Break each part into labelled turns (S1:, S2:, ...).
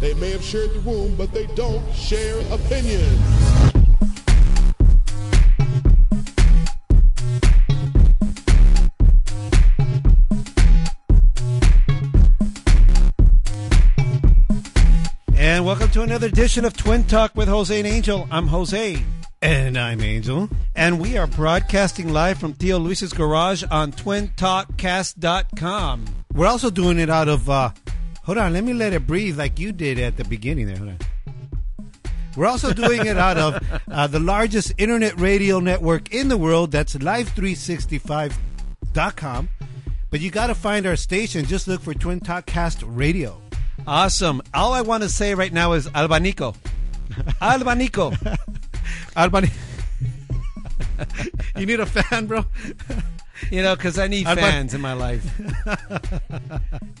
S1: They may have shared the room, but they don't share opinions.
S2: And welcome to another edition of Twin Talk with Jose and Angel. I'm Jose.
S3: And I'm Angel.
S2: And we are broadcasting live from Theo Luis's garage on twintalkcast.com.
S3: We're also doing it out of. Uh, hold on, let me let it breathe like you did at the beginning there. Hold on. We're also doing it out of uh, the largest internet radio network in the world. That's live365.com. But you got to find our station. Just look for Twin Talk Cast Radio.
S2: Awesome. All I want to say right now is Albanico. Albanico.
S3: Albani. you need a fan, bro?
S2: You know, because I need
S3: Alban-
S2: fans in my life.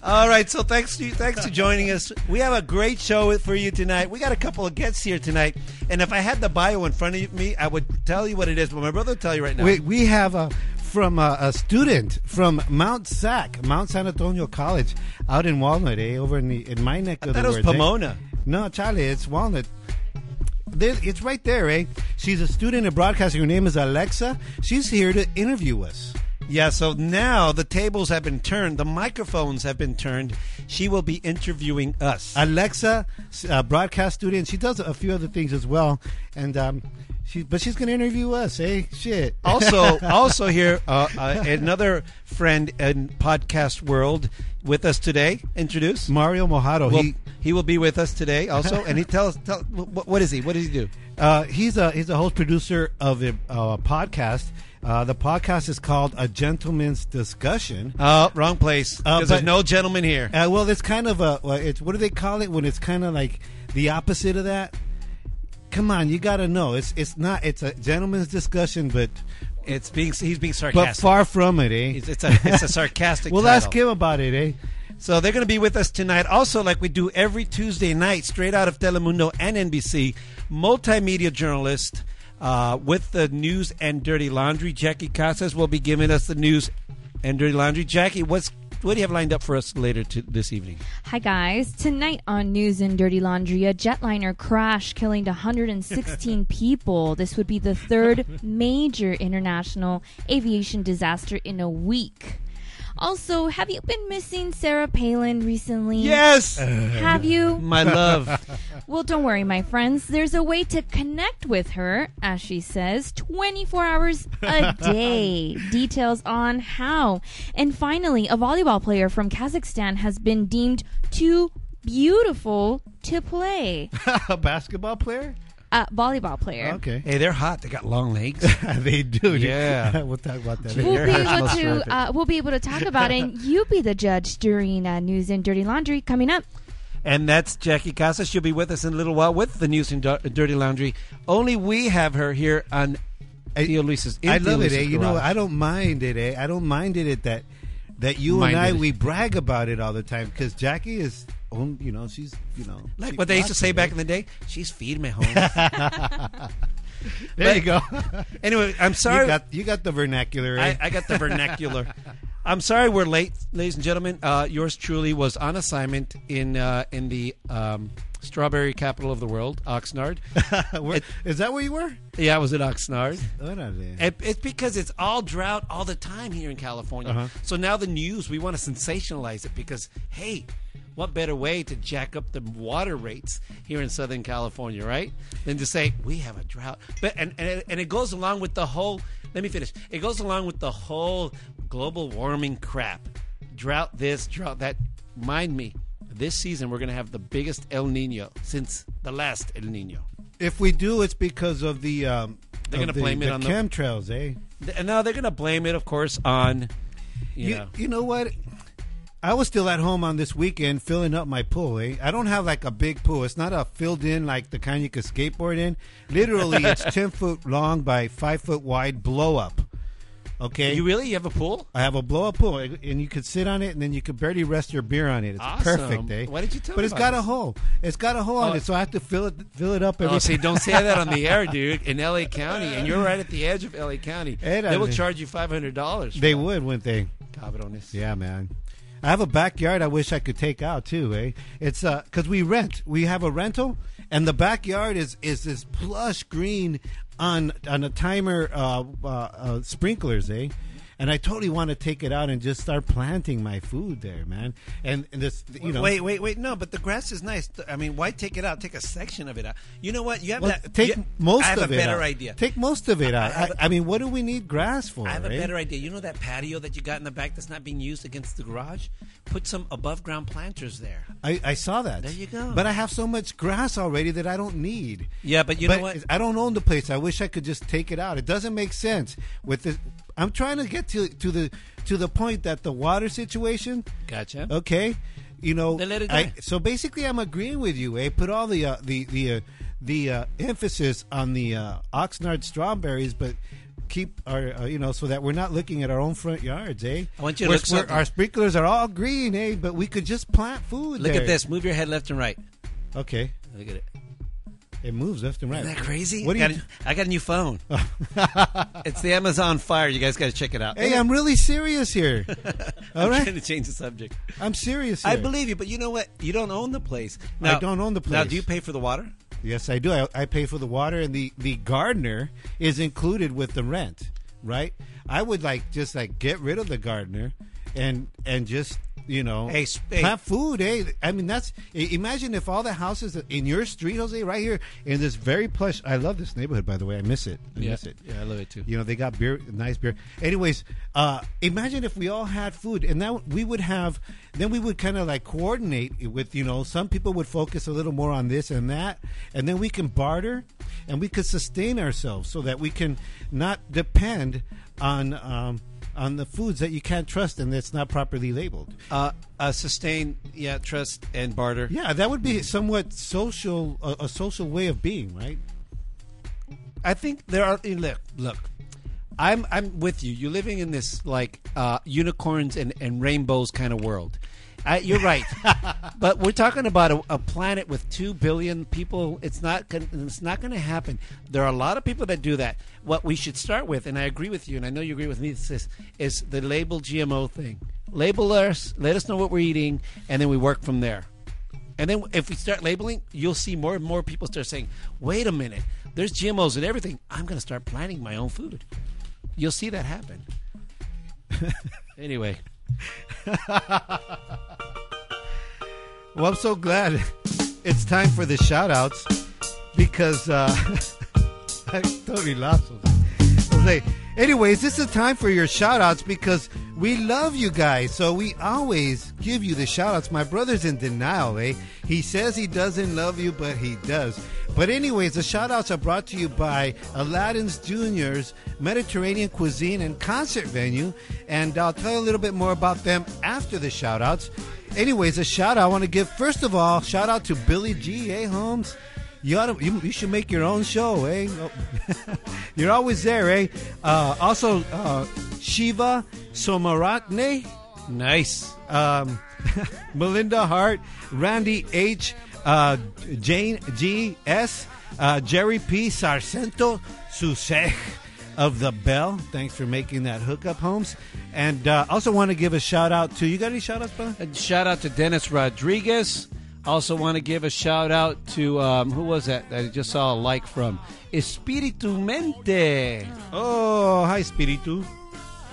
S2: All right, so thanks to thanks for joining us. We have a great show for you tonight. We got a couple of guests here tonight, and if I had the bio in front of me, I would tell you what it is. But my brother will tell you right now.
S3: We, we have a, from a, a student from Mount Sac, Mount San Antonio College, out in Walnut, eh? Over in, the, in my neck of
S2: thought
S3: the
S2: it was
S3: woods, eh?
S2: Pomona.
S3: No, Charlie, it's Walnut. There, it's right there, eh? She's a student in broadcasting. Her name is Alexa. She's here to interview us.
S2: Yeah, so now the tables have been turned, the microphones have been turned. She will be interviewing us.
S3: Alexa, s- uh, broadcast student. She does a few other things as well, and um, she but she's gonna interview us, eh? Shit.
S2: also, also here uh, uh, another friend in podcast world with us today. Introduce.
S3: Mario Mojado.
S2: Well,
S3: he,
S2: he, will be with us today also, and he tells tell wh- what is he? What does he do?
S3: Uh, he's a he's a host producer of a, uh, podcast. Uh, the podcast is called A Gentleman's Discussion.
S2: Uh, wrong place.
S3: Uh,
S2: 'Cause there's
S3: but-
S2: no gentleman here.
S3: Uh, well, it's kind of a well, it's what do they call it when it's kind of like the opposite of that? Come on, you got to know it's it's not it's a gentleman's discussion, but
S2: It's being he's being
S3: but
S2: sarcastic.
S3: far from it, eh?
S2: It's- it's a it's a sarcastic.
S3: we'll
S2: title.
S3: ask him about it, eh?
S2: So they're going to be with us tonight. Also, like we do every Tuesday night, straight out of Telemundo and NBC, multimedia journalist uh, with the news and dirty laundry. Jackie Casas will be giving us the news and dirty laundry. Jackie, what's what do you have lined up for us later to, this evening?
S4: Hi guys. Tonight on News and Dirty Laundry, a jetliner crash killing 116 people. This would be the third major international aviation disaster in a week. Also, have you been missing Sarah Palin recently?
S2: Yes,
S4: Have you?
S2: my love.
S4: Well, don't worry, my friends. There's a way to connect with her, as she says, 24 hours a day. Details on how. And finally, a volleyball player from Kazakhstan has been deemed too beautiful to play.
S3: a basketball player?
S4: A volleyball player.
S3: Okay,
S2: Hey, they're hot. They got long legs.
S3: they do. dude.
S2: Yeah.
S3: we'll talk about that.
S4: We'll
S2: Your
S4: be,
S2: house
S4: able
S2: must
S4: to,
S2: terrific.
S4: uh, we'll be able to talk about it, and you be the judge during uh, News and Dirty Laundry coming up.
S2: And that's Jackie Casas. She'll be with us in a little while with the news and Dir- dirty laundry. Only we have her here on
S3: I-
S2: Theo Luis's. in
S3: I
S2: Theo
S3: love it.
S2: Luis's
S3: Eh? You know,
S2: garage.
S3: I don't mind it. Eh? I don't mind it at that. That you
S2: Mind
S3: and I
S2: it.
S3: we brag about it all the time because Jackie is, on, you know, she's you know
S2: like
S3: she
S2: what they used to
S3: rocks
S2: say
S3: it,
S2: back
S3: eh?
S2: in the day. She's feeding me home.
S3: There you go.
S2: anyway, I'm
S3: you
S2: sorry.
S3: got you got the vernacular. Eh?
S2: I, I got the vernacular. I'm sorry we're late, ladies and gentlemen. Uh, yours truly was on assignment in uh, in the um, strawberry capital of the world, Oxnard.
S3: Where- eh? is that where you were?
S2: yeah, I was at Oxnard.
S3: Órale.
S2: It- It's because it's all drought all the time here in California. So now the news, we want to sensationalize it because, hey, what better way to jack up the water rates here in Southern California, right? Than to say we have a drought. But and and it, and it goes along with the whole. Let me finish. It goes along with the whole global warming crap. Drought this, drought that. Mind me, this season we're going to have the biggest El Nino since the last El Nino.
S3: If we do, it's because of the um,
S2: They're
S3: of
S2: gonna
S3: the-
S2: blame it
S3: the
S2: on the-
S3: chemtrails, eh?
S2: Th- And now they're going to blame it, of course, on you,
S3: You,
S2: know.
S3: you know what? I was still at home on this weekend filling up my pool. Eh? I don't have like a big pool. It's not a filled in like the kind you could skateboard in. Literally, it's ten foot long by five foot wide blow up. Okay,
S2: You really? You have a pool?
S3: I have a blow up pool, eh? and you could sit on it, and then you could barely rest your beer on it. It's
S2: Awesome.
S3: perfect, eh?
S2: Why did you tell
S3: But
S2: me
S3: it's
S2: about
S3: got a
S2: this?
S3: hole. It's got a hole
S2: Oh.
S3: on it, so I have to fill it, fill it up every.
S2: Oh, see, don't say that on the air, dude. In L.A. County, and you're right at the edge of L.A. County.
S3: Ed,
S2: they
S3: I
S2: will
S3: mean-
S2: charge you five hundred dollars.
S3: they would, wouldn't they?
S2: cabrones.
S3: Yeah, man. I have a backyard I wish I could take out too, eh? It's uh, cause we rent. We have a rental, and the backyard is is this plush green on on a timer uh, uh, uh, sprinklers, eh? And I totally want to take it out and just start planting my food there, man. And, and this, you know,
S2: Wait, wait, wait! No, but the grass is nice. I mean, why take it out? Take a section of it out. You know what? You have
S3: well,
S2: that.
S3: take
S2: you-
S3: most
S5: I have
S3: of
S5: a
S3: it
S5: better
S3: out.
S5: idea.
S3: Take most of it out. I,
S5: have
S3: I mean, what do we need grass for?
S5: I have a
S3: eh?
S5: better idea. You know that patio that you got in the back that's not being used against the garage? Put some above ground planters there.
S3: I, I saw that.
S5: There you go.
S3: But I have so much grass already that I don't need.
S5: Yeah, but you know what?
S3: I don't own the place. I wish I could just take it out. It doesn't make sense with this. I'm trying to get to to the to the point that the water situation.
S5: Gotcha.
S3: Okay, you know.
S5: Then let it
S3: I,
S5: die.
S3: so basically, I'm agreeing with you. Eh? Put all the uh, the the uh, the uh, emphasis on the uh, Oxnard strawberries, but keep our uh, you know so that we're not looking at our own front yards. Eh.
S5: I want you to
S3: We're-
S5: look
S3: we're-
S5: something.
S3: Our sprinklers are all green. Eh. But we could just plant food.
S5: Look
S3: there.
S5: at this. Move your head left and right.
S3: Okay.
S5: Look at it.
S3: It moves left and right.
S5: Isn't that crazy?
S3: What do
S5: I,
S3: you?
S5: got a, I got a new phone. it's the Amazon Fire. You guys got to check it out.
S3: Hey, I'm really serious here. All
S5: I'm
S3: right,
S5: trying to change the subject.
S3: I'm serious. Here.
S5: I believe you, but you know what? You don't own the place.
S3: I don't own the
S5: Now,
S3: place.
S5: do you pay for the water?
S3: Yes, I do. I, I pay for the water, and the the gardener is included with the rent, right? I would like just like get rid of the gardener, and and just you know
S5: Hey, sp- hey.
S3: plant food. Hey, I mean that's i- imagine if all the houses in your street, Jose, right here in this very plush. I love this neighborhood, by the way. I miss it. I miss it.
S5: Yeah, I love it too.
S3: You know, they got beer, nice beer. Anyways, uh, imagine if we all had food, and now we would have, then we would kind of like coordinate it with, you know, some people would focus a little more on this and that, and then we can barter, and we could sustain ourselves so that we can not depend on um, on the foods that you can't trust and that's not properly labeled.
S5: Uh, uh, sustain, yeah, trust and barter.
S3: Yeah, that would be somewhat social, a a social way of being, right?
S2: I think there are. eh, Look, look. I'm I'm with you. You're living in this like uh, unicorns and, and rainbows kind of world. I, you're right, but we're talking about a, a planet with two billion people. It's not gon- it's not going to happen. There are a lot of people that do that. What we should start with, and I agree with you, and I know you agree with me, sis, is the label GMO thing. Label us, let us know what we're eating, and then we work from there. And then if we start labeling, you'll see more and more people start saying, "Wait a minute, there's GMOs and everything. I'm going to start planting my own food." You'll see that happen. anyway,
S3: Well, I'm so glad it's time for the shout outs because uh, I totally lost it. Jose. Anyways, this is time for your shout outs because we love you guys. So we always give you the shout outs. My brother's in denial, eh? He says he doesn't love you, but he does. But, anyways, the shout outs are brought to you by Aladdin's Junior's Mediterranean Cuisine and Concert Venue. And I'll tell you a little bit more about them after the shout outs. Anyways, a shout out I want to give, first of all, shout out to Billy G. A. Holmes. You ought to, you, you should make your own show, eh? Oh. You're always there, eh? Uh, also, uh, Shiva Somaratne,
S2: nice.
S3: um, Melinda Hart, Randy H, uh, Jane G S, uh, Jerry P Sarcento Susek of the Bell. Thanks for making that hookup, Holmes. And uh, also want to give a shout out to you. Got any shout outs, brother?
S2: And shout out to Dennis Rodriguez. Also want to give a shout out to um, who was that? that I just saw a like from Espiritu Mente.
S3: Oh, hi, Spiritu.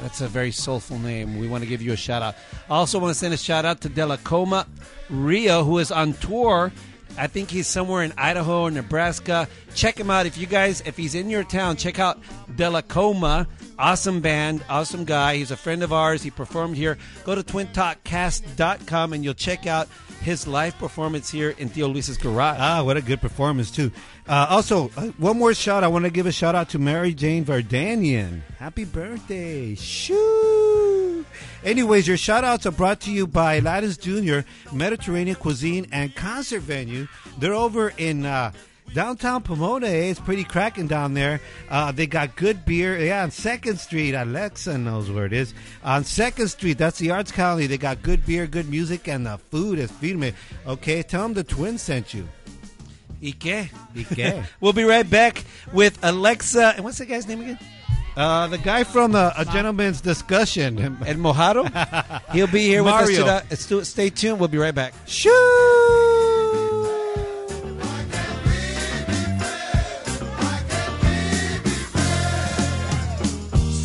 S2: That's a very soulful name. We want to give you a shout out. I also want to send a shout out to Delacoma Rio, who is on tour. I think he's somewhere in Idaho or Nebraska. Check him out if you guys, if he's in your town, check out Delacoma. Awesome band, awesome guy. He's a friend of ours. He performed here. Go to twintalkcast.com and you'll check out his live performance here in Theo Luis's garage.
S3: Ah, what a good performance too. Uh, also, uh, one more shout. I want to give a shout out to Mary Jane Verdanian. Happy birthday! Shoo! Anyways, your shout outs are brought to you by Lattice Jr., Mediterranean Cuisine and Concert Venue. They're over in uh, downtown Pomona. eh? It's pretty cracking down there. Uh, they got good beer. Yeah, on 2nd Street. Alexa knows where it is. On 2nd Street, that's the Arts Colony. They got good beer, good music, and the food is firme. Okay, tell them the twins sent you.
S2: Ike.
S3: Ike.
S2: we'll be right back with Alexa. And what's that guy's name again?
S3: Uh, the guy from uh, A Gentleman's Discussion.
S2: Ed Mojado. He'll be here with
S3: Mario.
S2: us. Today. Stu- Stay tuned. We'll be right back.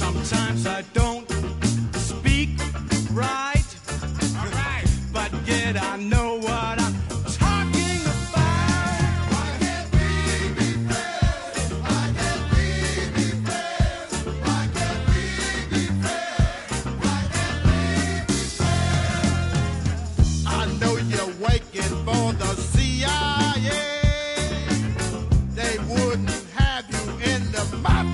S6: Sometimes I don't speak right, but yet I know what I'm talking about. I know you're waiting for the CIA. They wouldn't have you in the mafia.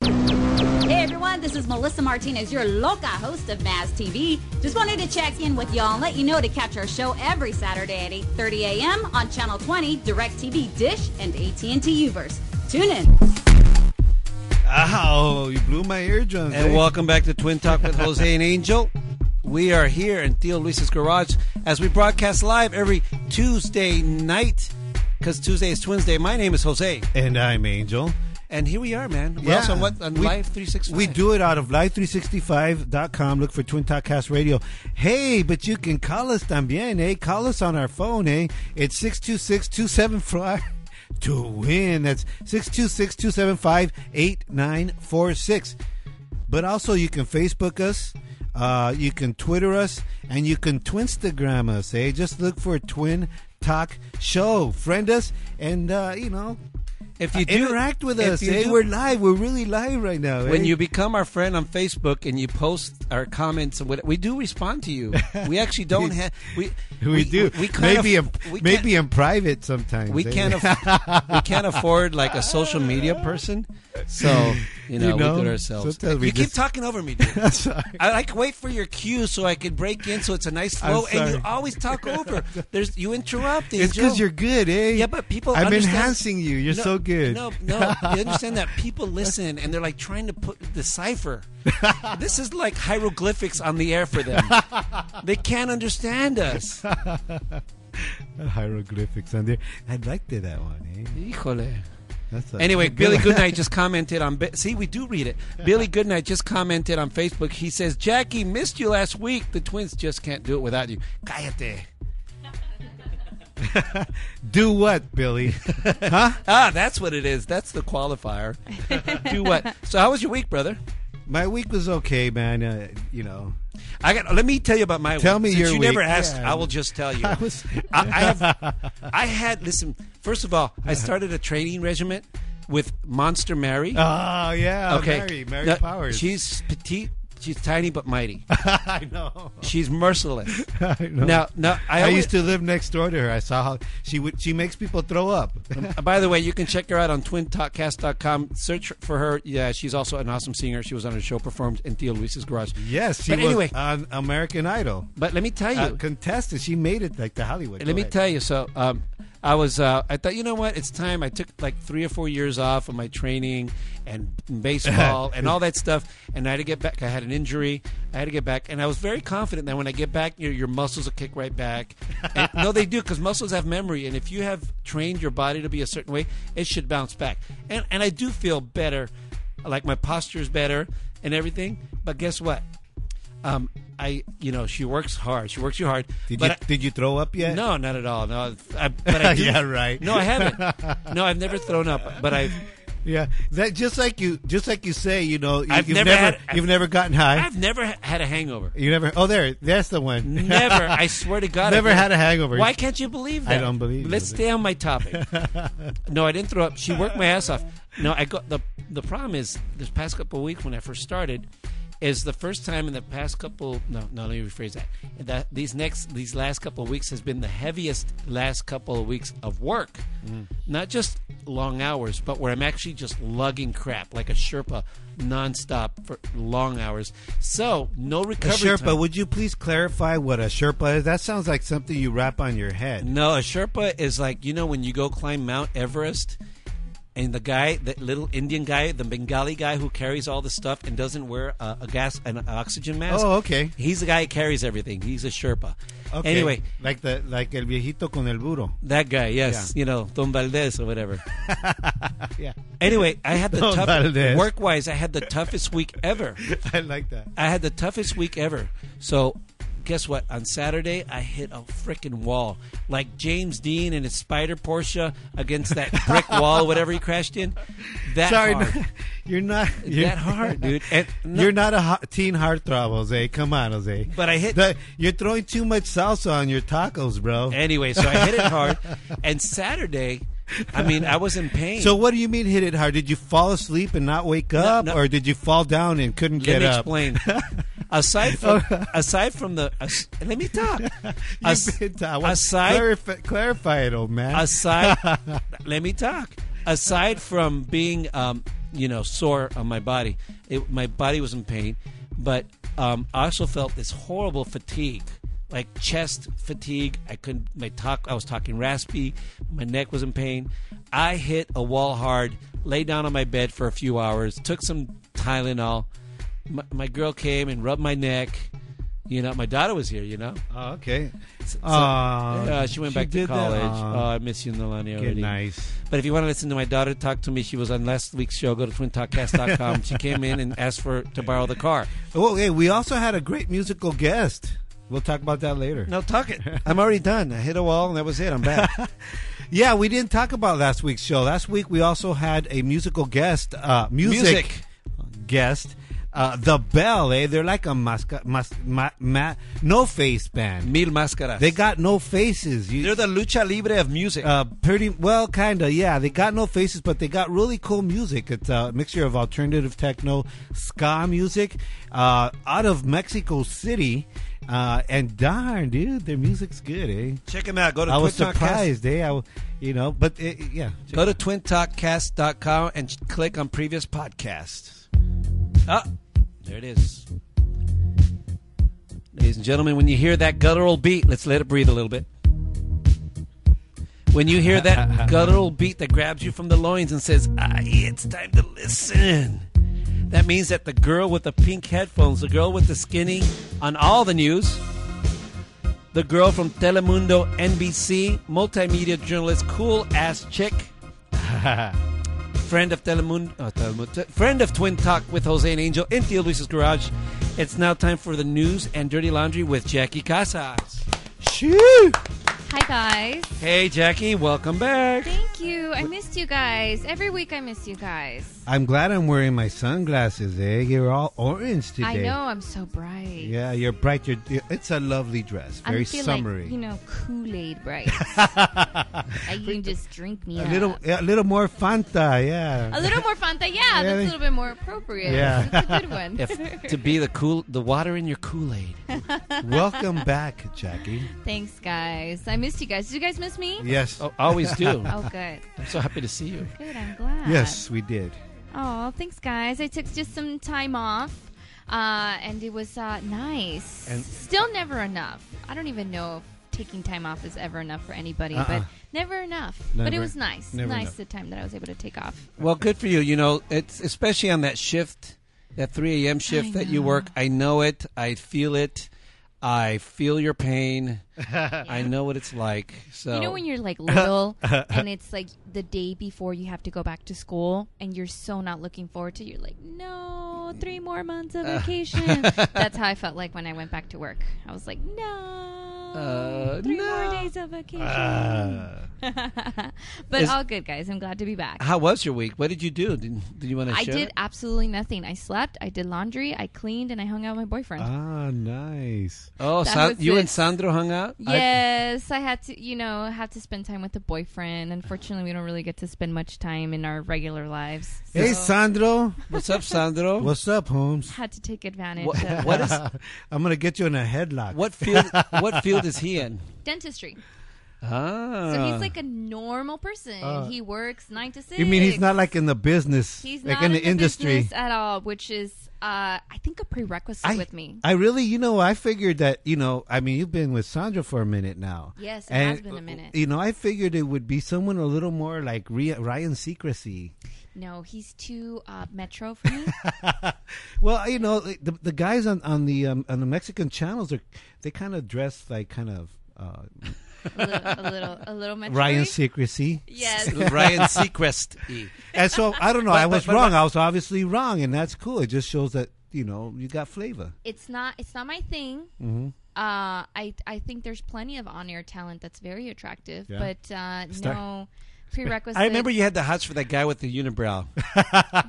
S7: Hey everyone, this is Melissa Martinez, your loca host of Maz TV. Just wanted to check in with y'all and let you know to catch our show every Saturday at 8.30 a.m. on Channel 20, DirecTV Dish, and AT&T Uverse. Tune in.
S3: Ow, you blew my eardrums.
S2: And
S3: eh?
S2: welcome back to Twin Talk with Jose and Angel. We are here in Theo Luis's garage as we broadcast live every Tuesday night because Tuesday is Twins Day. My name is Jose,
S3: And I'm Angel.
S2: and here we are, man. We're
S3: Yeah.
S2: also on what on
S3: We-
S2: Live Three Six.
S3: We do it out of live365.com. Look for Twin Talk Cast Radio. Hey, but you can call us también, eh? Call us on our phone, eh? It's 626 fly to win. That's 626 275 8946. But also, you can Facebook us. Uh, you can Twitter us and you can Twinstagram us. Eh? Just look for Twin Talk Show. Friend us and, uh, you know,
S2: If you do
S3: Uh, interact with
S2: if
S3: us.
S2: you
S3: eh?
S2: do-
S3: We're live. We're really live right now. eh?
S2: when you become our friend on Facebook and you post our comments, and what- we do respond to you. We actually don't have we
S3: we, do.
S2: we kind
S3: maybe
S2: of-
S3: in,
S2: we can't-
S3: maybe in private sometimes.
S2: we
S3: eh?
S2: can't aff we can't afford like a social media person. So you know,
S3: You know,
S2: we do it ourselves.
S3: sometimes we
S2: you
S3: just-
S2: keep talking over me, dude.
S3: I'm sorry.
S2: I like wait for your cue so I could break in so it's a nice
S3: I'm
S2: flow and you
S3: sorry.
S2: always talk over. There's you interrupt.
S3: It's
S2: Angel.
S3: because you're good, eh?
S2: yeah, but people.
S3: I'm
S2: understand-
S3: enhancing you. You're
S2: No,
S3: so good.
S2: No, no, you understand that people listen and they're like trying to put decipher. this is like hieroglyphics on the air for them. they can't understand us.
S3: Hieroglyphics on there. I liked it, that one, eh?
S2: Híjole.
S3: That's a-
S2: Anyway,
S3: good
S2: Billy
S3: one.
S2: Goodnight just commented on. Bi- See, we do read it. Billy Goodnight just commented on Facebook. He says, "Jackie missed you last week. The twins just can't do it without you." Cállate.
S3: Do what, Billy? huh?
S2: Ah, that's what it is. That's the qualifier. do what? So, how was your week, brother?
S3: My week was okay, man. Uh, you know,
S2: I got. Let me tell you about my.
S3: Tell
S2: week.
S3: me
S2: Since
S3: your
S2: you
S3: week.
S2: never asked.
S3: Yeah.
S2: I will just tell you.
S3: I was.
S2: I, I have. I had. Listen. First of all,
S3: Uh-huh.
S2: I started a training regiment with Monster Mary.
S3: Oh yeah.
S2: okay.
S3: Mary, Mary
S2: Now,
S3: Powers.
S2: She's petite. She's tiny but mighty.
S3: I know.
S2: She's merciless.
S3: I know.
S2: Now, now I,
S3: I,
S2: always,
S3: used to live next door to her. I saw how she would. She makes people throw up.
S2: Uh, By the way, you can check her out on twintalkcast.com. Search for her. Yeah, she's also an awesome singer. She was on her show performed in Theo Luis's garage.
S3: yes, she
S2: but
S3: was
S2: anyway,
S3: on American Idol.
S2: but let me tell you.
S3: uh, contestant. She made it like the Hollywood.
S2: let me
S3: Go ahead.
S2: tell you. So, um, I was. Uh, I thought, you know what? It's time. I took like three or four years off of my training and baseball and all that stuff. And I had to get back. I had an injury. I had to get back, and I was very confident that when I get back, your, your muscles will kick right back. And, no, they do because muscles have memory, and if you have trained your body to be a certain way, it should bounce back. And and I do feel better. Like my posture is better. and everything. But guess what? Um, I, you know, she works hard. She works you hard.
S3: Did you
S2: but I-
S3: did you throw up yet?
S2: no, not at all. No, I, but I do,
S3: Yeah, right.
S2: No, I haven't. No, I've never thrown up. But I've,
S3: Yeah, that just like you, just like you say, you know, you,
S2: I've
S3: you've
S2: never
S3: never,
S2: had-
S3: you've never gotten high.
S2: I've never ha- had a hangover.
S3: you never. Oh, there, that's the one.
S2: Never. I swear to God,
S3: Never
S2: I've
S3: had a hangover.
S2: Why can't you believe
S3: I
S2: that?
S3: don't believe you.
S2: Let's stay on my topic. no, I didn't throw up. She worked my ass off. No, I got the the problem is this past couple of weeks when I first started is the first time in the past couple no no let me rephrase that that these next these last couple of weeks has been the heaviest last couple of weeks of work
S3: Mm.
S2: not just long hours but where i'm actually just lugging crap like a sherpa nonstop for long hours so no
S3: A
S2: recovery
S3: Sherpa,
S2: time.
S3: would you please clarify what a Sherpa is? That sounds like something you wrap on your head.
S2: No, a Sherpa is like you know when you go climb Mount Everest, and the guy, that little Indian guy, the Bengali guy who carries all the stuff and doesn't wear a, a gas an oxygen mask.
S3: Oh, okay.
S2: He's the guy who carries everything. He's a Sherpa.
S3: Okay.
S2: Anyway,
S3: like the like el viejito con el burro.
S2: that guy, yes,
S3: Yeah.
S2: you know Don Valdez or whatever.
S3: Yeah,
S2: Anyway, I had the
S3: Don Valdez.
S2: toughest work wise. I had the toughest week ever.
S3: I like that.
S2: I had the toughest week ever. So, guess what? On Saturday, I hit a freaking wall, like James Dean and his spider Porsche against that brick wall, whatever he crashed in. That
S3: Sorry,
S2: hard.
S3: no, you're not. You're,
S2: that hard, dude. And no-
S3: You're not a ho- teen heartthrob, Jose. Come on, Jose.
S2: But I hit-
S3: The- you're throwing too much salsa on your tacos, bro.
S2: Anyway, so I hit it hard, and Saturday, I mean, I was in pain.
S3: So what do you mean hit it hard? Did you fall asleep and not wake up,
S2: no.
S3: or did you fall down and couldn't
S2: let
S3: get
S2: me
S3: up?
S2: explain. aside from aside from the, as- let me talk. As-
S3: You've been taught. Well,
S2: aside
S3: clarif- clarify it, old man.
S2: aside let me talk aside from being um, you know sore on my body it, my body was in pain but um, i also felt this horrible fatigue like chest fatigue i couldn't my talk i was talking raspy my neck was in pain i hit a wall hard lay down on my bed for a few hours took some tylenol my, my girl came and rubbed my neck you know my daughter was here you know
S3: Oh, okay. Aw,
S2: uh, she went back to
S3: did that.
S2: college.
S3: Aw,
S2: Oh, I miss you, Nolani.
S3: okay,
S2: Already.
S3: nice.
S2: But if you want to listen to my daughter talk to me, she was on last week's show. Go to twintalkcast.com. she came in and asked for to borrow the car.
S3: Oh, hey, we also had a great musical guest. We'll talk about that later.
S2: No, talk it. I'm already done. I hit a wall and that was it. I'm back.
S3: Yeah, we didn't talk about last week's show. Last week we also had a musical guest, uh, music, guest, uh, the Bell. Eh? They're like a masca- mas- ma- ma- no face band.
S2: Mil máscaras.
S3: They got no faces. You,
S2: They're the lucha libre of music.
S3: uh, pretty well, kinda. Yeah, they got no faces, but they got really cool music. It's a mixture of alternative techno, ska music, uh, out of Mexico City. Uh, and darn, dude, their music's good, eh?
S2: Check them out. Go to
S3: I was
S2: twintalkcast-
S3: surprised, eh? I, w- you know, but eh, yeah.
S2: Go to twintalkcast.com and ch- click on previous podcasts. Ah, there it is. Ladies and gentlemen, when you hear that guttural beat, let's let it breathe a little bit. When you hear that guttural beat that grabs you from the loins and says, "Ah, it's time to listen," that means that the girl with the pink headphones, the girl with the skinny on all the news, the girl from Telemundo NBC, multimedia journalist, cool ass chick, friend of Telemundo, uh, Telemundo friend of Twin Talk with Jose and Angel in Theo Luis's garage. It's now time for the news and dirty laundry with Jackie Casas.
S3: Shoo!
S4: Hi, guys.
S2: Hey, Jackie, welcome back.
S4: Thank you. I missed you guys. Every week I miss you guys.
S3: I'm glad I'm wearing my sunglasses, eh? You're all orange today.
S4: I know I'm so bright.
S3: Yeah, you're bright. You're, you- it's a lovely dress.
S4: I
S3: Very
S4: feel
S3: summery.
S4: like you know Kool Aid bright. like you can just drink me
S3: a
S4: up.
S3: little, a little more Fanta. Yeah.
S4: a little more Fanta. Yeah, that's a little bit more appropriate.
S3: Yeah.
S4: that's a good one.
S2: If, to be the cool, the water in your Kool Aid.
S3: Welcome back, Jackie.
S4: Thanks, guys. I missed you guys. Did you guys miss me?
S3: Yes.
S2: Oh, always do.
S4: Oh, good.
S2: I'm so happy to see you.
S4: Good. I'm glad.
S3: Yes, we did.
S4: Oh, thanks, guys. I took just some time off, uh, and it was uh, nice.
S3: And-
S4: Still never enough. I don't even know if taking time off is ever enough for anybody,
S3: Uh-uh.
S4: but never enough. but it
S3: Never-
S4: was nice.
S3: never
S4: Nice
S3: enough.
S4: the time that I was able to take off.
S2: Well, good for you. You know, it's especially on that shift, that 3 a.m. shift that you work. I know it. I feel it. I feel your pain. I know what it's like. So
S4: You know when you're like little and it's like the day before you have to go back to school and you're so not looking forward to it, you're like, No, no, three more months of
S2: Uh.
S4: vacation. That's how I felt like when I went back to work. I was like, no,
S2: Uh,
S4: three
S2: no. Ah.
S4: more days of vacation.
S3: Uh,
S4: but
S2: Is-
S4: all good, guys. I'm glad to be back.
S2: How was your week? What did you do? Did, did you want to
S4: I
S2: share?
S4: did
S2: it?
S4: absolutely nothing. I slept, I did laundry, I cleaned, and I hung out with my boyfriend.
S3: ah, nice.
S2: Oh,
S4: that
S2: Sa-
S4: was
S2: you
S4: it.
S2: and Sandro hung out. I-
S4: Yes, I had to, you know, had to spend time with the boyfriend. Unfortunately, we don't really get to spend much time in our regular lives.
S3: Hey,
S4: so
S3: Sandro.
S2: what's up, Sandro?
S3: What's up, Holmes?
S4: had to take advantage
S2: What-
S4: of
S2: what is
S3: I'm gonna get you in a headlock.
S2: what field? What field is he in?
S4: dentistry.
S2: Ah,
S4: So he's like a normal person.
S3: Uh,
S4: he works nine to six.
S3: You mean he's not like in the business?
S4: He's
S3: like
S4: not
S3: in the,
S4: business
S3: industry.
S4: at all, which is, uh, I think, a prerequisite
S3: I,
S4: with me.
S3: I really, you know, I figured that, you know, I mean, you've been with Sandra for a minute now.
S4: Yes, it
S3: and,
S4: has been a minute.
S3: You know, I figured it would be someone a little more like Re- Ryan Secrecy.
S4: no, he's too uh, metro for me.
S3: Well, you know, the, the guys on on the um, on the Mexican channels are they kind of dress like kind of uh,
S4: a, little, a little, a little metro.
S3: Ryan Secrecy.
S4: Yes.
S2: Ryan Seacrest. E.
S3: And so I don't know.
S2: But-
S3: I
S2: but-
S3: was
S2: but-
S3: wrong. I was obviously wrong, and that's cool. It just shows that you know you got flavor.
S4: it's not it's not my thing.
S2: Mm-hmm.
S4: Uh, I I think there's plenty of on air talent that's very attractive,
S3: Yeah.
S4: but uh,
S3: Star-
S4: no prerequisite.
S2: I remember you had the hots for that guy with the unibrow.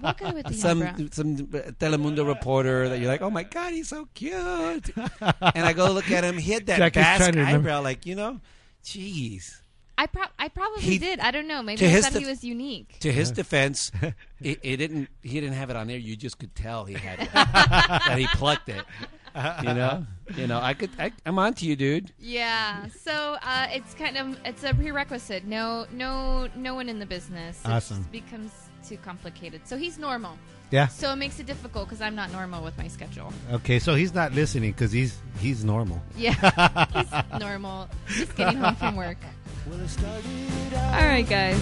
S4: What guy with the unibrow?
S2: some some Telemundo reporter that you're like, oh my god, he's so cute. and I go look at him. He had that
S3: Jack is
S2: Basque
S3: trying to
S2: eyebrow,
S3: remember.
S2: like you know, jeez.
S4: I pro- I probably
S2: He-
S4: did. I don't know. Maybe
S2: to
S4: I
S2: his
S4: thought he
S2: def-
S4: was unique.
S2: To his defense, it, it didn't. He didn't have it on there. You just could tell he had it. that he plucked it. You know. You know. I could. I, I'm on to you, dude.
S4: Yeah. So uh, it's kind of it's a prerequisite. No no no one in the business. It
S3: Awesome.
S4: just becomes too complicated. So he's normal.
S3: Yeah.
S4: So it makes it difficult because I'm not normal with my schedule.
S3: Okay, so he's not listening because he's he's normal.
S4: Yeah, he's normal. Just getting home from work. All right, guys.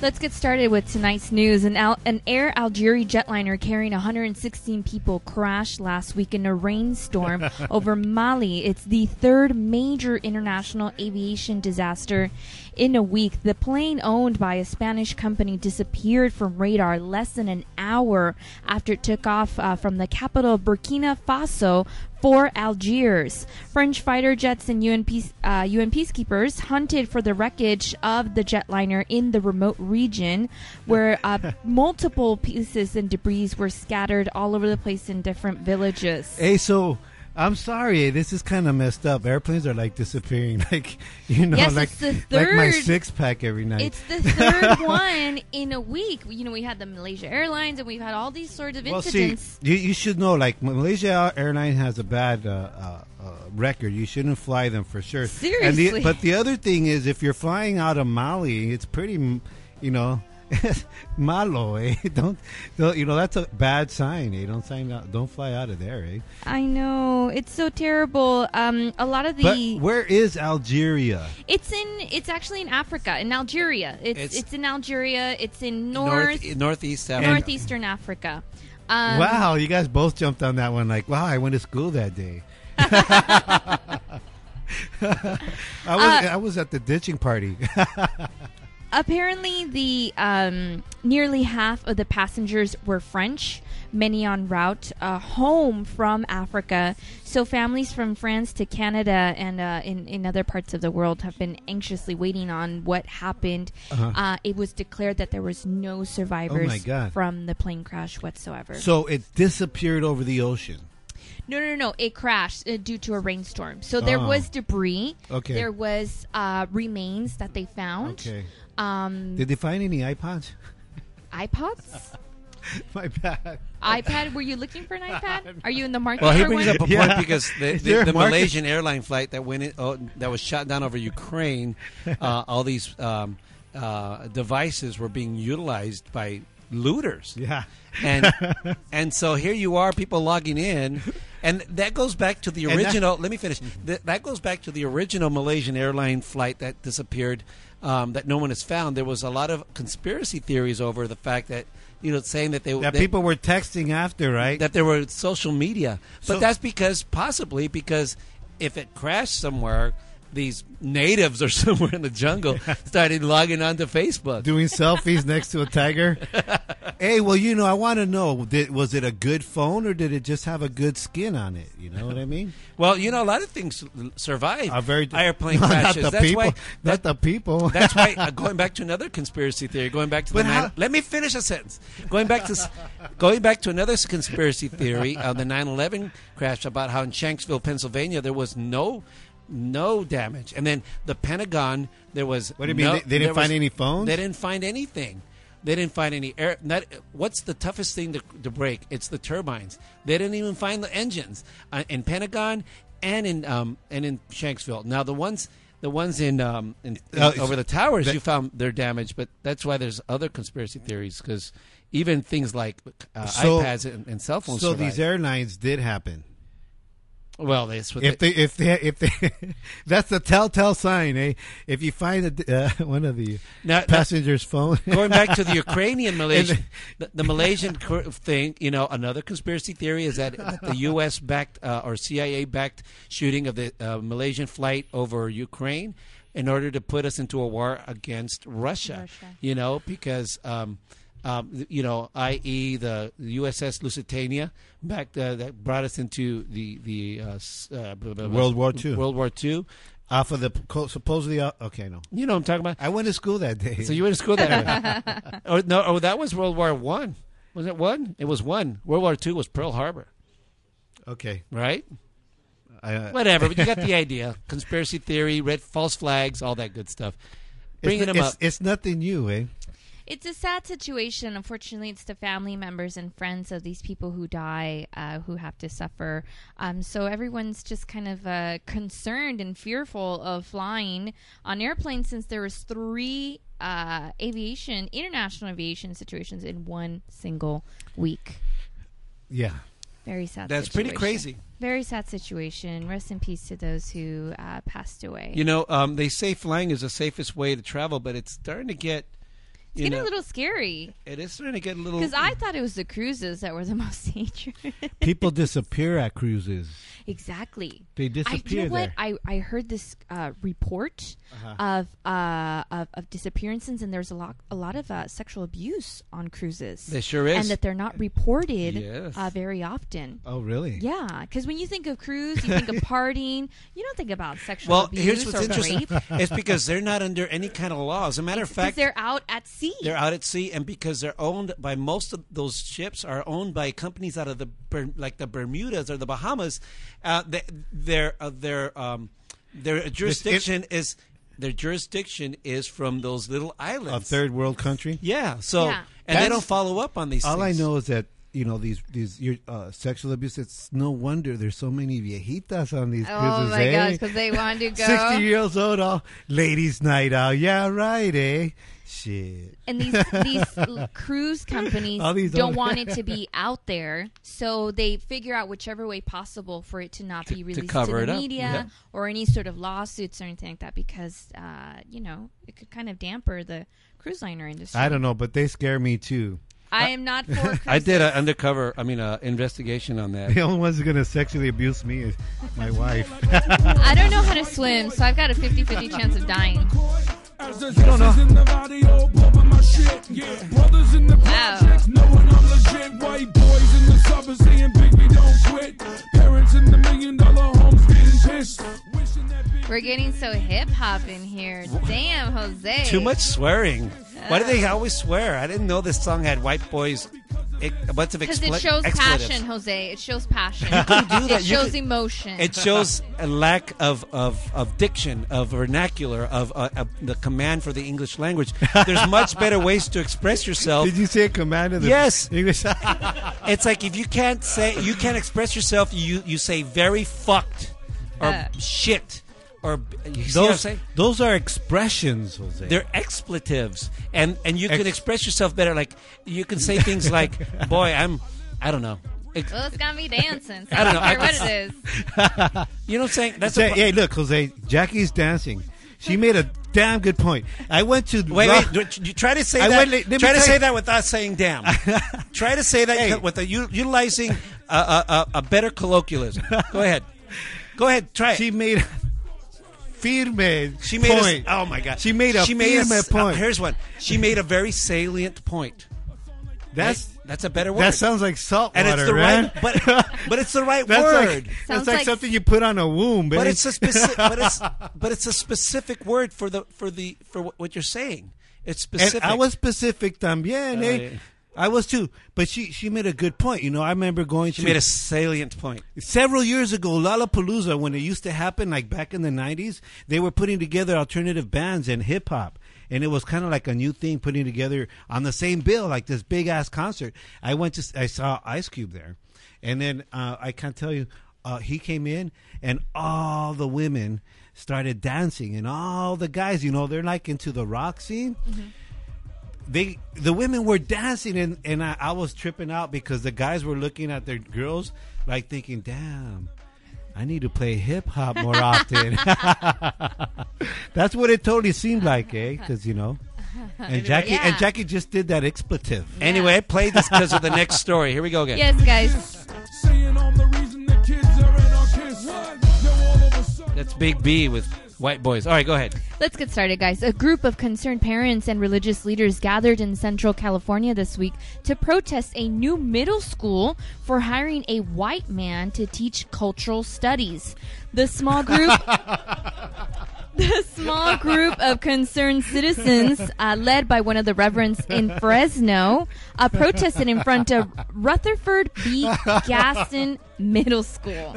S4: Let's get started with tonight's news. An, Al- an Air Algeria jetliner carrying 116 people crashed last week in a rainstorm over Mali. It's the third major international aviation disaster in a week. The plane owned by a Spanish company disappeared from radar less than an hour after it took off uh, from the capital of Burkina Faso for Algiers. French fighter jets and UN, peace, uh, UN peacekeepers hunted for the wreckage of the jetliner in the remote region where uh, multiple pieces and debris were scattered all over the place in different villages.
S3: Hey, so I'm sorry, this is kind of messed up. Airplanes are like disappearing, like you know,
S4: Yes,
S3: like
S4: it's the
S3: like my
S4: third-
S3: six pack every night.
S4: It's the third one in a week. You know, we had the Malaysia Airlines and we've had all these sorts of
S3: well, see,
S4: incidents.
S3: you, you should know, like Malaysia Airline has a bad uh, uh, uh, record. You shouldn't fly them for sure. And the,
S4: Seriously.
S3: but the other thing is, if you're flying out of Mali, it's pretty, m- you know. Malo, eh? Don't, don't, you know that's a bad sign, eh? Don't sign out, don't fly out of there, eh?
S4: I know. It's so terrible. Um, a lot of
S3: But
S4: the.
S3: where is Algeria?
S4: It's in. It's actually in Africa, in Algeria. It's it's,
S2: It's-
S4: in Algeria. It's in north,
S2: northeast Africa.
S4: northeastern Africa. Um,
S3: wow, you guys both jumped on that one. Like, wow, I went to school that day. I was
S4: Uh,
S3: I was at the ditching party.
S4: Apparently, the um, nearly half of the passengers were French. Many en route uh, home from Africa. So families from France to Canada and uh, in in other parts of the world have been anxiously waiting on what happened.
S3: Uh-huh.
S4: uh it was declared that there was no survivors
S3: Oh God.
S4: from the plane crash whatsoever.
S3: so it disappeared over the ocean.
S4: No, no, no. It crashed uh, due to a rainstorm. So there
S3: Oh.
S2: Ah.
S4: was debris.
S3: Okay.
S4: There was uh, remains that they found.
S3: Okay.
S4: Um,
S3: Did they find any iPods?
S4: iPods?
S3: My bad.
S4: iPad? Were you looking for an iPad? Are you in the market
S2: Well, he
S4: for
S2: brings
S4: one?
S2: up a point
S3: Yeah.
S2: because the,
S3: Is there
S2: the, the
S3: a market?
S2: Malaysian airline flight that went in, oh, that was shot down over Ukraine, uh, all these um, uh, devices were being utilized by looters.
S3: Yeah.
S2: and and so here you are, people logging in, and that goes back to the
S3: And that-
S2: original. let me finish. Th- that goes back to the original Malaysian airline flight that disappeared, um, that no one has found. There was a lot of conspiracy theories over the fact that you know saying that they
S3: That
S2: that-
S3: people were texting after, right?
S2: that there were social media. But
S3: So-
S2: that's because possibly because if it crashed somewhere, these natives are somewhere in the jungle started logging onto Facebook.
S3: doing selfies next to a tiger. hey, well, you know, I want to know: did, was it a good phone or did it just have a good skin on it? You know what I mean?
S2: Well, you know, a lot of things survive
S3: A very
S2: airplane
S3: No,
S2: crashes.
S3: Not the
S2: that's
S3: people.
S2: why.
S3: not the people.
S2: That's why uh, going back to another conspiracy theory, going back to the
S3: But how-
S2: nine, let me finish a sentence. Going back to s- going back to another s- conspiracy theory of the 9/11 crash about how in Shanksville, Pennsylvania, there was no no damage, and then the Pentagon there was.
S3: What do you mean?
S2: no-
S3: They- they didn't
S2: there
S3: find any phones?
S2: They didn't find anything. They didn't find any air. Not, what's the toughest thing to, to break? It's the turbines. They didn't even find the engines uh, in Pentagon and in um, and in Shanksville. Now the ones the ones in um, in, in-
S3: Uh,
S2: over the towers,
S3: that-
S2: you found they're damaged, but that's why there's other conspiracy theories because even things like uh,
S3: So-
S2: iPads and, and cell phones.
S3: so
S2: survived.
S3: these airlines did happen.
S2: well, that's what
S3: If
S2: they-
S3: they, if they, if they, that's the telltale sign, eh? If you find a, uh, one of the
S2: Now-
S3: passengers' phone,
S2: going back to the Ukrainian Malaysian,
S3: And-
S2: the, the Malaysian cor- thing. You know, another conspiracy theory is that the U.S. backed uh, or CIA backed shooting of the uh, Malaysian flight over Ukraine in order to put us into a war against Russia.
S4: Russia.
S2: You know, because. Um, um, you know, i.e., the USS Lusitania, back uh, that brought us into the the uh, s- uh, blah, blah, blah.
S3: World War II.
S2: World War II.
S3: off of the co- supposedly, uh, okay, no,
S2: You know, what I'm talking about.
S3: I went to school that day.
S2: So you went to school that way. oh no! Oh, that was World War One. Was it one? It was one. World War Two was Pearl Harbor,
S3: okay?
S2: right?
S3: I, uh,
S2: Whatever. But you got the idea. Conspiracy theory, red false flags, all that good stuff. Bringing
S3: it's,
S2: them
S3: it's,
S2: up.
S3: it's nothing new, eh?
S4: It's a sad situation. Unfortunately, it's the family members and friends of these people who die uh, who have to suffer. Um, so everyone's just kind of uh, concerned and fearful of flying on airplanes since there was three uh, aviation, international aviation situations in one single week.
S3: Yeah.
S4: Very sad.
S2: That's pretty
S4: situation.
S2: crazy.
S4: Very sad situation. Rest in peace to those who uh, passed away.
S2: you know, um, they say flying is the safest way to travel, but it's starting to get.
S4: it's
S2: You
S4: getting
S2: know,
S4: a little scary
S2: It is starting to get a little.
S4: because I thought it was the cruises that were the most dangerous.
S3: People disappear at cruises.
S4: Exactly.
S3: They
S4: I,
S3: disappear
S4: you know
S3: there.
S4: What? I, I heard this uh, report
S2: Uh-huh.
S4: of, uh, of of disappearances, and there's a lot a lot of uh, sexual abuse on cruises.
S2: There sure is.
S4: and that they're not reported
S2: Yes.
S4: uh, very often.
S3: Oh, really?
S4: Yeah, because when you think of cruise, you think of partying. You don't think about sexual
S2: well,
S4: abuse
S2: here's what's
S4: or
S2: interesting.
S4: rape. 'cause
S2: It's because they're not under any kind of law. As a matter of fact,
S4: they're out at sea.
S2: They're out at sea, and because they're owned by most of those ships are owned by companies out of the Ber- like the Bermudas or the Bahamas. Uh, they, their uh, their um, their jurisdiction is their jurisdiction is from those little islands.
S3: A third world country.
S2: yeah. So
S4: Yeah.
S2: and
S3: That's-
S2: they don't follow up on these.
S3: All I
S2: things.
S3: know is that you know these these your, uh, sexual abuse. It's no wonder there's so many viejitas on these
S4: Oh
S3: cruises.
S4: my
S3: eh?
S4: gosh, because they want to
S3: Sixty
S4: go.
S3: years old, all ladies' night out. Yeah, right, eh? Shit.
S4: and these these l- cruise companies
S3: All these
S4: don't
S3: old-
S4: want it to be out there, so they figure out whichever way possible for it to not be released to,
S2: cover it
S4: the
S2: up,
S4: media
S2: yeah.
S4: or any sort of lawsuits or anything like that, because uh, you know it could kind of damper the cruise liner industry.
S3: I don't know, but they scare me too.
S4: I am not for. Cruise
S2: I did an undercover. I mean, uh, investigation on that.
S3: The only one's gonna sexually abuse me is my wife.
S4: I don't know how to swim, so I've got a 50-50 chance of dying.
S8: As the justice in the radio, bumping my shit. Yeah, brothers in the projects, knowing I'm legit. White boys in the suburbs saying, "Big, we don't quit." Parents in the million dollar homes getting pissed. Wishing that big
S4: We're getting so hip hop in here. Damn, Jose.
S2: Too much swearing. Why do they always swear? I didn't know this song had white boys. It, a bunch of
S4: Because
S2: expli-
S4: it shows
S2: expletives.
S4: passion, Jose. It shows passion.
S2: do that.
S4: It
S2: You
S4: shows
S2: can-
S4: emotion.
S2: It shows a lack of, of, of diction, of vernacular, of, uh, of the command for the English language. There's much better ways to express yourself.
S3: Did you say command in the
S2: Yes.
S3: English?
S2: It's like if you can't say you can't express yourself, you, you say very fucked or
S4: Uh.
S2: shit or you see what I'm
S3: those
S2: saying?
S3: those are expressions, Jose.
S2: They're expletives, and and you can
S3: Ex-
S2: express yourself better. Like you can say things like, "Boy, I'm," I don't know. Ex-
S4: Well, it's gonna be dancing. So
S2: I don't know. I
S4: care what
S2: just-
S4: it is.
S2: you know what I'm saying? That's
S3: Say,
S2: a, pro-
S3: hey, look, Jose. Jackie's dancing. She made a damn good point. I went to
S2: Wait,
S3: Ra-
S2: wait, wait. You try to say
S3: I
S2: that.
S3: went late- let me
S2: try to
S3: tell
S2: say
S3: you-
S2: that without saying "damn." try to say that
S3: Hey.
S2: with a, u- utilizing a, a, a, a better colloquialism. Go ahead. Go ahead. Try it.
S3: She made firme
S2: She made
S3: point.
S2: a, oh my god.
S3: She made a
S2: s-
S3: firme point.
S2: uh, here's one. She made a very salient point.
S3: That's
S2: Right? that's a better word.
S3: that sounds like salt
S2: and
S3: water,
S2: it's the
S3: man.
S2: right but but it's the right
S3: that's
S2: word.
S3: Like, that's
S4: Sounds
S3: like,
S4: like-
S3: something you put on a womb, eh?
S2: but
S3: baby.
S2: it's a specific but it's but it's a specific word for the for the for what- what you're saying. It's
S3: And
S2: specific.
S3: I was specific también, eh?
S2: yeah.
S3: I was too. But she she made a good point. You know, I remember going
S2: she
S3: to
S2: made a salient point.
S3: several years ago, Lollapalooza, when it used to happen, like back in the '90s, they were putting together alternative bands and hip hop, and it was kind of like a new thing putting together on the same bill, like this big ass concert. I went to, s- I saw Ice Cube there, and then uh, I can't tell you, uh, he came in, and all the women started dancing, and all the guys, you know, they're like into the rock scene they the women were dancing and, and I, I was tripping out because the guys were looking at their girls like thinking, damn, I need to play hip hop more often. That's what it totally seemed like, eh? Because you know, and Jackie and
S4: Yeah.
S3: Jackie just did that expletive.
S2: Anyway, I played this because of the next story. Here we go again.
S4: Yes, guys.
S8: Saying I'm the reason the kids are in our kids. Now all of a sudden.
S2: That's Big B with White Boys. All right, go ahead.
S4: Let's get started, guys. A group of concerned parents and religious leaders gathered in Central California this week to protest a new middle school for hiring a white man to teach cultural studies. The small group. The small group of concerned citizens, uh, led by one of the reverends in Fresno, uh, protested in front of Rutherford B. Gaston Middle School.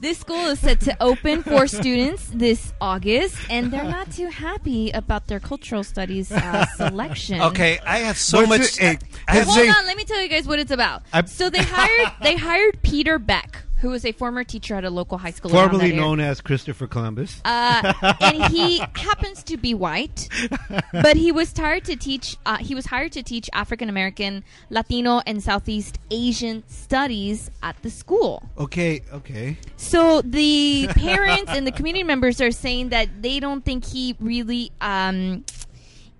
S4: This school is set to open for students this August, and they're not too happy about their cultural studies uh, selection.
S2: Okay, I have so
S3: What's
S2: much.
S3: your- hey,
S2: I have
S3: has
S4: Hold
S3: they-
S4: on, let me tell you guys what it's about.
S3: I-
S4: so they hired they hired Peter Beck, who was a former teacher at a local high school. around
S3: Formerly
S4: that area.
S3: known as Christopher Columbus.
S4: Uh, and he happens to be white, but he was hired to teach. Uh, he was hired to teach African American, Latino, and Southeast Asian studies at the school.
S3: okay, okay.
S4: So the parents and the community members are saying that they don't think he really um,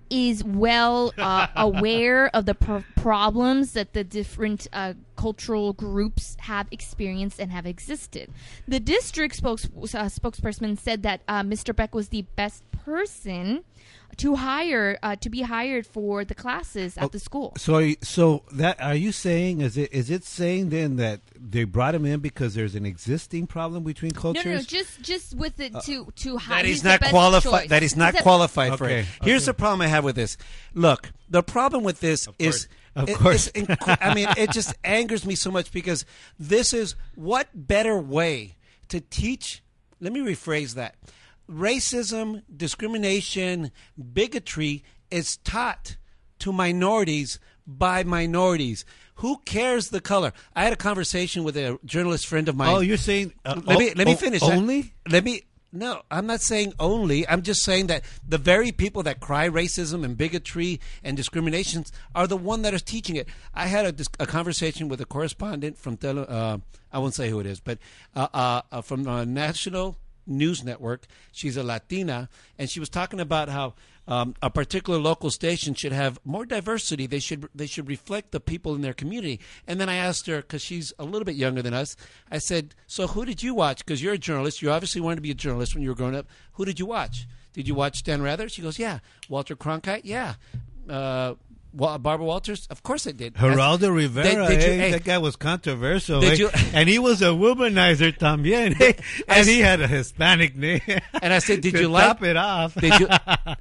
S4: is well uh, aware of the pro- problems that the different uh, cultural groups have experienced and have existed. The district spokes- uh, spokesperson said that uh, Mr. Beck was the best person to hire uh, to be hired for the classes at the school.
S3: So, are you- so that are you saying is it is it saying then that they brought him in because there's an existing problem between
S4: No,
S3: cultures?
S4: no, no, just just with it to to hire.
S2: that he's, not qualified. That he's not qualified for it.
S3: Okay,
S2: Here's the problem I have with this. Look, the problem with this is,
S3: Of
S2: it-
S3: course.
S2: it's inc- I mean, it just angers me so much because this is what better way to teach. Let me rephrase that. Racism, discrimination, bigotry is taught to minorities by minorities. Who cares the color? I had a conversation with a journalist friend of mine.
S3: Oh, you're saying uh,
S2: let me
S3: o-
S2: let me
S3: o-
S2: finish.
S3: only?
S2: let me. No, I'm not saying only. I'm just saying that the very people that cry racism and bigotry and discriminations are the one that are teaching it. I had a, dis- a conversation with a correspondent from tele, uh, I won't say who it is, but uh, uh, uh, from uh, national news network. She's a Latina, and she was talking about how um, a particular local station should have more diversity. They should they should reflect the people in their community. And then I asked her because she's a little bit younger than us. I said, "So who did you watch? Because you're a journalist. You obviously wanted to be a journalist when you were growing up. Who did you watch? Did you watch Stan Rather?" She goes, "Yeah." Walter Cronkite, yeah. Uh, Wa- Barbara Walters, of course I did. That's-
S3: Geraldo Rivera,
S2: Did- did you-
S3: eh?
S2: hey.
S3: that guy was controversial,
S2: Did
S3: eh?
S2: you-
S3: and he was a womanizer también, eh? and he had a Hispanic name.
S2: And I said, "Did
S3: To
S2: you like
S3: top it off?"
S2: Did you?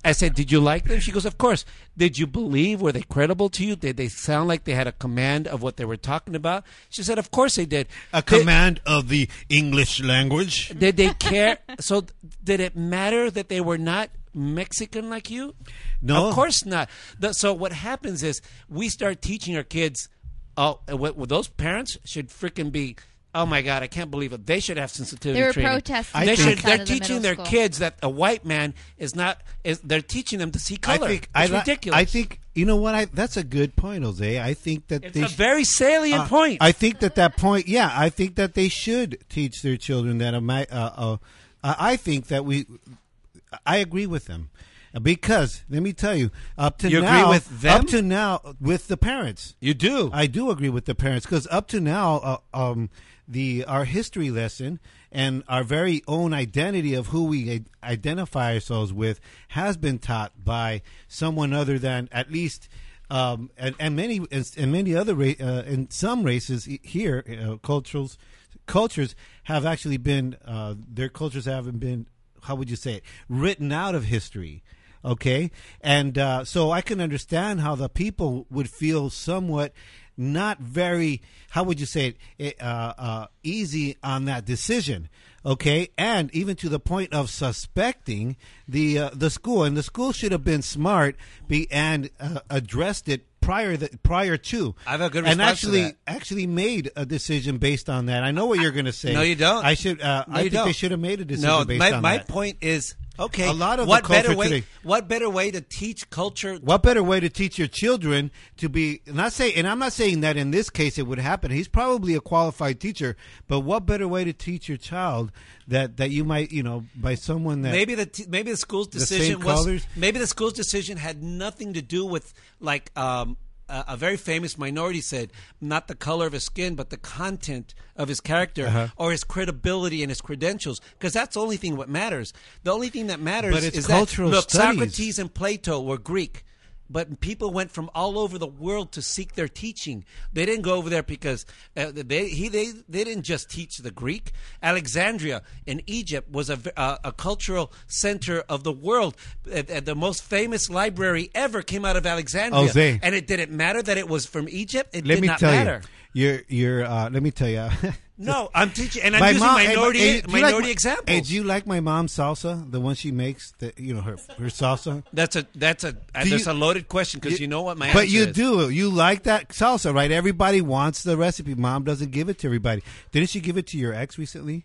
S2: I said, "Did you like them?" She goes, "Of course." Did you believe? Were they credible to you? Did they sound like they had a command of what they were talking about? She said, "Of course they did."
S3: a
S2: Did-
S3: command of the English language.
S2: Did, they care? so did it matter that they were not? Mexican like you?
S3: No.
S2: of course not. The- so what happens is we start teaching our kids. Oh, uh, what, what those parents should freaking be. Oh my God, I can't believe it. They should have sensitivity.
S4: They were
S2: training.
S4: protesting
S2: They
S3: outside
S2: should.
S3: of
S2: They're
S4: the
S2: teaching
S4: middle
S2: their
S4: school.
S2: kids that a white man is not. Is they're teaching them to see color. it's
S3: li-
S2: ridiculous.
S3: I think you know what? I that's a good point, Jose. I think that
S2: it's
S3: they
S2: a
S3: sh-
S2: very salient
S3: uh,
S2: point.
S3: I think that that point. Yeah, I think that they should teach their children that. am I- Uh, uh, I I think that we. I agree with them. Because let me tell you, up to
S2: You agree
S3: now,
S2: with them?
S3: up to now, with the parents,
S2: You do.
S3: I do agree with the parents because up to now, uh, um, the our history lesson and our very own identity of who we i- identify ourselves with has been taught by someone other than at least. Um, and, and many and, and many other ra- uh, and some races he- here uh, cultures cultures have actually been uh, their cultures haven't been how would you say it written out of history okay and uh, so i can understand how the people would feel somewhat not very how would you say it eh, uh, uh, easy on that decision okay and even to the point of suspecting the uh, the school and the school should have been smart be, and uh, addressed it prior the, prior to
S2: I have a good
S3: and
S2: response to
S3: actually
S2: that.
S3: actually made a decision based on that i know what you're going to say
S2: No, you don't.
S3: i should uh,
S2: No,
S3: i
S2: you
S3: think
S2: don't.
S3: they should have made a decision
S2: No,
S3: based
S2: my,
S3: on
S2: my
S3: that.
S2: point is okay.
S3: A lot of
S2: what
S3: the
S2: better
S3: culture
S2: way?
S3: today-
S2: What better way to teach culture?
S3: What better way to teach your children to be not say and I'm not saying that in this case it would happen. He's probably a qualified teacher, but what better way to teach your child that that you might you know by someone that
S2: Maybe the t- maybe the school's
S3: same
S2: decision was
S3: colors?
S2: maybe the school's decision had nothing to do with like um, a, a very famous minority said not the color of his skin but the content of his character
S3: Uh-huh.
S2: or his credibility and his credentials because that's the only thing what matters. The only thing that matters
S3: But it's
S2: is
S3: cultural
S2: that look
S3: studies.
S2: Socrates and Plato were Greek. But people went from all over the world to seek their teaching. They didn't go over there because uh, they he they they didn't just teach the Greek. Alexandria in Egypt was a v- uh, a cultural center of the world. Uh, uh, the most famous library ever came out of Alexandria,
S3: Jose.
S2: and it didn't matter that it was from Egypt. It
S3: let
S2: did
S3: me
S2: not
S3: tell
S2: matter.
S3: you you're you're uh, let me tell you
S2: No, I'm teaching, and I'm
S3: My
S2: using
S3: mom- hey,
S2: minority
S3: hey, do you like
S2: minority
S3: my-
S2: examples.
S3: Hey, do you like my mom's salsa? The one she makes, the, you know her her salsa.
S2: that's a that's a uh,
S3: Do
S2: that's
S3: you-
S2: a loaded question because you, know what my
S3: But
S2: answer
S3: you
S2: is.
S3: do. You like that salsa, right? Everybody wants the recipe. Mom doesn't give it to everybody. Didn't she give it to your ex recently?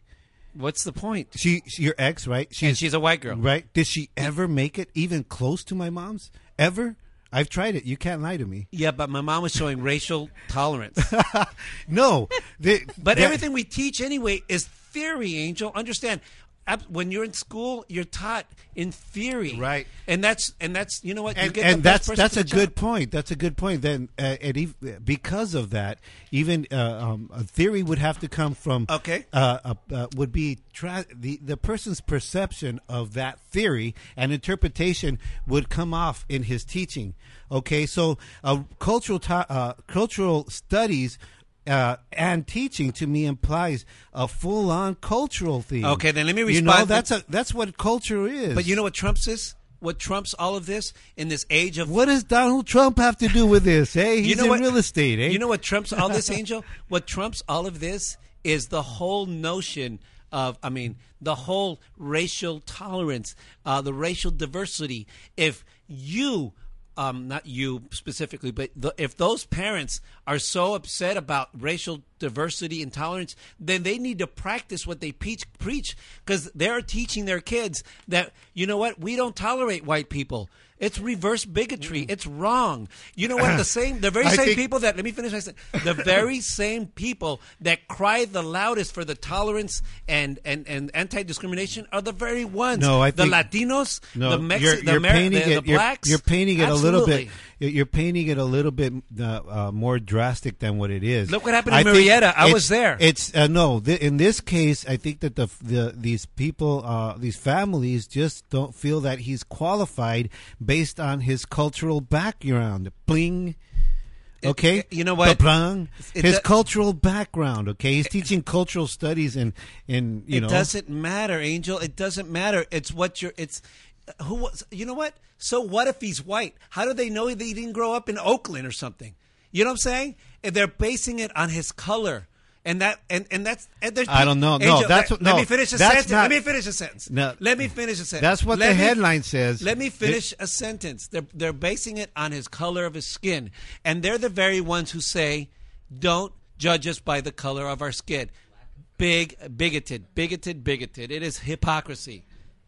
S2: What's the point?
S3: She, she your ex, right? She's,
S2: she's a white girl.
S3: right? Did she ever make it even close to my mom's? Ever? I've tried it. You can't lie to me.
S2: Yeah, but my mom was showing racial tolerance.
S3: No, they,
S2: But
S3: that-
S2: everything we teach anyway is theory, Angel. Understand? ab- When you're in school, you're taught in theory,
S3: Right.
S2: And that's and that's you know what, you
S3: and,
S2: get
S3: and
S2: the best
S3: that's
S2: person
S3: that's
S2: for
S3: a
S2: the
S3: good
S2: job.
S3: point. That's a good point. Then, uh, and ev- because of that, even uh, um, a theory would have to come from
S2: Okay.
S3: Uh, uh, uh, would be tra- the the person's perception of that theory and interpretation would come off in his teaching. Okay, so uh, cultural to- uh, cultural studies. Uh, and teaching to me implies a full-on cultural thing.
S2: Okay, then let me
S3: You know
S2: respond-
S3: that's a that's what culture is.
S2: But you know what trumps this? What trumps all of this in this age of
S3: What does Donald Trump have to do with this? Hey, he's
S2: you know
S3: in
S2: what,
S3: real estate. Eh?
S2: You know what trumps all this, Angel? What trumps all of this is the whole notion of, I mean, the whole racial tolerance, uh, the racial diversity. If you, um, not you specifically, but the, if those parents are so upset about racial diversity and tolerance, then they need to practice what they preach, preach, because they're teaching their kids that you know what we don't tolerate white people. It's reverse bigotry. It's wrong. You know what? The same, the very
S3: Mm. I
S2: same
S3: think-
S2: people that let me finish my sentence. The very same people that cry the loudest for the tolerance and and, and anti discrimination are the very ones.
S3: No, I think-
S2: the Latinos,
S3: No,
S2: the Mexicans,
S3: you're,
S2: the,
S3: you're
S2: Amer-
S3: painting
S2: the, the
S3: it. you're-
S2: blacks.
S3: You're, painting it a little bit.
S2: Absolutely.
S3: You're you're painting it a little bit uh, uh, more drastic than what it is.
S2: Look what happened in
S3: think
S2: Marietta. I
S3: it's-
S2: was there.
S3: It's uh, no. Th- in this case, I think that the the these people, uh, these families, just don't feel that he's qualified based on his cultural background. Bling. Okay,
S2: it- you know what?
S3: Ba-blang.
S2: It
S3: His
S2: do-
S3: cultural background. Okay, he's teaching cultural studies and in you
S2: it
S3: know
S2: doesn't matter, Angel. It doesn't matter. It's what you're. It's who was. You know what? So what if he's white? How do they know that he didn't grow up in Oakland or something? You know what I'm saying? And they're basing it on his color. And that and, and that's and there's
S3: I don't know. No,
S2: Angel, let,
S3: that's what- no,
S2: let me finish a
S3: that's
S2: sentence.
S3: not-
S2: let me finish a sentence.
S3: No.
S2: let me finish a sentence.
S3: That's what
S2: Let
S3: the
S2: me-
S3: headline says.
S2: Let me finish a sentence. They're they're basing it on his color of his skin, and they're the very ones who say, "Don't judge us by the color of our skin." Big bigoted, bigoted, bigoted. It is hypocrisy.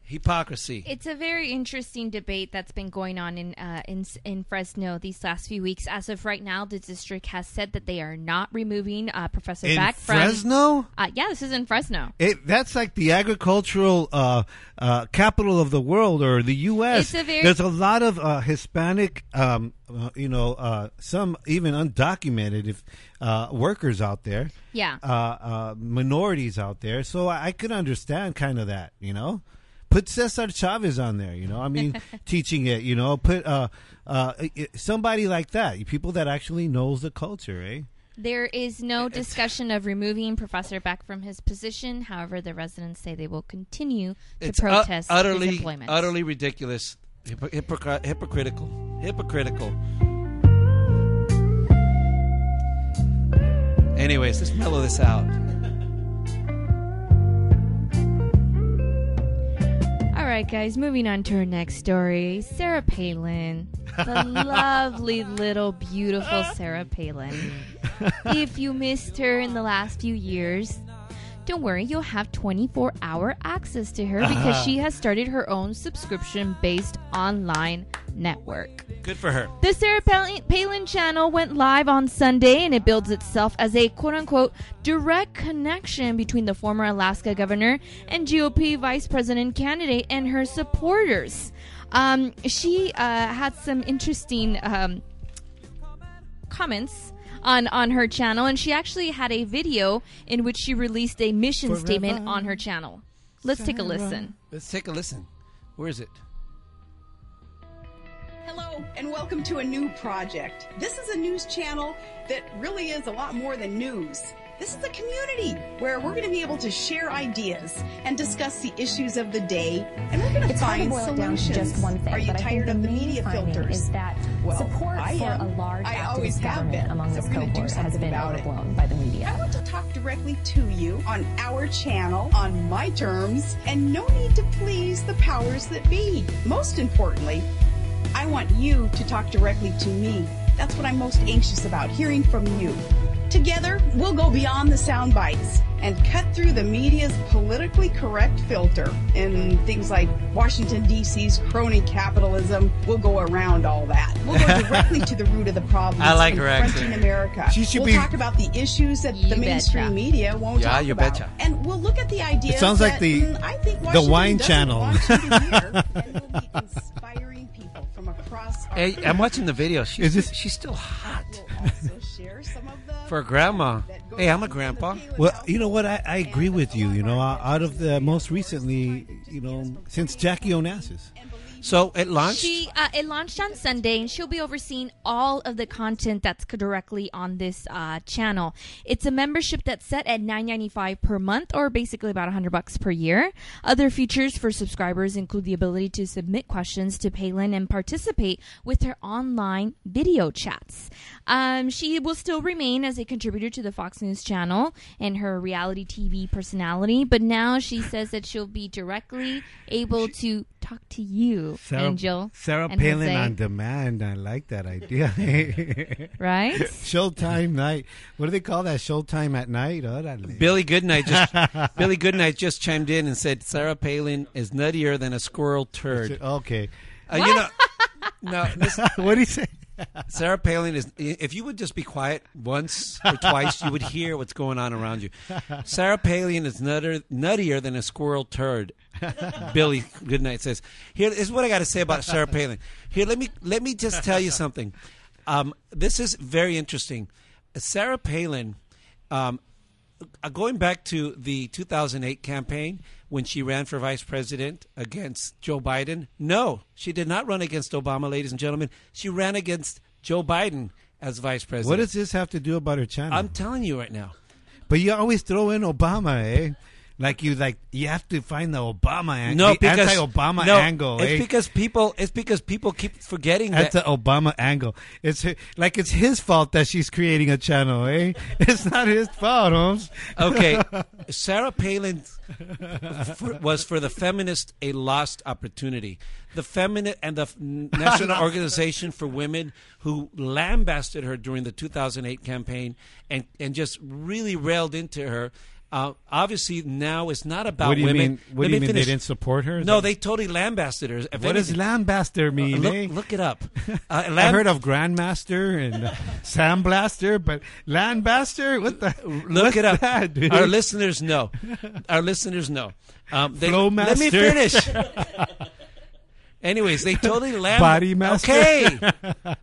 S2: hypocrisy.
S4: It's a very interesting debate that's been going on in uh, in in Fresno these last few weeks. As of right now, the district has said that they are not removing uh, Professor
S3: In
S4: Back from
S3: Fresno?
S4: Uh, yeah, this is in Fresno.
S3: It, that's like the agricultural uh, uh, capital of the world, or the U.S.
S4: It's a very-
S3: There's a lot of uh, Hispanic, um, uh, you know, uh, some even undocumented if, uh, workers out there,
S4: Yeah.
S3: uh, uh, minorities out there. So I, I could understand kind of that, you know. Put Cesar Chavez on there, you know. I mean, teaching it, you know. Put uh, uh, somebody like that, people that actually knows the culture, eh?
S4: There is no discussion of removing Professor Beck from his position. However, the residents say they will continue to
S2: u-
S4: protest his
S2: uh, utterly,
S4: employment.
S2: utterly ridiculous, Hypo- hypocr- hypocritical, hypocritical. Anyways, let's mellow this out.
S4: All right, guys, moving on to our next story. Sarah Palin, the lovely little beautiful Sarah Palin. If you missed her in the last few years, don't worry, you'll have 24 hour access to her because she has started her own subscription based online network.
S2: Good for her.
S4: The Sarah Palin, Palin channel went live on Sunday and it builds itself as a quote unquote direct connection between the former Alaska governor and GOP vice president candidate and her supporters. Um, she uh, had some interesting um, comments. On, on her channel, and she actually had a video in which she released a mission statement on her channel. Let's take a listen.
S2: Let's take a listen. Where is it?
S9: Hello, and welcome to a new project. This is a news channel that really is a lot more than news. This is a community where we're going to be able to share ideas and discuss the issues of the day, and we're going to
S10: It's hard to
S9: find
S10: boil it down to
S9: solutions.
S10: just one thing.
S9: Are you
S10: but I think
S9: tired
S10: the
S9: of the
S10: main
S9: media
S10: finding
S9: filters?
S10: Is that
S9: Well,
S10: support
S9: I
S10: for
S9: am.
S10: a large
S9: I
S10: activist
S9: always have
S10: government
S9: been.
S10: among
S9: So
S10: this
S9: we're gonna do
S10: cohort has
S9: something
S10: been
S9: about it.
S10: overblown by the
S9: I
S10: media.
S9: want to talk directly to you on our channel on my terms and no need to please the powers that be. Most importantly, I want you to talk directly to me. That's what I'm most anxious about, hearing from you. Together, we'll go beyond the sound bites and cut through the media's politically correct filter and things like Washington, D.C.'s crony capitalism. We'll go around all that. We'll go directly to the root of the problem.
S2: I like her
S9: confronting
S2: accent.
S9: America.
S3: She should
S9: we'll
S3: be-
S9: talk about the issues that
S4: You
S9: the mainstream
S4: betcha.
S9: media won't
S2: Yeah,
S9: talk
S2: you
S9: about.
S2: betcha.
S9: And we'll look at the ideas.
S3: It sounds like
S9: that,
S3: the-
S9: mm, I think
S3: the
S9: Washington
S3: wine
S9: doesn't
S3: channel.
S9: want you to hear, and we'll be inspiring people from across our
S2: Hey, I'm watching the video. She's
S3: Is this-
S2: she's still hot. For
S9: for grandma.
S2: grandma.
S9: Hey, I'm a grandpa.
S3: Well, you know what? I, I agree with you. You know, uh, out of the most recently, you know, since Jackie Onassis.
S2: So it launched.
S4: She uh, it launched on Sunday, and she'll be overseeing all of the content that's c- directly on this uh, channel. It's a membership that's set at nine ninety five per month, or basically about hundred bucks per year. Other features for subscribers include the ability to submit questions to Palin and participate with her online video chats. Um, she will still remain as a contributor to the Fox News channel and her reality TV personality, but now she says that she'll be directly able to talk to you. Angel.
S3: Sarah
S4: and
S3: Palin
S4: Jose,
S3: on demand. I like that idea.
S4: Right?
S3: Showtime night. What do they call that? Showtime at night. Órale.
S2: Billy Goodnight just Billy Goodnight just chimed in and said Sarah Palin is nuttier than a squirrel turd.
S3: Okay.
S2: Uh, you know, no, listen,
S3: what do you say?
S2: Sarah Palin is. If you would just be quiet once or twice, you would hear what's going on around you. Sarah Palin is nutter, nuttier than a squirrel turd. Billy Goodnight says. Here is what I got to say about Sarah Palin. Here, let me let me just tell you something. Um, this is very interesting. Sarah Palin. Um, uh, going back to the 2008 campaign when she ran for vice president against Joe Biden, no, she did not run against Obama, ladies and gentlemen. She ran against Joe Biden as vice president.
S3: What does this have to do about her channel?
S2: I'm telling you right now.
S3: but you always throw in Obama, eh? Like you, like you have to find the Obama angle.
S2: No,
S3: the
S2: because
S3: anti-Obama
S2: no,
S3: angle.
S2: It's
S3: eh?
S2: because people. It's because people keep forgetting
S3: That's the
S2: that.
S3: Obama angle. It's hi- like it's his fault that she's creating a channel, eh? It's not his fault, Holmes.
S2: okay, Sarah Palin for, was for the feminist a lost opportunity. The feminist and the f- National Organization for Women, who lambasted her during the 2008 campaign and and just really railed into her. Uh, obviously, now it's not about
S11: What do you
S2: women.
S11: mean? What
S2: Let
S11: do you
S2: me
S11: mean
S2: finish.
S11: they didn't support her?
S2: No, they totally lambasted her. If
S11: What does
S2: anything-
S11: lambaster mean?
S2: Uh, Look,
S11: eh?
S2: look it up. Uh, lamb-
S11: I've heard of grandmaster and uh, sandblaster, but landbaster. What the?
S2: Look
S11: what's
S2: it up.
S11: That, dude?
S2: Our listeners know. Our listeners know. Um, they, let me
S11: Flowmaster.
S2: finish. Anyways, they totally lamb-
S11: Body master.
S2: Okay,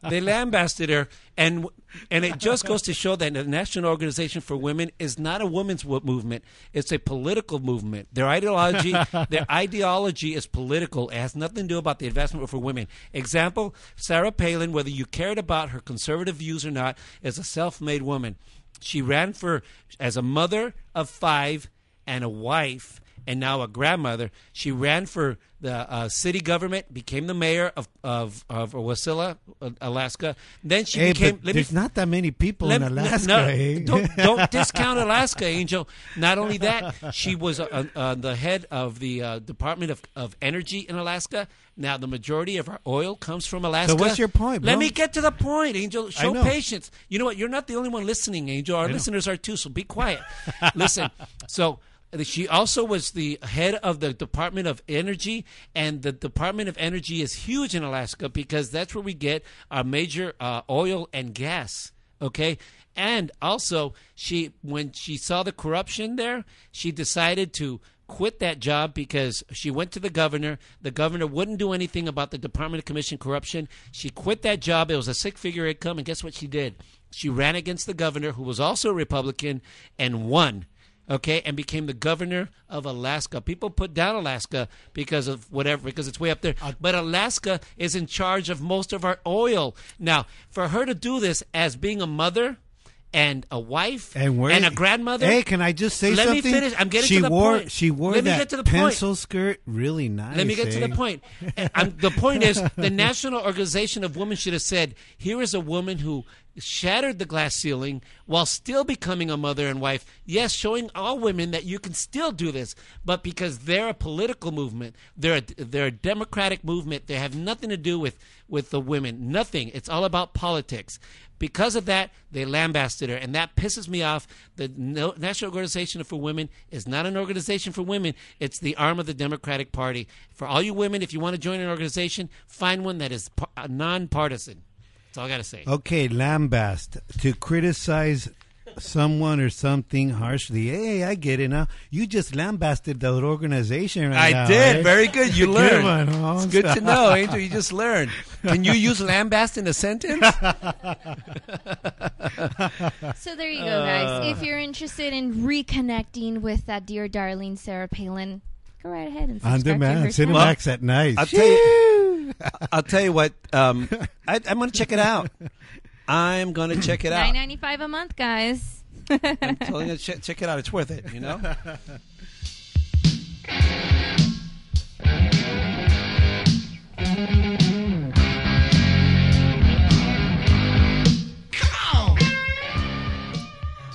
S2: they lambasted her, and and it just goes to show that the National Organization for Women is not a women's wo- movement; it's a political movement. Their ideology, their ideology is political. It has nothing to do about the advancement for women. Example: Sarah Palin, whether you cared about her conservative views or not, is a self-made woman. She ran for as a mother of five and a wife and now a grandmother. She ran for the uh, city government, became the mayor of of, of Wasilla, uh, Alaska. Then she
S11: Hey,
S2: became.
S11: but there's not that many people in
S2: let-
S11: Alaska.
S2: no,
S11: eh?
S2: don't, don't discount Alaska, Angel. Not only that, she was uh, uh, the head of the uh, Department of, of Energy in Alaska. Now, the majority of our oil comes from Alaska.
S11: what's your point,
S2: Let
S11: bro?
S2: me get to the point, Angel. Show
S11: know.
S2: patience. You know what? You're not the only one listening, Angel. Our listeners are too, so be quiet. Listen, so. uh, She also was the head of the Department of Energy, and the Department of Energy is huge in Alaska because that's where we get our major uh, oil and gas okay and also she when she saw the corruption there she decided to quit that job because she went to the governor the governor wouldn't do anything about the department of commission corruption she quit that job it was a six figure income and guess what she did she ran against the governor who was also a republican and won okay, and became the governor of Alaska. People put down Alaska because of whatever, because it's way up
S11: Uh,
S2: there. But Alaska is in charge of most of our oil. Now, for her to do this as being a mother and a wife
S11: And where
S2: a grandmother.
S11: Hey, can I just say
S2: Let
S11: something?
S2: me finish. I'm getting
S11: she
S2: to the
S11: wore,
S2: point.
S11: She wore
S2: Let me
S11: that
S2: get to the point.
S11: pencil skirt really nice.
S2: Let me get to the
S11: eh?
S2: point. And I'm, the point is, the National Organization of Women should have said, "Here is a woman who shattered the glass ceiling while still becoming a mother and wife." Yes, showing all women that you can still do this, but because they're a political movement, they're a, they're a democratic movement. They have nothing to do with with the women. Nothing. It's all about politics. Because of that, they lambasted her, and that pisses me off. The no, National Organization for Women is not an organization for women; it's the arm of the Democratic Party. For all you women, if you want to join an organization, find one that is par- uh, nonpartisan. That's all I got to say.
S11: Okay, lambast to criticize someone or something harshly. Hey, I get it now. You just lambasted the organization. Right now, eh?
S2: good. You
S11: Good learned. one, Holmes. It's good to
S2: know, Angel. You just learned. Can you use lambast in a sentence?
S4: So there you go, guys.
S3: Uh.
S4: If you're interested in reconnecting with that dear darling Sarah Palin, go right ahead and
S11: On
S4: subscribe
S11: demand,
S4: to her channel.
S11: Cinemax at night.
S2: I'll tell you, I'll tell you what. Um, I, I'm going to check it out. I'm going to check it out.
S4: Nine ninety five a month, guys.
S2: I'm telling you, check, check it out. It's worth it. You know.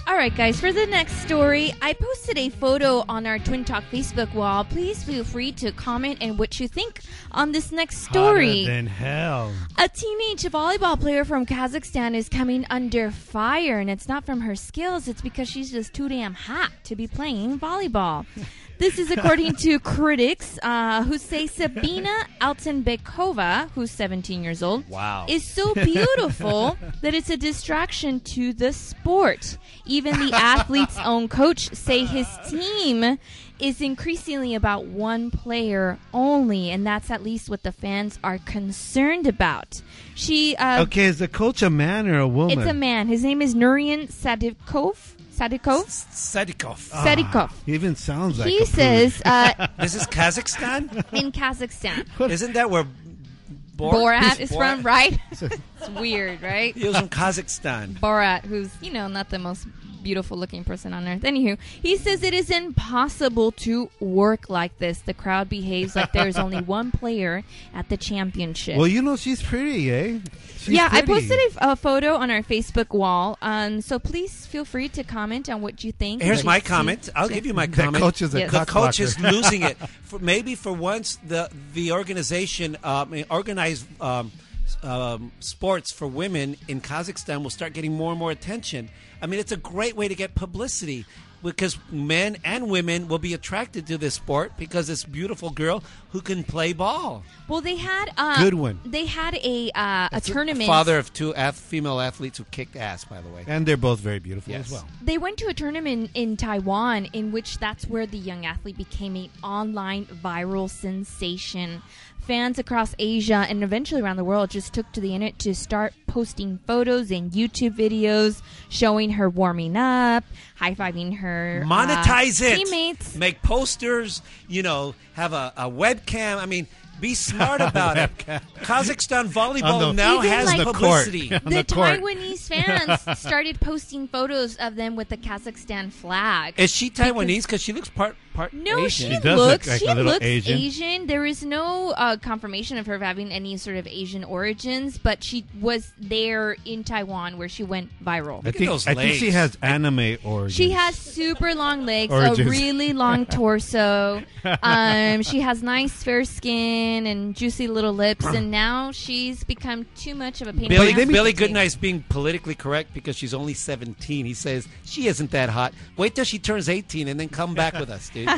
S4: All right, guys, for the next story, I posted a photo on our Twin Talk Facebook wall. Please feel free to comment and what you think on this next story.
S11: Hotter than hell.
S4: A teenage volleyball player from Kazakhstan is coming under fire, and it's not from her skills, it's because she's just too damn hot to be playing volleyball. This is according to critics uh, who say Sabina Altenbekova, who's 17 years old,
S11: Wow.
S4: is so beautiful that it's a distraction to the sport. Even the athlete's own coach say his team is increasingly about one player only, and that's at least what the fans are concerned about. She, uh,
S11: Okay, is the coach a man or a woman?
S4: it's a man. His name is Nurian Sadikov. Sadikov.
S2: Sadikov.
S4: Sadikov.
S11: He even sounds Ah, like a
S4: He
S11: prude.
S4: says uh,
S2: This is Kazakhstan.
S4: in Kazakhstan.
S2: Isn't that where Bor-
S4: Borat is
S2: Borat-
S4: from, right? it's weird, right?
S2: He was from Kazakhstan.
S4: Borat, who's, you know, not the most beautiful looking person on earth. Anywho, he says it is impossible to work like this. The crowd behaves like there is only one player at the championship.
S11: Well, you know she's pretty, eh? She's
S4: yeah, I
S11: pretty.
S4: posted a, f- a photo on our Facebook wall, um, so please feel free to comment on what you think.
S2: Here's
S4: What
S2: my
S4: you see.
S2: comment. I'll give you my
S11: The
S2: comment.
S11: coach is a
S4: Yes.
S2: the
S11: cock
S2: coach is
S11: blocker.
S2: losing it. For, maybe for once, the the organization um, organized um, s- um, sports for women in Kazakhstan will start getting more and more attention. I mean, it's a great way to get publicity. because men and women will be attracted to this sport because this beautiful girl who can play ball.
S4: Well, they had uh,
S3: Good one.
S4: They had a uh, a tournament.
S2: Father of two ath- female athletes who kicked ass, by the way.
S3: And they're both very beautiful
S2: Yes.
S3: as well.
S4: They went to a tournament in Taiwan, in which that's where the young athlete became an online viral sensation. Fans across Asia and eventually around the world just took to the internet to start posting photos and YouTube videos showing her warming up, high fiving her, uh,
S2: monetize it
S4: teammates.
S2: make posters you know have a, a webcam i mean be smart about it kazakhstan volleyball
S3: On the-
S2: now
S4: Even
S2: has
S4: like-
S3: the court.
S2: publicity
S3: Yeah. on
S4: the
S3: the court.
S4: Taiwanese fans started posting photos of them with the Kazakhstan flag.
S2: is she taiwanese because she looks part part
S4: No,
S2: asian
S4: she,
S3: She does look
S4: looks
S3: like
S4: she
S3: a little
S4: looks
S3: Asian.
S4: Asian. There is no uh, confirmation of her having any sort of Asian origins, but she was there in Taiwan where she went viral.
S3: I
S2: at
S3: think
S2: those
S3: I think she
S2: legs.
S3: has anime origins.
S4: She has super long legs, a
S3: Origins.
S4: really long torso. Um, she has nice fair skin and juicy little lips, and now she's become too much of a pain. in
S2: Billy,
S4: the ass for
S2: Billy
S4: the team.
S2: Goodnight's being politically correct because she's only 17. He says, she isn't that hot. Wait till she turns 18 and then come back with us, dude.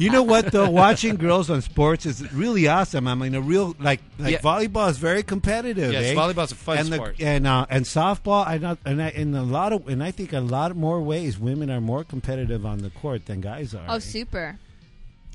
S3: You know what though? Watching girls on sports is really awesome. I mean, a real like like
S2: Yeah.
S3: volleyball is very competitive.
S2: Yes,
S3: eh?
S2: volleyball's a fun
S3: and the-
S2: sport.
S3: and uh, and softball. I not and I, in a lot of and I think a lot more ways women are more competitive on the court than guys are.
S4: Oh,
S3: eh?
S4: super,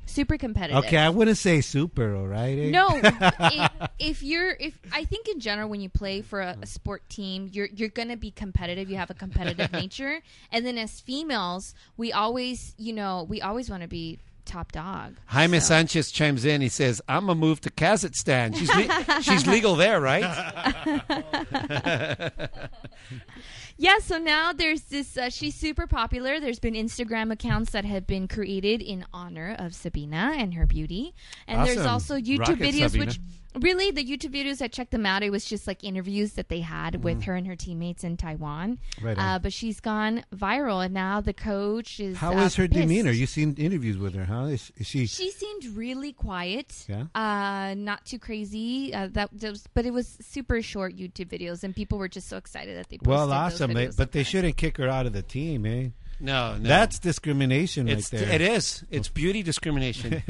S4: super competitive.
S3: Okay, I wouldn't say super. All right. eh?
S4: No, if, if you're if I think in general when you play for a, a sport team, you're you're gonna be competitive. You have a competitive nature, and then as females, we always you know we always want to be top dog.
S2: Jaime Sanchez chimes in. He says, I'm going to move to Kazakhstan. She's, le- she's legal there, right?
S4: Yeah, so now there's this. Uh, she's super popular. There's been Instagram accounts that have been created in honor of Sabina and her beauty, and there's
S3: Awesome.
S4: also YouTube
S3: Rocket
S4: videos
S3: Sabina.
S4: which. Really, the YouTube videos I checked them out. It was just like interviews that they had with her and her teammates in Taiwan.
S3: Mm. Right on.
S4: uh, but she's gone viral, and now the coach is.
S3: How
S4: uh,
S3: is her
S4: pissed.
S3: demeanor? You've seen interviews with her, huh? Is, is she?
S4: She seemed really quiet.
S3: Yeah.
S4: Uh, not too crazy. Uh, that, that was, but it was super short YouTube videos, and people were just so excited that they. Posted
S3: well,
S4: those
S3: awesome. eh? But
S4: videos
S3: they
S4: up there.
S3: shouldn't kick her out of the team, eh?
S2: No, no.
S3: That's discrimination
S2: It's,
S3: right there.
S2: it is. It's beauty discrimination.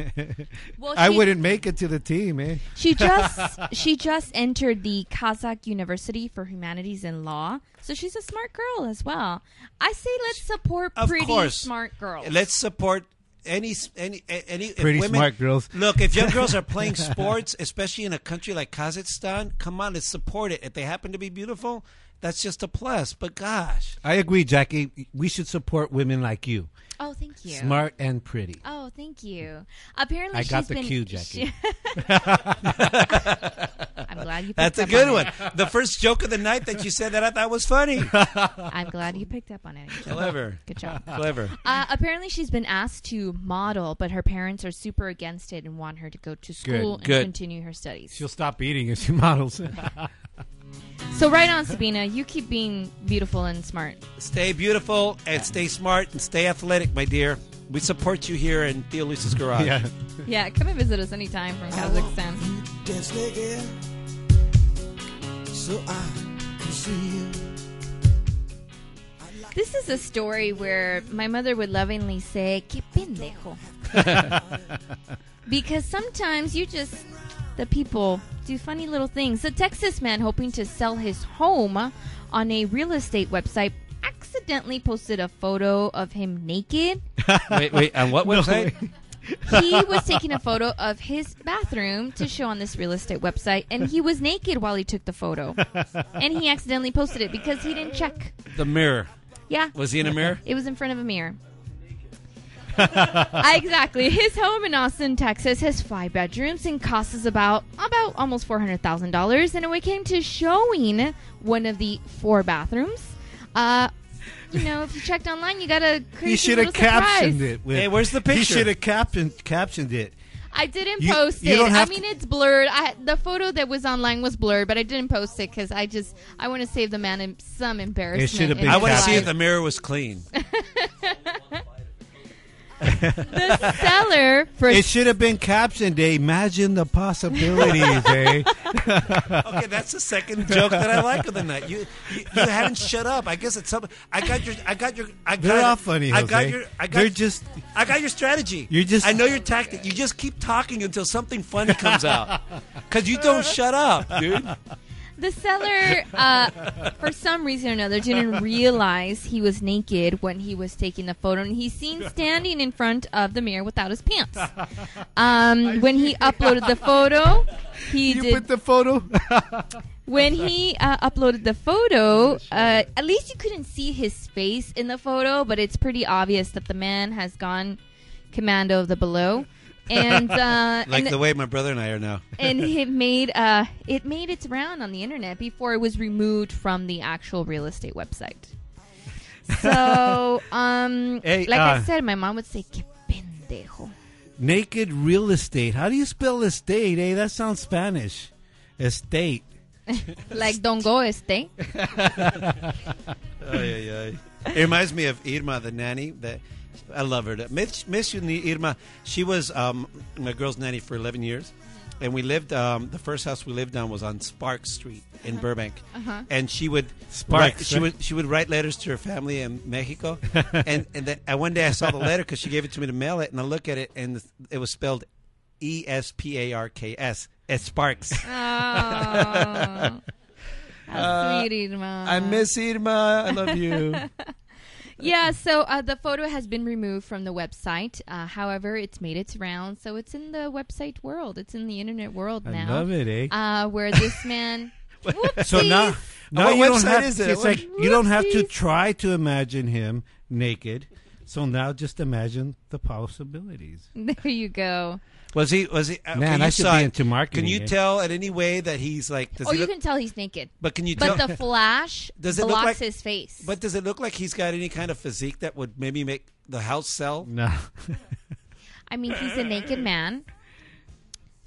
S4: Well,
S3: I
S4: she-
S3: wouldn't make it to the team, eh?
S4: She just she just entered the Kazakh University for Humanities and Law, so she's a smart girl as well. I say let's support
S2: of
S4: pretty
S2: course.
S4: smart girls.
S2: Let's support any s- any a- any if
S3: Pretty
S2: women,
S3: smart girls.
S2: Look, if young girls are playing sports, especially in a country like Kazakhstan, come on, let's support it. If they happen to be beautiful, that's just a plus. But gosh,
S3: I agree, Jackie. We should support women like you,
S4: oh, thank you.
S3: smart and pretty.
S4: Oh, thank you. Apparently,
S3: I got
S4: she's
S3: the
S4: been,
S3: cue, Jackie.
S4: she- I'm glad you. Picked
S2: that's a
S4: up
S2: good
S4: on
S2: one.
S4: it.
S2: The first joke of the night that you said that I thought was funny.
S4: I'm glad you picked up on it. Angel.
S2: Clever,
S4: Good job.
S2: clever.
S4: Uh, apparently, she's been asked to model, but her parents are super against it and want her to go to school and
S2: Good.
S4: continue her studies.
S3: stop eating if she models.
S4: so, right on, Sabina. You keep being beautiful and smart.
S2: Stay beautiful and stay smart and stay athletic, my dear. We support you here in Theo Luis's garage.
S3: yeah.
S4: Yeah, come and visit us anytime from Kazakhstan.
S6: Dance naked so I can see you.
S4: This is a story where my mother would lovingly say, Que pendejo. because sometimes you just, the people do funny little things. A Texas man hoping to sell his home on a real estate website accidentally posted a photo of him naked.
S2: Wait, wait. On what website?
S4: He was taking a photo of his bathroom to show on this real estate website, and he was naked while he took the photo. And he accidentally posted it because he didn't check.
S2: the mirror.
S4: Yeah.
S2: Was he in a mirror?
S4: It was in front of a mirror. I- exactly. His home in Austin, Texas, has five bedrooms and costs us about about almost four hundred thousand dollars. And when it came to showing one of the four bathrooms, uh, you know, if you checked online, you got a crazy
S3: He should have
S4: little surprise.
S3: captioned it. With,
S2: Hey, where's the
S3: He
S2: picture?
S3: should have captioned captioned it.
S4: I didn't
S3: You-
S4: post
S3: you
S4: it.
S3: don't
S4: I
S3: have
S4: mean, it's blurred. I, the photo that was online was blurred, but I didn't post it because I just I want to save the man em- some embarrassment.
S3: should have
S4: in
S3: been
S2: I
S4: his
S2: want to
S3: wanna
S2: see
S4: life.
S2: if the mirror was clean.
S4: the seller for
S3: It should have been captioned. eh? Imagine the possibilities, eh?
S2: Okay, that's the second joke that I like of the night. You, you, you hadn't shut up. I guess it's something. I got your. I got your. I got,
S3: They're all funny,
S2: I
S3: Jose.
S2: got your. I got.
S3: They're just.
S2: I got your strategy.
S3: You're just-
S2: I know your tactic. You just keep talking until something funny comes out. Cause you don't shut up, dude.
S4: the seller uh, for some reason or another didn't realize he was naked when he was taking the photo and he's seen standing in front of the mirror without his pants um, when he uploaded the photo he
S3: You
S4: did
S3: put the photo.
S4: when he uh, uploaded the photo, uh, at least you couldn't see his face in the photo, but it's pretty obvious that the man has gone commando of the below, and uh, and,
S2: way my brother and I are now.
S4: and it made uh, it made its round on the internet before it was removed from the actual real estate website. So, um,
S3: Hey,
S4: like I
S3: uh,
S4: said, my mom would say, "Qué pendejo."
S3: Naked real estate. How do you spell estate? Eh, that sounds Spanish. Estate.
S4: Like, don't go, este.
S2: It reminds me of Irma, the nanny. That I love her. Miss, miss you, Irma. She was um, my girl's nanny for 11 years. And we lived, um, the first house we lived on was on Spark Street in Burbank. And she would,
S3: Sparks,
S2: write- she
S3: right?
S2: would she would write letters to her family in Mexico. and and then I, one day I saw the letter because she gave it to me to mail it. And I look at it and it was spelled E S P A R K S. Sparks.
S4: Oh,
S3: Uh,
S4: how sweet, mom.
S2: I miss Irma. I love you.
S4: Yeah, so uh, the photo has been removed from the website. Uh, however, it's made its round, so it's in the website world. It's in the internet world
S3: I
S4: now.
S3: love it, eh?
S4: Uh, where this man. Whoopsies.
S3: So now, now
S2: What
S3: you don't
S2: website
S3: have.
S2: is it?
S3: it's
S2: What-
S3: like you don't have to
S4: Whoopsies.
S3: try to imagine him naked. So now, just imagine the possibilities.
S4: There you go.
S2: Was he? Was he? okay,
S3: Man,
S2: you
S3: I should
S2: saw
S3: be
S2: it.
S3: into marketing,
S2: Can you
S3: eh?
S2: tell in any way that he's like? Does
S4: oh,
S2: he
S4: you
S2: look,
S4: can tell he's naked.
S2: But can you tell?
S4: But the flash
S2: Does it look
S4: blocks
S2: like-
S4: his face.
S2: but does it look like he's got any kind of physique that would maybe make the house sell?
S3: No,
S4: I mean, he's a naked man.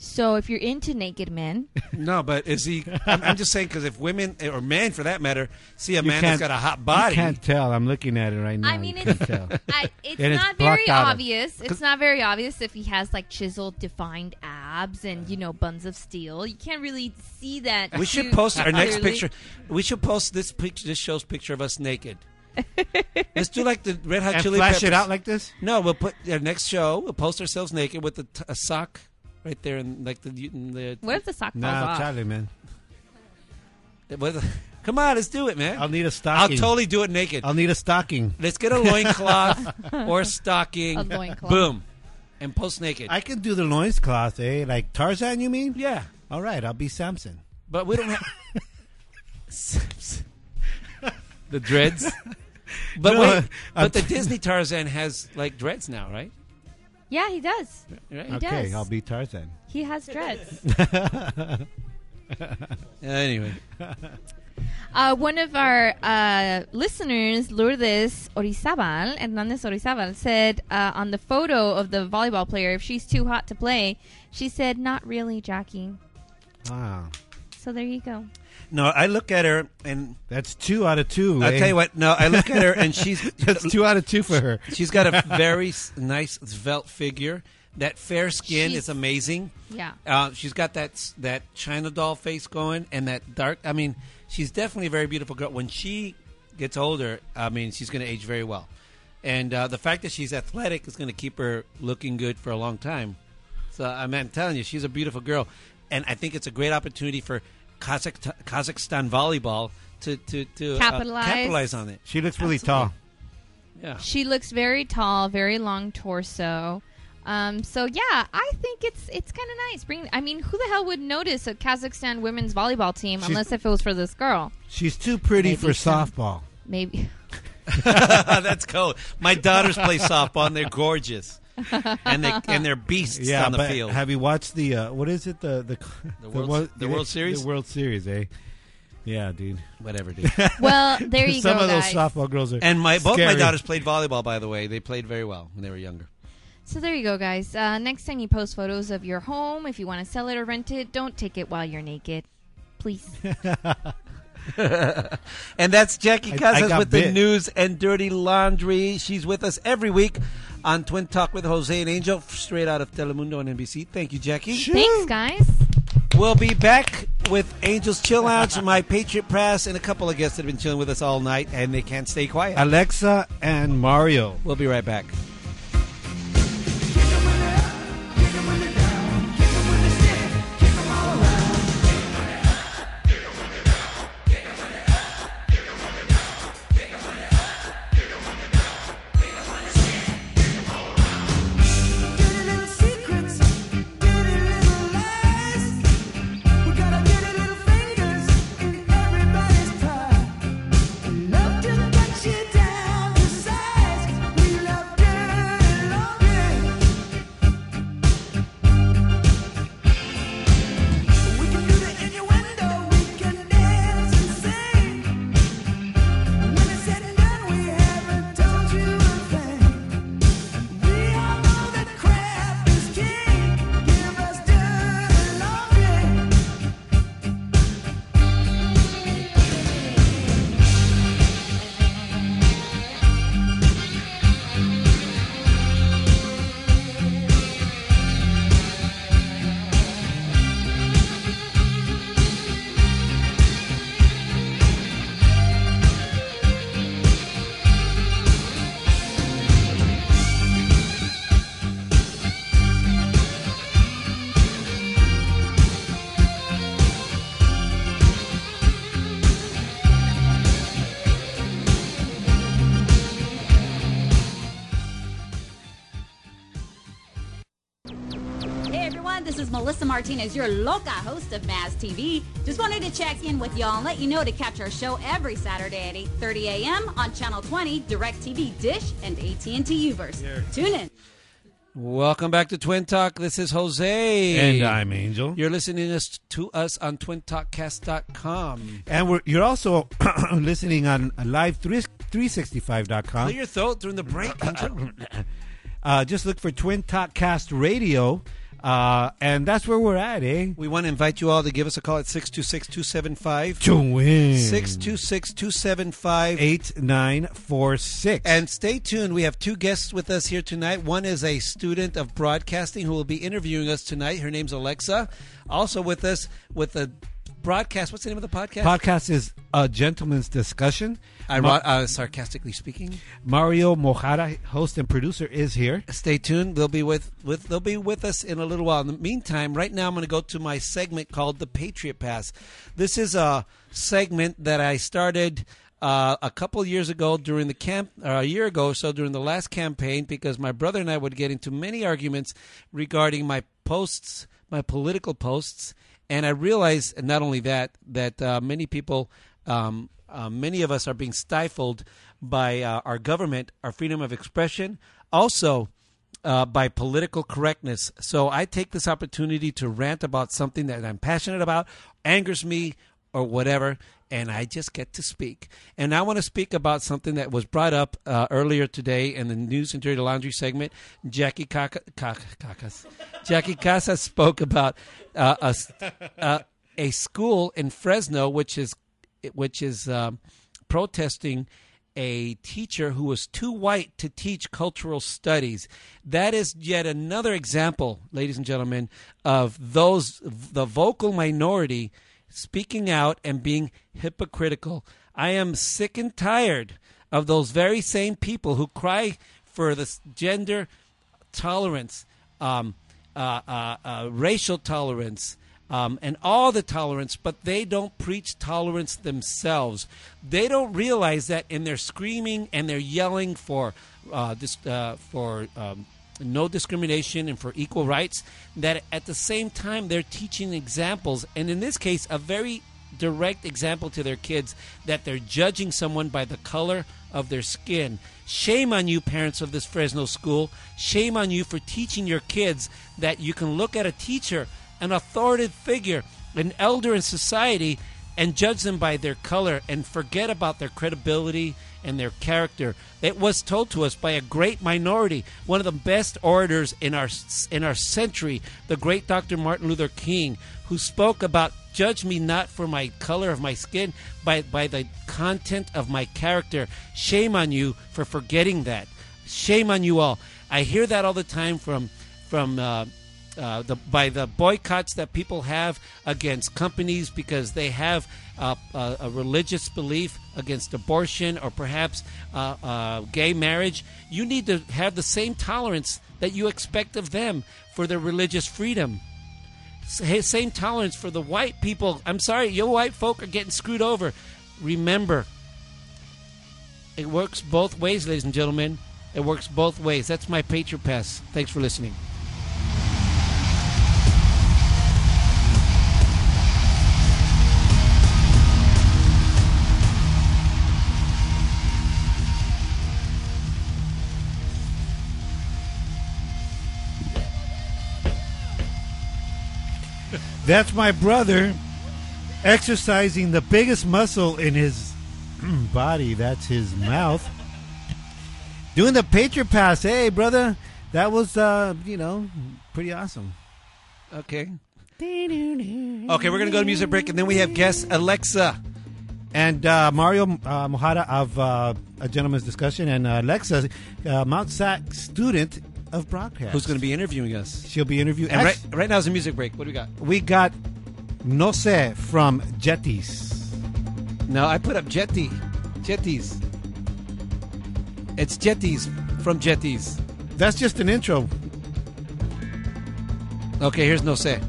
S4: So if you're into naked men,
S2: No, but is he? I'm, I'm just saying because if women or men, for that matter, see a
S3: You
S2: man that's
S3: can't-
S2: got a hot
S3: you
S2: body,
S3: can't tell. I'm looking at it right now.
S4: I mean,
S3: You
S4: it's,
S3: can't tell.
S4: I, it's
S3: And it's
S4: not
S3: blocked
S4: very
S3: out of-
S4: obvious. It's not very obvious if he has like chiseled, defined abs and you know buns of steel. You can't really see that.
S2: we
S4: too
S2: should post our next
S4: clearly.
S2: picture. We should post this picture, this show's picture of us naked. Let's do like the Red Hot
S3: and
S2: Chili
S3: flash
S2: Peppers.
S3: it out like this.
S2: no, we'll put our next show. We'll post ourselves naked with a, t- a sock right there and like the in the.
S4: What if the sock falls
S3: No,
S4: off?
S3: Charlie, man.
S2: with- come on, let's do it, man.
S3: I'll need
S2: I'll
S3: a stocking.
S2: totally do it naked.
S3: I'll need a stocking.
S2: Let's get a loincloth or stocking.
S4: A loincloth.
S2: Boom. And post naked.
S3: I can do the loincloth, eh? Like Tarzan, you mean?
S2: yeah.
S3: All right, I'll be Samson.
S2: But we don't have. the dreads? But
S3: No,
S2: wait.
S3: I'm-
S2: But the Disney Tarzan has like dreads now, right?
S4: Yeah, he does.
S2: Right?
S4: He
S3: okay,
S4: does.
S3: I'll be Tarzan.
S4: He has dreads.
S2: Anyway.
S4: uh, one of our uh, listeners, Lourdes Orizabal, Hernandez Orizabal, said uh, on the photo of the volleyball player, if she's too hot to play, she said, "Not really, Jackie."
S3: Wow,
S4: So there you go.
S2: No, I look at her and
S3: that's two out of two.
S2: I'll
S3: eh?
S2: tell you what. No, I look at her and she's
S3: that's two out of two for her.
S2: she's got a very s- nice svelte figure. That fair skin
S4: She's-
S2: is amazing.
S4: Yeah.
S2: Uh, she's got that s- that China doll face going, and that dark. I mean, she's definitely a very beautiful girl. When she gets older, I mean, she's going to age very well, and uh, the fact that she's athletic is going to keep her looking good for a long time. So I mean, I'm telling you, she's a beautiful girl, and I think it's a great opportunity for Kazakh- Kazakhstan volleyball to to to
S4: Capitalize.
S2: uh, capitalize on it.
S3: She looks really tall.
S2: Yeah.
S4: She looks very tall, very long torso. Um, so yeah, I think it's it's kind of nice. Bring, I mean, who the hell would notice a Kazakhstan women's volleyball team
S3: She's-
S4: unless if it was for this girl?
S3: She's too pretty
S4: Maybe
S3: for
S4: some-
S3: softball.
S4: Maybe.
S2: That's cool. My daughters play softball, and they're gorgeous, and they and they're beasts
S3: Yeah,
S2: on the
S3: but
S2: field.
S3: have you watched the uh, what is it the the
S2: The World- the World Series?
S3: the World Series, eh? Yeah, dude.
S2: Whatever, dude.
S4: Well, there you
S3: Some
S4: go,
S3: of those
S4: guys.
S3: softball girls are
S2: And my both my
S3: scary.
S2: daughters played volleyball. By the way, they played very well when they were younger.
S4: so there you go, guys. Uh, next time you post photos of your home, if you want to sell it or rent it, don't take it while you're naked, please.
S2: and that's Jackie
S3: I- I
S2: Casas
S3: got
S2: with the
S3: bit.
S2: news and dirty laundry. She's with us every week on Twin Talk with Jose and Angel, straight out of Telemundo on NBC. Thank you, Jackie.
S4: Thanks, guys.
S2: We'll be back with Angel's Chill Lounge, my Patriot Press, and a couple of guests that have been chilling with us all night, and they can't stay quiet.
S3: Alexa and Mario.
S2: We'll be right back.
S7: Hey everyone, this is Melissa Martinez, your loca host of Maz TV. Just wanted to check in with y'all and let you know to catch our show every Saturday at 8.30 a.m. on Channel 20, DirecTV Dish, and AT&T Uverse. Tune in.
S2: Welcome back to Twin Talk. This is Jose.
S3: And I'm Angel.
S2: You're listening us- to us on twintalkcast.com.
S3: And we're, you're also listening on live365.com.
S2: Clear your throat during the break. Angel.
S3: Uh, just look for Twin Talk Cast Radio, uh, and that's where we're at, eh?
S2: we want to invite you all to give us a call at 626 275
S3: Twin
S2: 626 275
S3: eight nine four six.
S2: And stay tuned. We have two guests with us here tonight. One is a student of broadcasting who will be interviewing us tonight. Her name's Alexa. Also with us with the broadcast. What's the name of the podcast?
S3: podcast is a gentleman's discussion.
S2: I,
S3: Ma-
S2: uh, sarcastically speaking.
S3: Mario Mojara, host and producer, is here.
S2: Stay tuned. They'll be with, with they'll be with us in a little while. In the meantime, right now I'm going to go to my segment called the Patriot Pass. This is a segment that I started uh, a couple years ago during the camp, or a year ago or so during the last campaign, because my brother and I would get into many arguments regarding my posts, my political posts, and I realized and not only that that uh, many people. Um, uh, many of us are being stifled by uh, our government, our freedom of expression, also uh, by political correctness. So I take this opportunity to rant about something that I'm passionate about, angers me, or whatever, and I just get to speak. And I want to speak about something that was brought up uh, earlier today in the News and Dirty Laundry segment. Jackie Caca, Caca, Cacas, Jackie Casas spoke about uh, a, s- uh, a school in Fresno, which is which is um, protesting a teacher who was too white to teach cultural studies. That is yet another example, ladies and gentlemen, of those the vocal minority speaking out and being hypocritical. I am sick and tired of those very same people who cry for this gender tolerance, um, uh, uh, uh, racial tolerance, um, and all the tolerance, but they don't preach tolerance themselves. They don't realize that in their screaming and their yelling for uh, dis- uh, for um, no discrimination and for equal rights, that at the same time they're teaching examples, and in this case, a very direct example to their kids that they're judging someone by the color of their skin. Shame on you, parents of this Fresno school. Shame on you for teaching your kids that you can look at a teacher, an authoritative figure, an elder in society, and judge them by their color and forget about their credibility and their character. It was told to us by a great minority, one of the best orators in our in our century, the great Dr. Martin Luther King, who spoke about Judge me not for my color of my skin, but by the content of my character. Shame on you for forgetting that. Shame on you all. I hear that all the time from from uh, uh, the by the boycotts that people have against companies because they have uh, a, a religious belief against abortion or perhaps uh, uh, gay marriage. You need to have the same tolerance that you expect of them for their religious freedom. S- Same tolerance for the white people. I'm sorry, your white folk are getting screwed over. Remember, it works both ways, ladies and gentlemen. It works both ways. That's my Patriot Pass. Thanks for listening.
S3: That's my brother exercising the biggest muscle in his body. That's his mouth. Doing the Patriot Pass. Hey, brother. That was, uh, you know, pretty awesome.
S2: Okay. Okay, we're gonna go to music break, and then we have guest Alexa.
S3: And uh, Mario uh, Mojada of uh, A Gentleman's Discussion and uh, Alexa, uh, Mount Sac student of broadcast.
S2: Who's gonna be interviewing us?
S3: She'll be interviewing.
S2: And right, right now is a music break. What do we got?
S3: we got No Se from Jetties.
S2: No, I put up Jetty, Jetties. It's Jetties from Jetties.
S3: That's just an intro.
S2: Okay, here's no say.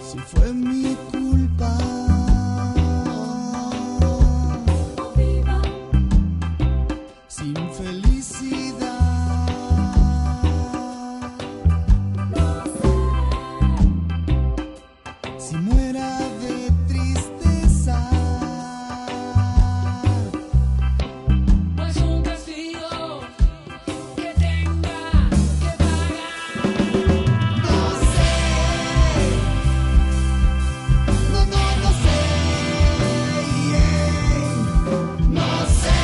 S6: Si fue mi culpa. Sin felicidad. Si muera de tristeza.
S12: Pues un castigo que tenga que pagar.
S6: No sé, no, no, no sé, no sé, no sé, no sé, no sé, no sé, no sé, no sé, no, no, no sé, no sé, no, no, no sé.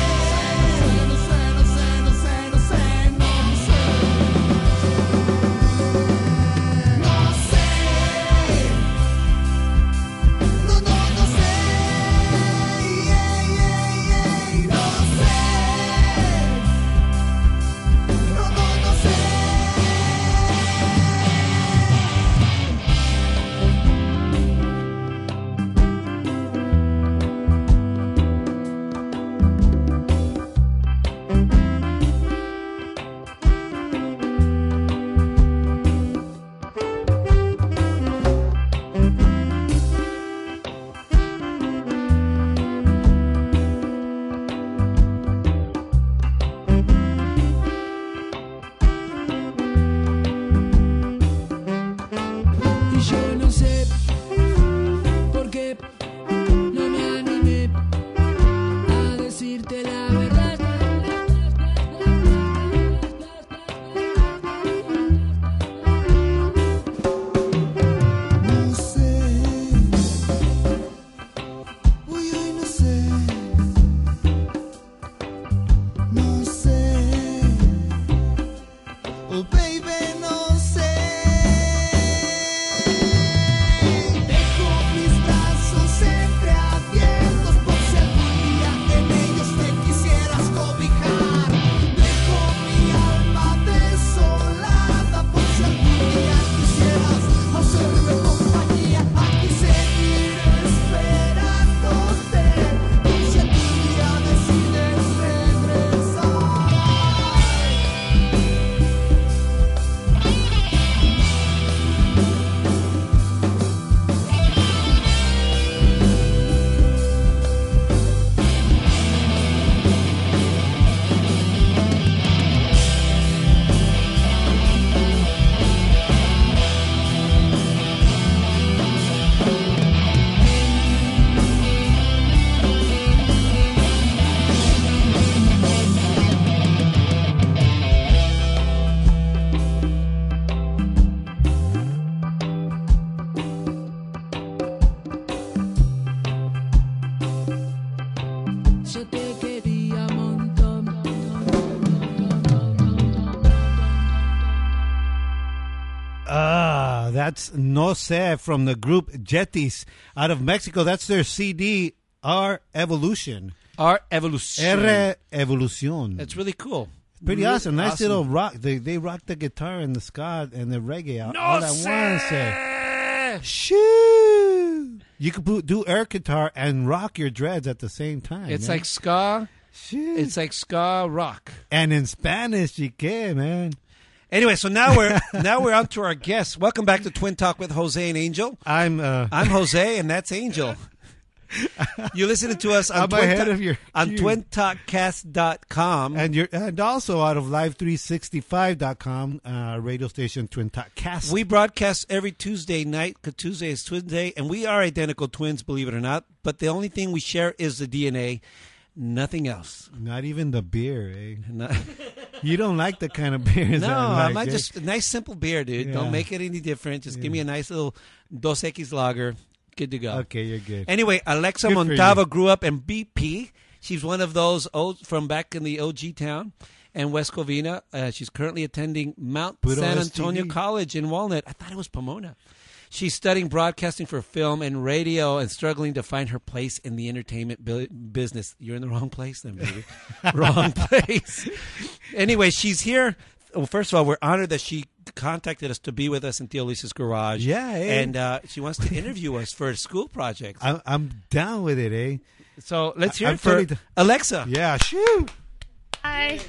S12: Y yo no sé por qué no me animé a decirte la verdad.
S6: No sé, hoy hoy no sé, no sé, oh baby no sé. Dejo mis brazos siempre abiertos por si algún día en ellos te quisieras cobijar. Dejo mi alma desolada por si algún día quisieras hacerme compañía. Aquí seguiré esperándote por si algún día decides regresar.
S3: Ah, that's No Se from the group Jetis out of Mexico. That's their CD, Our Evolution.
S2: Our evolution.
S3: R Evolution.
S2: It's really cool.
S3: Pretty
S2: Really
S3: awesome. Nice little rock. They they rock the guitar and the ska and the reggae out all at once. there. Shoo! You could put, do air guitar and rock your dreads at the same time.
S2: It's
S3: man.
S2: like ska.
S3: Shoo.
S2: It's like ska rock.
S3: and in Spanish, you can, man.
S2: Anyway, so now we're now we're on to our guests. Welcome back to Twin Talk with Jose and Angel.
S3: I'm uh,
S2: I'm Jose, and that's Angel. You're listening to us on
S3: I'm
S2: Twin
S3: ahead
S2: Ta-
S3: of your
S2: on
S3: cue.
S2: twintalkcast.com.
S3: and you're and also out of live365.com uh, radio station Twin Talk Cast.
S2: We broadcast every Tuesday night because Tuesday is Twin Day, and we are identical twins, believe it or not. But the only thing we share is the DNA, nothing else.
S3: Not even the beer, eh?
S2: No,
S3: You don't like the kind of beers.
S2: no
S3: that
S2: I
S3: like,
S2: might
S3: eh?
S2: just a nice simple beer, dude.
S3: Yeah.
S2: Don't make it any different. Just give me a nice little Dos Equis lager. Good to go.
S3: Okay, you're good.
S2: Anyway, Alexa
S3: Good for you.
S2: Montava grew up in BP. She's one of those old from back in the OG town and West Covina. Uh, she's currently attending Mount
S3: Put on
S2: San
S3: STD.
S2: Antonio College in Walnut. I thought it was Pomona. She's studying broadcasting for film and radio and struggling to find her place in the entertainment bu- business. You're in the wrong place then, baby. wrong place. Anyway, she's here. Well, first of all, we're honored that she contacted us to be with us in Theo Lisa's garage.
S3: Yeah, eh?
S2: And uh, she wants to interview us for a school project.
S3: I'm, I'm down with it, eh?
S2: So let's hear
S3: I'm
S2: it for
S3: totally d-
S2: Alexa.
S3: Yeah, shoot.
S13: Hi.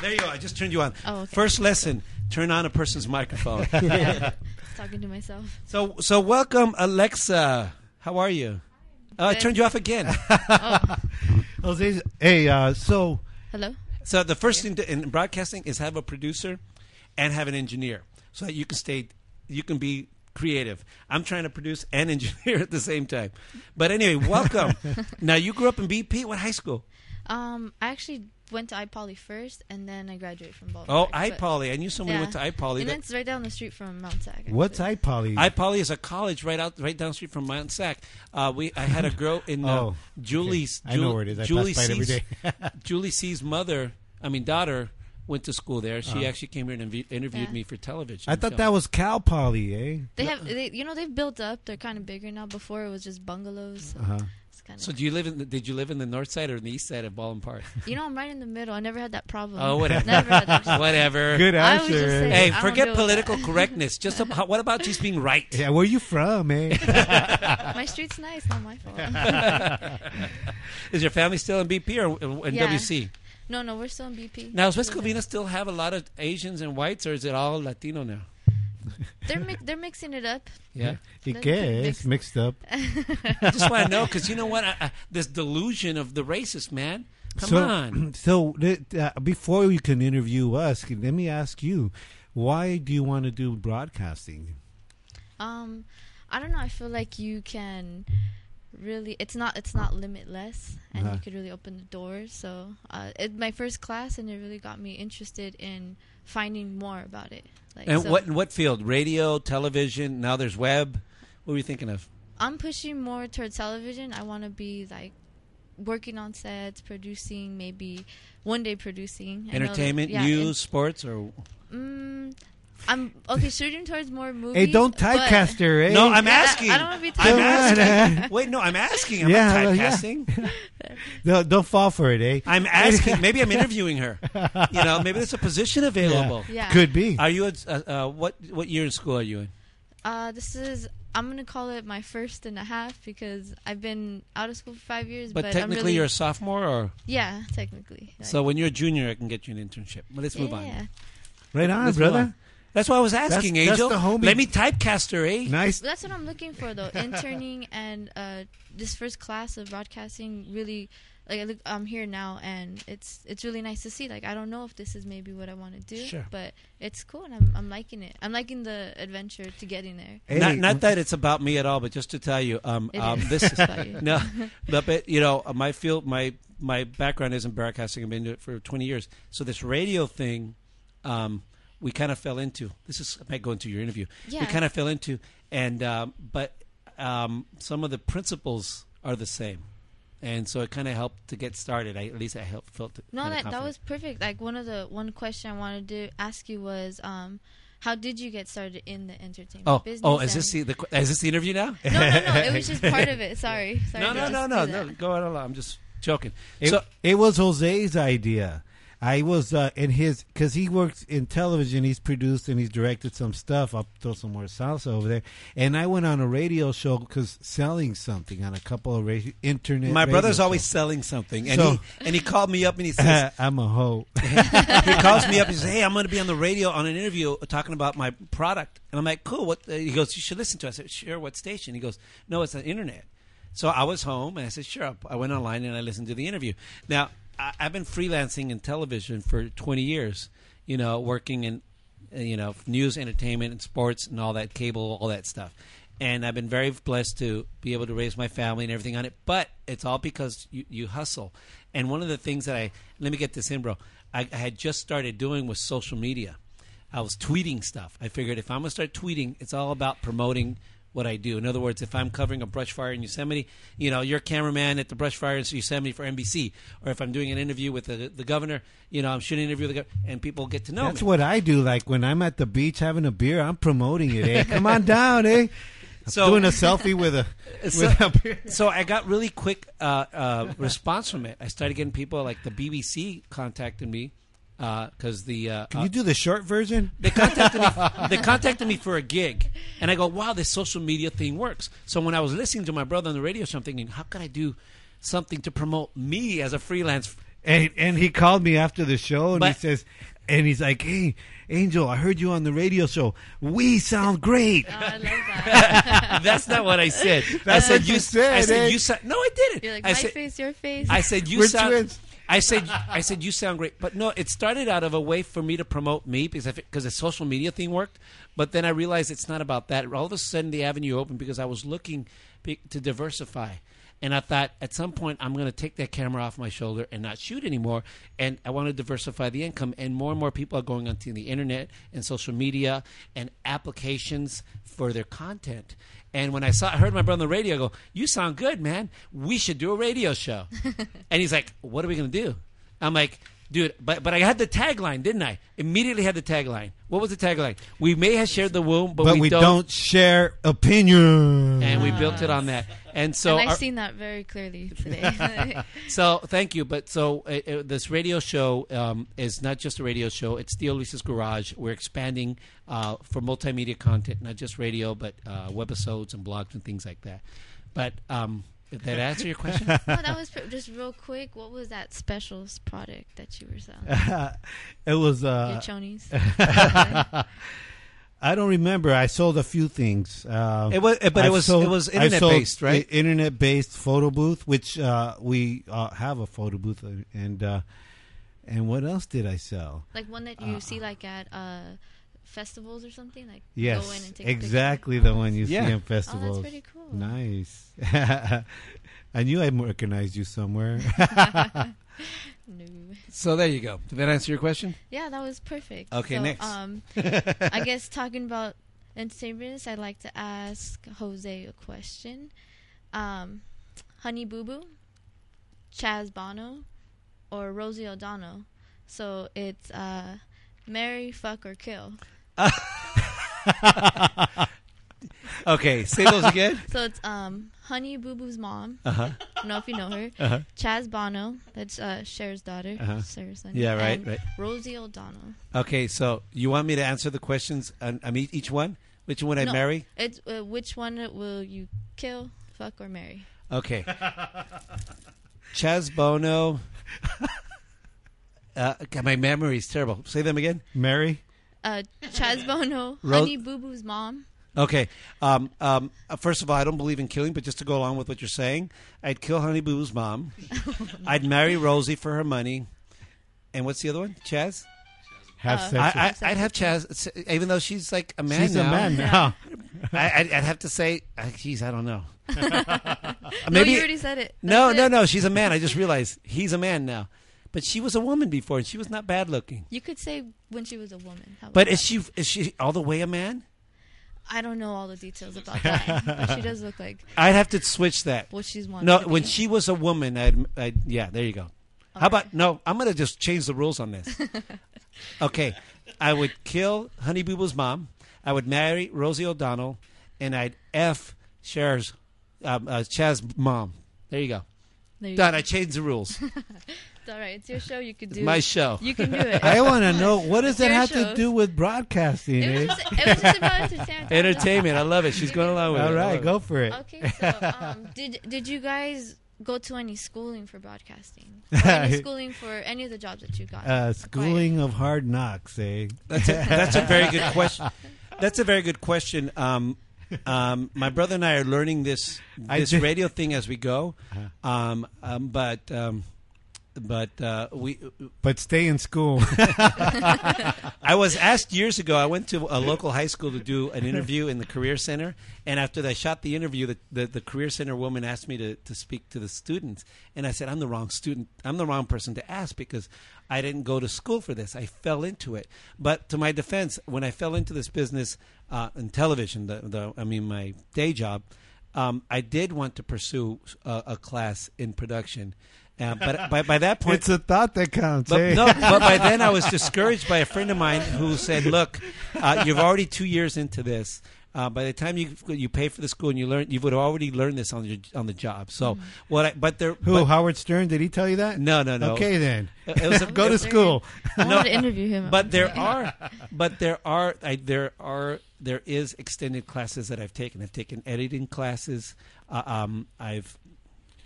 S2: There you go. I just turned you on.
S13: Oh, okay.
S2: First lesson: turn on a person's microphone.
S13: Talking to myself.
S2: so, so welcome, Alexa. How are you? Oh, I
S13: Good.
S2: turned you off again.
S3: Jose, hey, uh, so
S13: Hello.
S2: so the first thing to, in broadcasting is have a producer and have an engineer, so that you can stay, you can be creative. I'm trying to produce and engineer at the same time. But anyway, welcome. now you grew up in BP. What high school?
S4: Um, I actually went to iPoly first, and then I graduated from Baldwin.
S2: Oh,
S4: Park, but-
S2: iPoly. I knew somebody went to iPoly.
S4: And
S2: That-
S4: it's right down the street from Mount Sac. actually.
S3: what's iPoly?
S2: iPoly is a college right out, right down the street from Mount Sac. Uh, we, I had a girl in uh,
S3: Oh,
S2: Julie's.
S3: okay. I know where it is. I pass by it every
S2: C's-
S3: day.
S2: Julie C's mother, I mean daughter, went to school there. She actually came here and inv- interviewed
S4: Yeah.
S2: me for television.
S3: Uh-huh. I thought that was Cal Poly, eh?
S4: They have, they, you know, they've built up. They're kind of bigger now. Before it was just bungalows. So It's kind of.
S2: Uh-huh. So do you live in? The, did you live in the north side or the east side of Ballin Park?
S4: you know, I'm right in the middle. I never had that problem.
S2: Oh, whatever.
S4: Never had that.
S2: Whatever.
S3: Good
S4: I was
S3: answer.
S4: just
S3: eh?
S4: saying-
S2: Hey,
S4: I don't
S2: forget
S4: deal with
S2: political
S4: that.
S2: correctness. Just about, what about just being right?
S3: Yeah, where you from, eh?
S4: My street's nice. Not my fault.
S2: Is your family still in BP or in
S4: Yeah.
S2: WC?
S4: no, no, we're still in BP.
S2: Now, does West Covina still have a lot of Asians and whites, or is it all Latino now?
S4: They're mi- they're mixing it up.
S2: Yeah.
S3: it gets eh? mixed up.
S2: I just want to know because you know what? I, I, this delusion of the racist man. Come
S3: so,
S2: on.
S3: So th- uh, before you can interview us, let me ask you, why do you want to do broadcasting?
S4: Um, I don't know. I feel like you can really. It's not. It's not limitless, and
S3: Uh-huh.
S4: you could really open the doors. So, uh, it my first class, and it really got me interested in finding more about it. Like,
S2: And
S4: so
S2: what in what field? Radio, television. Now there's web. What were you thinking of?
S4: I'm pushing more toward television. I want to be like working on sets, producing, maybe one day producing I know that-
S2: Entertainment,
S4: yeah,
S2: news, sports, or
S4: and- mm, I'm okay. Shooting towards more movies.
S3: Hey, don't
S4: but-
S3: typecast her, eh?
S2: no? I'm
S4: Yeah, I-
S2: asking.
S4: I don't wanna be
S2: I'm
S4: typecast.
S2: asking. Wait, no, I'm asking. I'm
S3: Yeah, well,
S2: not
S3: yeah.
S2: typecasting.
S3: No, don't fall for it, eh?
S2: I'm asking. Maybe I'm interviewing her. You know, maybe there's a position available.
S4: Yeah.
S3: Could be.
S2: Are you? at- Uh, uh, what What year in school are you in?
S4: Uh, this is I'm gonna call it my first and a half because I've been out of school for five years.
S2: But
S4: But,
S2: technically,
S4: I'm really,
S2: you're a sophomore. Or
S4: yeah, technically.
S2: so when you're a junior, I can get you an internship. Well, let's move on.
S4: yeah.
S3: right on,
S2: Let's move
S3: brother.
S2: on. That's why I was asking,
S3: that's
S2: Angel.
S3: the homie.
S2: Let me typecast her, eh?
S3: Nice.
S4: That's what I'm looking for though. Interning and uh, this first class of broadcasting really, like I look, I'm here now and it's it's really nice to see. Like I don't know if this is maybe what I want to do,
S2: Sure.
S4: but it's cool and I'm I'm liking it. I'm liking the adventure to getting there.
S3: Hey,
S2: not, not that it's about me at all, but just to tell you, um,
S4: It
S2: um,
S4: is.
S2: this is
S4: About you.
S2: no, but, but you know, my field, my my background is in broadcasting. I've been doing it for twenty years. So this radio thing, um, we kind of fell into. This is I might go into your interview. We
S4: Yeah.
S2: kind of fell into, and um, but um, some of the principles are the same, and so it kind of helped to get started. I, at least I helped felt it.
S4: No,
S2: kinda
S4: that that
S2: confident.
S4: was perfect. Like one of the one question I wanted to ask you was, um,
S9: how did you get started in the entertainment
S2: Oh,
S9: business?
S2: oh, is this
S9: and-
S2: the, the qu- is this the interview now?
S9: No, no, no. It was just part of it. Sorry. Sorry
S2: no,
S9: to
S2: no,
S9: just
S2: no,
S9: do
S2: no,
S9: that.
S2: no. Go on, along. I'm just joking.
S3: It,
S2: so,
S3: it was Jose's idea. I was uh, in his because he works in television. He's produced and he's directed some stuff. I'll throw some more salsa over there. And I went on a radio show because selling something on a couple of radio, internet.
S2: my
S3: radio
S2: brother's always
S3: shows.
S2: selling something, and
S3: So-
S2: he and he called me up and he says,
S3: I'm a hoe.
S2: he calls me up. He says, "Hey, I'm going to be on the radio on an interview talking about my product." And I'm like, "Cool." What? uh, He goes, "You should listen to." it." I said, "Sure." What station? He goes, "No, it's on internet." So I was home and I said, "Sure." I went online and I listened to the interview. Now I, I've been freelancing in television for 20 years. You know, working in uh, you know news, entertainment, and sports, and all that cable, all that stuff. And I've been very blessed to be able to raise my family and everything on it. But it's all because you, you hustle. And one of the things that I let me get this in, bro. I, I had just started doing was social media. I was tweeting stuff. I figured if I'm gonna start tweeting, it's all about promoting what I do. In other words, if I'm covering a brush fire in Yosemite, you know, you're cameraman at the brush fire in Yosemite for NBC, or if I'm doing an interview with the, the governor, you know, I'm shooting an interview with the governor, and people get to know
S3: That's
S2: me.
S3: what I do. Like when I'm at the beach having a beer, I'm promoting it. Eh? Come on down, eh? I'm
S2: So-
S3: doing a selfie with a
S2: So-
S3: with a beer.
S2: so I got really quick uh, uh, response from it. I started getting people like the BBC contacted me because the uh,
S3: Can you do the short version?
S2: they contacted me. They contacted me for a gig, and I go, "Wow, this social media thing works." So when I was listening to my brother on the radio, so I'm thinking, "How could I do something to promote me as a freelance?"
S3: And and he called me after the show and he
S2: But-
S3: says and he's like, Hey, Angel, I heard you on the radio show. We sound great.
S9: Oh, I love that.
S2: That's not what I said.
S3: That's
S2: I said
S3: what
S2: you
S3: you said,
S2: I said
S3: eh?
S2: you said no, I didn't.
S9: You're like
S2: I
S9: my
S2: said,
S9: face, your face.
S2: I said you
S3: We're
S2: sound.
S3: twins.
S2: I said I said you sound great, but no, it started out of a way for me to promote me because because the social media thing worked, but then I realized it's not about that. All of a sudden, the avenue opened because I was looking be- to diversify, and I thought at some point I'm going to take that camera off my shoulder and not shoot anymore, and I want to diversify the income. And more and more people are going onto the internet and social media and applications for their content. And when I saw, I heard my brother on the radio go, "You sound good, man. We should do a radio show." and he's like, "What are we gonna do?" I'm like, "Dude, but but I had the tagline, didn't I? Immediately had the tagline. What was the tagline? We may have shared the womb, but,
S3: But we, don't, share opinions.
S2: And we built it on that. And so,
S9: and I've
S2: our-
S9: seen that very clearly today.
S2: so thank you. But so uh, uh, this radio show um, is not just a radio show. It's Theo Luis's Garage. We're expanding uh, for multimedia content, not just radio, but uh, webisodes and blogs and things like that. But um, did that answer your question?
S9: No, Oh, that was pr- just real quick. What was that specials product that you were selling?
S3: it was
S9: Your
S3: uh
S9: chonies.
S3: I don't remember. I sold a few things. Uh,
S2: It was- eh, but it
S3: I've
S2: was- it was
S3: I've
S2: internet-based, right?
S3: i- Internet-based photo booth, which uh, we uh, have a photo booth, uh, and uh, and what else did I sell?
S9: like one that you see like at uh, festivals or something. Like
S3: Yes,
S9: go in and take a picture.
S3: exactly
S9: Oh,
S3: the
S9: that's-
S3: one you
S2: Yeah.
S3: see in festivals.
S9: pretty cool.
S3: Nice. I knew I recognized you somewhere.
S9: No.
S2: So there you go. Did that answer your question?
S9: Yeah, that was perfect.
S2: Okay,
S9: So,
S2: next.
S9: Um, I guess talking about entertainment, business, I'd like to ask Jose a question. Um, Honey Boo Boo, Chaz Bono, or Rosie O'Donnell. So it's uh, marry, fuck, or kill.
S2: Okay, say those again.
S9: So it's um, Honey Boo Boo's mom.
S2: Uh-huh.
S9: I don't know if you know her.
S2: Uh-huh.
S9: Chaz Bono, that's uh, Cher's daughter.
S2: Uh-huh.
S9: Cher's son.
S2: Yeah, right,
S9: and
S2: right.
S9: Rosie O'Donnell.
S2: Okay, so you want me to answer the questions on, on e-, each each one? Which one would I
S9: No.
S2: marry?
S9: It's uh, which one will you kill, fuck, or marry?
S2: Okay. Chaz Bono. Uh, God, my memory is terrible. Say them again.
S3: Mary,
S9: uh, Chaz Bono,
S2: Ro-
S9: Honey Boo Boo's mom.
S2: Okay. Um, um, uh, first of all, I don't believe in killing, but just to go along with what you're saying, I'd kill Honey Boo Boo's mom. I'd marry Rosie for her money. And what's the other one? Chaz?
S3: have
S9: Uh,
S3: sex. with-
S2: I, I, I'd have Chaz, even though she's like a man
S3: She's
S2: now.
S3: a man now.
S2: I, I'd, I'd have to say, uh, geez, I don't know.
S9: no, you already said it.
S2: No,
S9: That's
S2: no,
S9: it.
S2: no. She's a man. I just realized he's a man now. But she was a woman before, and she was not bad looking.
S9: You could say when she was a woman. How about
S2: But is
S9: that?
S2: she is she all the way a man?
S9: I don't know all the details about that. but she does look like
S2: I'd have to switch that.
S9: what she's wanted.
S2: No,
S9: to
S2: when
S9: be.
S2: she was a woman, I'd, I'd yeah. There you go. How about no? I'm gonna just change the rules on this. okay, I would kill Honey Boo Boo's mom. I would marry Rosie O'Donnell, and I'd f Cher's, um, uh, Chaz's mom. There you go.
S9: There you
S2: Done. I changed the rules.
S9: go. All right, it's your show. You could do.
S2: My show.
S9: You can do it.
S3: I want to know what does that
S9: Your
S3: have to
S9: shows.
S3: do with broadcasting?
S9: it, was
S3: Eh?
S9: just, it was just about entertainment.
S2: Entertainment. I love it. She's going along with it.
S3: All
S2: I
S3: right,
S2: love
S3: go for it.
S9: Okay, so um, did did you guys go to any schooling for broadcasting? Or any schooling for any of the jobs that you got?
S3: Uh,
S9: acquired?
S3: schooling of hard knocks, eh?
S2: That's a, that's a very good question. That's a very good question. Um, um, my brother and I are learning this
S3: I
S2: this
S3: ju-
S2: radio thing as we go, um, um, but um, but uh, we.
S3: But stay in school.
S2: I was asked years ago. I went to a local high school to do an interview in the career center, and after I shot the interview, the, the, the career center woman asked me to, to speak to the students, and I said, "I'm the wrong student. I'm the wrong person to ask because I didn't go to school for this. I fell into it." But to my defense, when I fell into this business uh, in television, the, the I mean, my day job, um, I did want to pursue a, a class in production, uh, but by, by that point,
S3: it's a thought that counts.
S2: but,
S3: eh?
S2: no, but by then I was discouraged by a friend of mine who said, "Look, uh, you're already two years into this. Uh, by the time you you pay for the school and you learn, you would have already learned this on your on the job." So what? I, but there,
S3: Mm-hmm. Who?
S2: but-
S3: Howard Stern? Did he tell you that?
S2: no, no, no.
S3: Okay, then.
S2: It was a-
S3: Go to school.
S9: I wanted to interview him.
S2: uh, But there are, but there are, I, there are, there is extended classes that I've taken. I've taken editing classes. Uh, um, I've,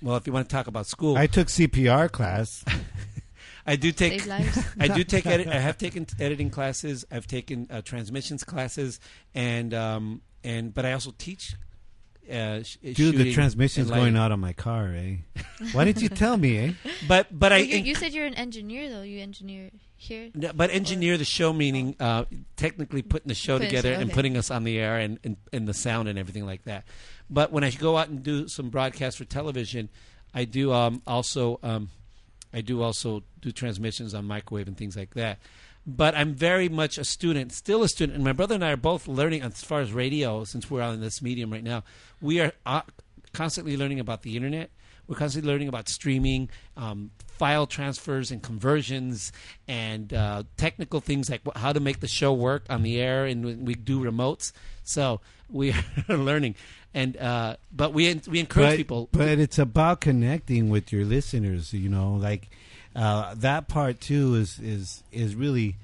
S2: well, if you want to talk about school,
S3: I took CPR class.
S2: I do take
S9: Save lives.
S2: I do take edit, I have taken t- editing classes. I've taken uh, transmissions classes, and um, and but I also teach. Uh, sh-
S3: Dude,
S2: shooting
S3: the transmission's
S2: and lighting.
S3: going out on my car, eh? Why didn't you tell me, eh?
S2: But but I
S9: you,
S2: en-
S9: you said you're an engineer, though. You engineer here.
S2: no, but engineer the show meaning uh, technically putting the show
S9: Putting-
S2: together and
S9: okay.
S2: putting us on the air and, and and the sound and everything like that. But when I go out and do some broadcast for television, I do um, also um, I do also do transmissions on microwave and things like that. But I'm very much a student, still a student, and my brother and I are both learning as far as radio. Since we're on this medium right now, we are uh, constantly learning about the internet. We're constantly learning about streaming, um, file transfers, and conversions, and uh, technical things like wh- how to make the show work on the air. And we- we do remotes, so we are learning. And uh, but we we encourage
S3: but,
S2: people.
S3: But it's about connecting with your listeners. You know, like uh, that part too is is is really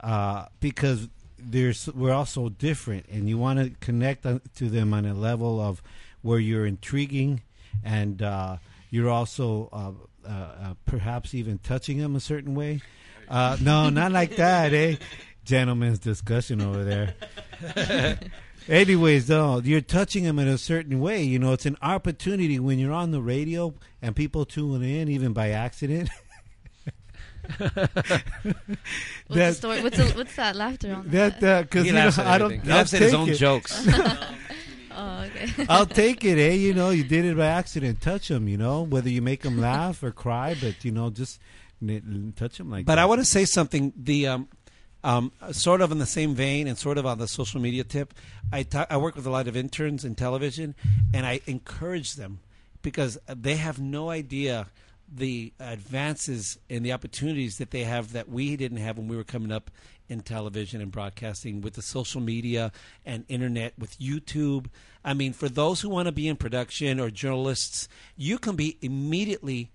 S3: uh, because there's we're all so different, and you want to connect on- to them on a level of where you're intriguing, and uh, you're also uh, uh, uh, perhaps even touching them a certain way. Uh, no, not like that, eh? Gentlemen's discussion over there. Anyways, though, you're touching them in a certain way. You know, it's an opportunity when you're on the radio and people tune in, even by accident.
S9: What's
S3: That-
S9: the story? What's, the, what's that laughter on?
S3: That because
S2: He
S3: you know,
S2: laughs at
S3: I don't.
S2: everything. He
S3: I'll
S2: laughs at his
S3: take
S2: own
S3: it.
S2: jokes.
S9: oh, okay.
S3: I'll take it, eh? You know, you did it by accident. Touch them, you know, whether you make them laugh or cry, but you know, just n- touch them like.
S2: But
S3: that.
S2: I want to say something. The um, um, sort of in the same vein and sort of on the social media tip. I ta- I work with a lot of interns in television, and I encourage them because they have no idea the advances and the opportunities that they have that we didn't have when we were coming up in television and broadcasting with the social media and internet with YouTube. I mean, for those who want to be in production or journalists, you can be immediately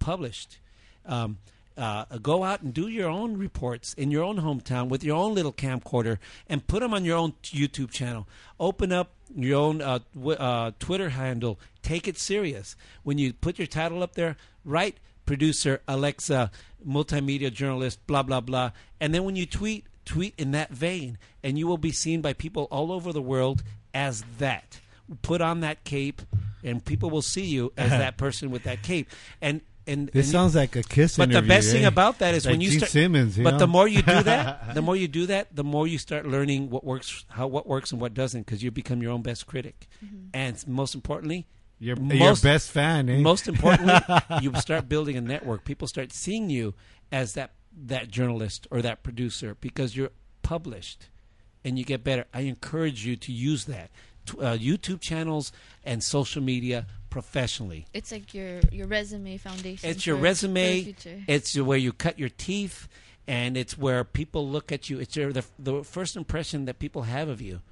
S2: published. Um, uh, go out and do your own reports in your own hometown with your own little camcorder and put them on your own t- YouTube channel. Open up your own uh, w- uh, Twitter handle. Take it serious. When you put your title up there, write producer, Alexa, multimedia journalist, blah, blah, blah. And then when you tweet, tweet in that vein, and you will be seen by people all over the world as that. Put on that cape, and people will see you as that person with that cape. And and
S3: This
S2: and-
S3: sounds like a kiss.
S2: but the
S3: interview,
S2: best
S3: eh?
S2: thing about that is
S3: Like
S2: when you
S3: Gene
S2: start.
S3: Simmons. You
S2: but
S3: know?
S2: the more you do that, the more you do that, the more you start learning what works, how what works and what doesn't, because you become your own best critic, and most importantly,
S3: your, your
S2: most-
S3: best fan, eh?
S2: most importantly, you start building a network. People start seeing you as that that journalist or that producer because you're published, and you get better. I encourage you to use that Tw- uh, YouTube channels and social media professionally.
S9: It's like your your resume foundation.
S2: It's your
S9: for- for the
S2: resume.
S9: future.
S2: It's the way you cut your teeth. and it's where people look at you. It's your, the, the first impression that people have of you.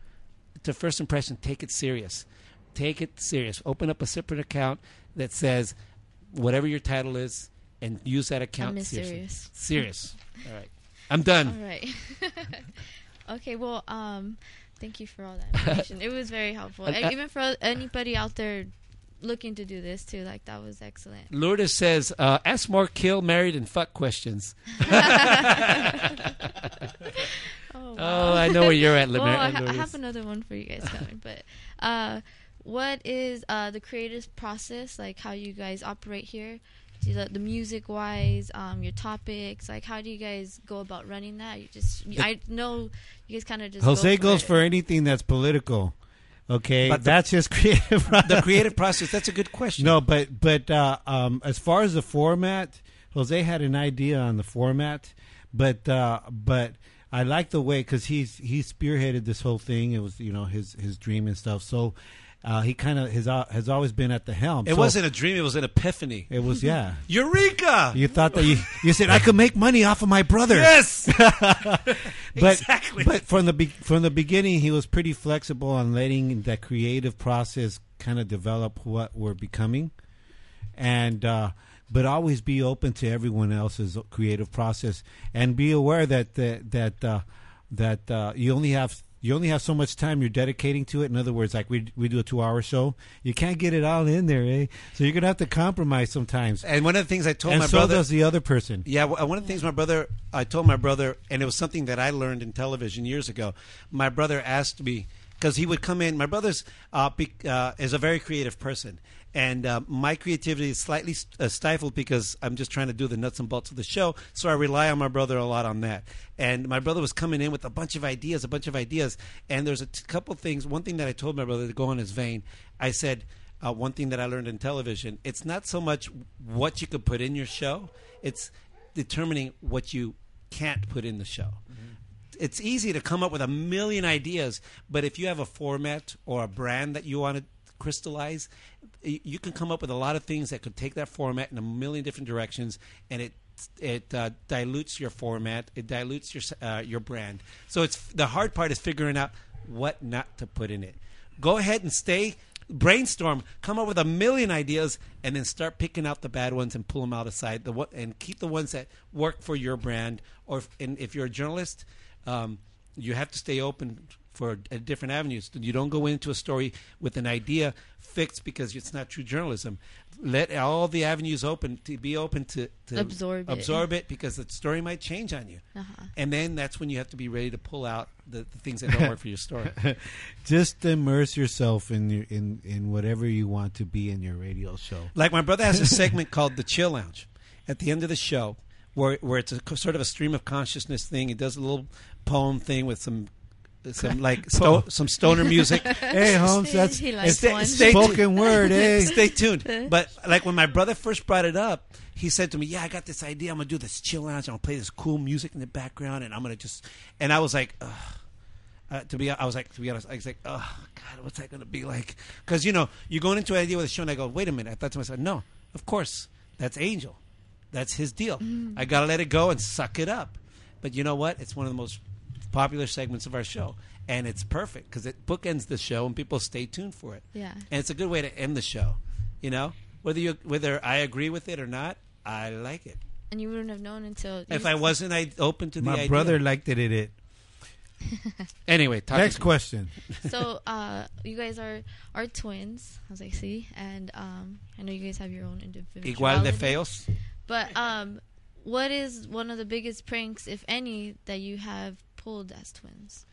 S2: It's a first impression. Take it serious. Take it serious. Open up a separate account that says whatever your title is, and use that account.
S9: Miss
S2: seriously.
S9: Serious.
S2: Serious. All right. I'm done.
S9: All right. okay. Well, um, thank you for all that information. it was very helpful,
S2: And,
S9: and
S2: uh,
S9: even for anybody out there looking to do this too. Like that was excellent.
S2: Lourdes says, uh, ask more kill, married, and fuck questions.
S9: Oh,
S2: Oh, I know where you're at,
S9: well,
S2: Lamar.
S9: I, ha- I have another one for you guys coming, but uh, what is uh, the creative process like? How you guys operate here? See The, the music wise, um, your topics, like how do you guys go about running that? You just, you- I know you guys kind of just.
S3: Jose
S9: go
S3: goes
S9: it.
S3: for anything that's political. Okay,
S2: But the-
S3: that's his creative.
S2: the creative process. That's a good question.
S3: No, but but uh, um, as far as the format, Jose had an idea on the format, but uh, but I like the way because he's he spearheaded this whole thing. It was you know his his dream and stuff. So uh, he kind of has al- has always been at the helm.
S2: it
S3: So
S2: wasn't a dream. It was an epiphany.
S3: It was yeah.
S2: Eureka!
S3: You thought that you you said I could make money off of my brother.
S2: Yes.
S3: but,
S2: Exactly.
S3: But from the be- from the beginning, he was pretty flexible on letting that creative process kind of develop what we're becoming, and uh, but always be open to everyone else's creative process, and be aware that that that uh, that uh, you only have. You only have so much time you're dedicating to it. In other words, like we we do a two hour show, you can't get it all in there, eh? So you're gonna have to compromise sometimes.
S2: and one of the things I told
S3: and
S2: my
S3: so
S2: brother.
S3: does the other person.
S2: Yeah, well, one of the things my brother, I told my brother, and it was something that I learned in television years ago. My brother asked me because he would come in. My brother's uh, be, uh, is a very creative person, and uh, my creativity is slightly st- uh, stifled because I'm just trying to do the nuts and bolts of the show. So I rely on my brother a lot on that. And my brother was coming in with a bunch of ideas, a bunch of ideas, and there's a t- couple things. One thing that I told my brother to go on his vein, I said uh, one thing that I learned in television. It's not so much what you could put in your show; it's determining what you can't put in the show. It's easy to come up with a million ideas, but if you have a format or a brand that you want to crystallize, y- you can come up with a lot of things that could take that format in a million different directions, and it it uh, dilutes your format, it dilutes your s- uh, your brand. So it's the hard part is figuring out what not to put in it. Go ahead and stay brainstorm, come up with a million ideas, and then start picking out the bad ones and pull them out aside. The one, and keep the ones that work for your brand. Or if, and if you're a journalist, um, you have to stay open for uh, different avenues. You don't go into a story with an idea fixed because it's not true journalism. Let all the avenues open to be open to, to
S9: Absorb it. Uh-huh.
S2: absorb it because the story might change on you, and then that's when you have to be ready to pull out the, the things that don't work for your story.
S3: Just immerse yourself in your, in in whatever you want to be in your radio show.
S2: Like my brother has a segment called the Chill Lounge at the end of the show, where where it's a co- sort of a stream of consciousness thing. He does a little poem thing with some some like sto-
S3: Poem.
S2: some stoner music.
S3: Hey Holmes, that's
S9: He likes
S3: it's
S9: one.
S2: Stay-
S3: spoken word, eh?
S2: Stay tuned. But like when my brother first brought it up, he said to me, "Yeah, I got this idea. I'm gonna do this chill lounge. I'm gonna play this cool music in the background, and I'm gonna just." And I was like, Ugh. Uh, "To be, I was like, to be honest, I was like, oh God, what's that gonna be like?" Because you know, you're going into an idea with a show, and I go, "Wait a minute." I thought to myself, "No, of course, that's Angel. That's his deal. I gotta let it go and suck it up." But you know what? It's one of the most popular segments of our show. And it's perfect because it bookends the show and people stay tuned for it
S9: Yeah.
S2: and it's a good way to end the show. You know, whether you whether I agree with it or not, I like it.
S9: and you wouldn't have known until
S2: If
S9: you-
S2: I wasn't, I open to the
S3: My
S2: idea.
S3: brother liked it. It. it.
S2: Anyway, talk
S3: Next question.
S9: so uh, you guys are are twins, as I see, and um, I know you guys have your own individual.
S2: Igual de feos.
S9: But um, what is one of the biggest pranks, if any, that you have pulled as twins?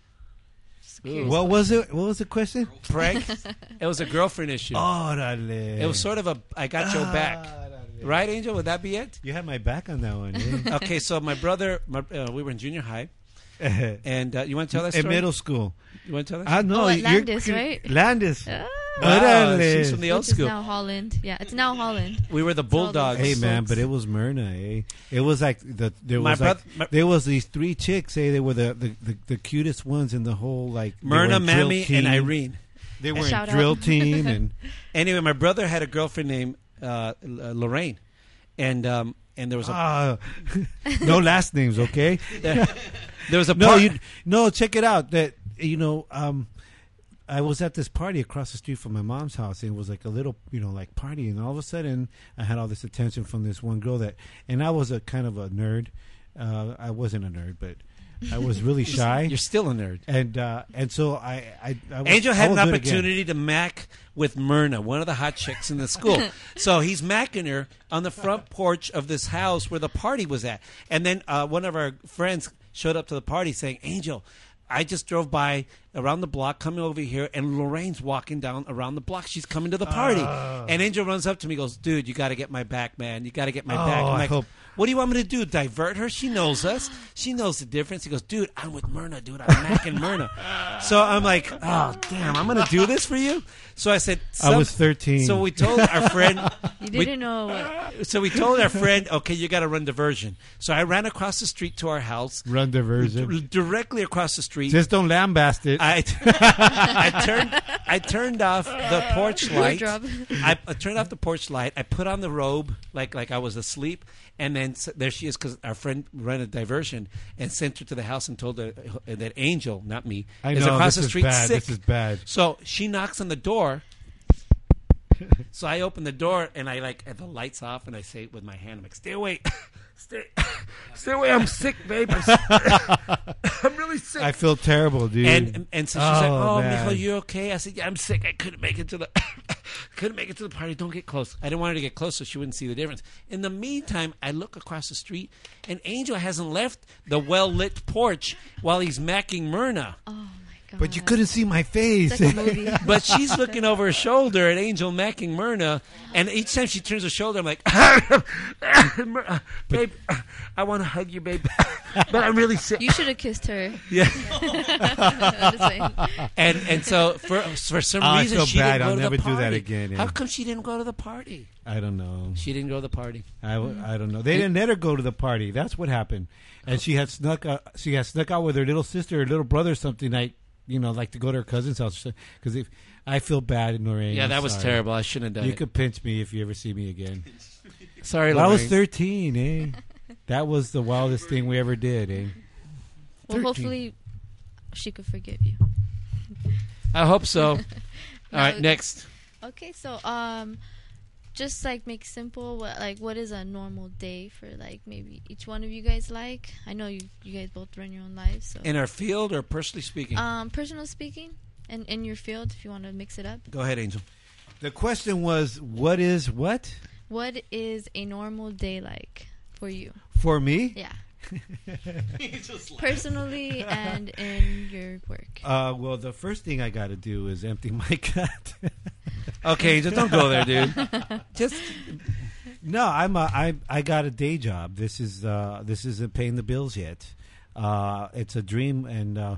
S9: Just curious.
S3: What was it? What was the question?
S2: Prank. it was a girlfriend issue.
S3: Oh, Ah. dale.
S2: It was sort of a I got your back, right, Angel? Would that be it?
S3: You had my back on that one. Eh?
S2: Okay, so my brother, my, uh, we were in junior high, and uh, you want to tell that
S3: in
S2: story?
S3: middle Ah, school.
S2: You want to tell that?
S3: I know.
S9: Oh, at
S3: you're-
S9: Landis, right?
S3: Landis.
S9: Ah,
S2: Ah,
S3: Órale.
S2: she's from the old
S9: which is
S2: school.
S9: now Holland. Yeah, it's now Holland.
S2: we were the bulldogs.
S3: Hey man, but it was Myrna. Eh? It was like the there
S2: My
S3: was
S2: broth-
S3: like,
S2: my-
S3: there was these three chicks. Hey, they were the the, the, the cutest ones in the whole like they were
S2: Myrna,
S3: in drill
S2: Mammy,
S3: team.
S2: and Irene.
S3: They were in
S9: Shout out.
S3: drill team and
S2: Anyway, my brother had a girlfriend named uh, L- uh, Lorraine, and um, and there was a
S3: Ah, no last names, okay?
S2: there was a
S3: No,
S2: part-
S3: you no. Check it out. That you know, um, I was at this party across the street from my mom's house, and it was like a little, you know, like party. And all of a sudden, I had all this attention from this one girl that, and I was a kind of a nerd. Uh, I wasn't a nerd, but I was really shy.
S2: You're still a nerd.
S3: and uh, and so I, I, I was-
S2: Angel
S3: I
S2: had
S3: will
S2: an
S3: do it again.
S2: opportunity to mac with Myrna, one of the hot chicks in the school. so he's macking her on the front porch of this house where the party was at. And then uh, one of our friends showed up to the party saying, Angel, I just drove by around the block, coming over here, and Lorraine's walking down around the block. She's coming to the party.
S3: Ah.
S2: and Angel runs up to me goes, Dude, you got to get my back, man. You got to get my back.
S3: Oh, I
S2: I'm like,
S3: hope-
S2: What do you want me to do? Divert her? She knows us. She knows the difference. He goes, Dude, I'm with Myrna, dude. I'm macking Myrna. So I'm like, Oh, damn, I'm going to do this for you? So I said,
S3: I
S2: some-
S3: was 13.
S2: So we told our friend,
S9: You
S2: we-
S9: didn't know what.
S2: so we told our friend, okay, you got to run diversion. So I ran across the street to our house,
S3: Run diversion.
S2: directly across the street.
S3: Just don't lambast it.
S2: I, I turned I turned off the porch light.
S9: Wardrobe.
S2: I, I turned off the porch light. I put on the robe like like I was asleep, and then s there she is because our friend ran a diversion and sent her to the house and told her uh, that Angel, not me,
S3: I
S2: is
S3: know,
S2: across
S3: this
S2: the
S3: is
S2: street
S3: bad.
S2: sick.
S3: This is bad.
S2: So she knocks on the door. So I open the door and I like have the lights off and I say with my hand, I'm like, "Stay away, stay, stay away! I'm sick, babe. I'm, sick. I'm really sick."
S3: I feel terrible, dude.
S2: And and so she's like,
S3: Oh,
S2: "Oh,
S3: man.
S2: Mijo, you okay?" I said, "Yeah, I'm sick. I couldn't make it to the couldn't make it to the party. Don't get close." I didn't want her to get close so she wouldn't see the difference. In the meantime, I look across the street, and Angel hasn't left the well lit porch while he's macking Myrna,
S9: Oh my god!
S3: but you couldn't see my face.
S9: It's like a movie.
S2: but she's looking over her shoulder at Angel macking Myrna, and each time she turns her shoulder, I'm like, Myr- "Babe, I want to hug you, babe, but I'm really sick."
S9: you should have kissed her.
S2: Yeah.
S9: Honestly.
S2: and and so for for some
S3: Oh, I
S2: reason
S3: feel
S2: she didn't
S3: bad.
S2: go
S3: I'll
S2: to
S3: never
S2: the
S3: do that
S2: party.
S3: again, yeah.
S2: How come she didn't go to the party?
S3: I don't know.
S2: She didn't go to the party.
S3: I,
S9: Mm-hmm.
S3: w- I don't know. They didn't let her go to the party. That's what happened. And she had snuck out, she had snuck out with her little sister or little brother or something like you know like to go to her cousin's house because if I feel bad, Noreen.
S2: Yeah,
S3: I'm
S2: that was
S3: sorry.
S2: terrible. I shouldn't have done
S3: You
S2: it.
S3: could pinch me if you ever see me again.
S2: Sorry,
S3: Well, I was
S2: Lorraine.
S3: thirteen, eh? That was the wildest thing we ever did, eh?
S9: well, hopefully, she could forgive you.
S2: I hope so. All right,
S9: No.
S2: next.
S9: Okay, so um, just like make simple. What like what is a normal day for like maybe each one of you guys like? I know you you guys both run your own lives, so
S2: In our field or personally speaking?
S9: um, personal speaking and in your field, if you want to mix it up,
S2: go ahead, Angel.
S3: The question was, what is what
S9: what is a normal day like for you?
S3: for me?
S9: Yeah. Personally and in your work.
S3: Uh, well, the first thing I got to do is empty my gut.
S2: Okay, Angel, don't go there, dude. Just
S3: No, I'm a, I I got a day job. This is uh this isn't paying the bills yet. Uh, it's a dream, and uh,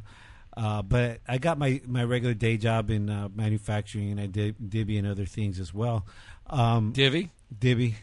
S3: uh, but I got my, my regular day job in uh, manufacturing, and I did dibby and other things as well. Um,
S2: divvy.
S3: Dibby.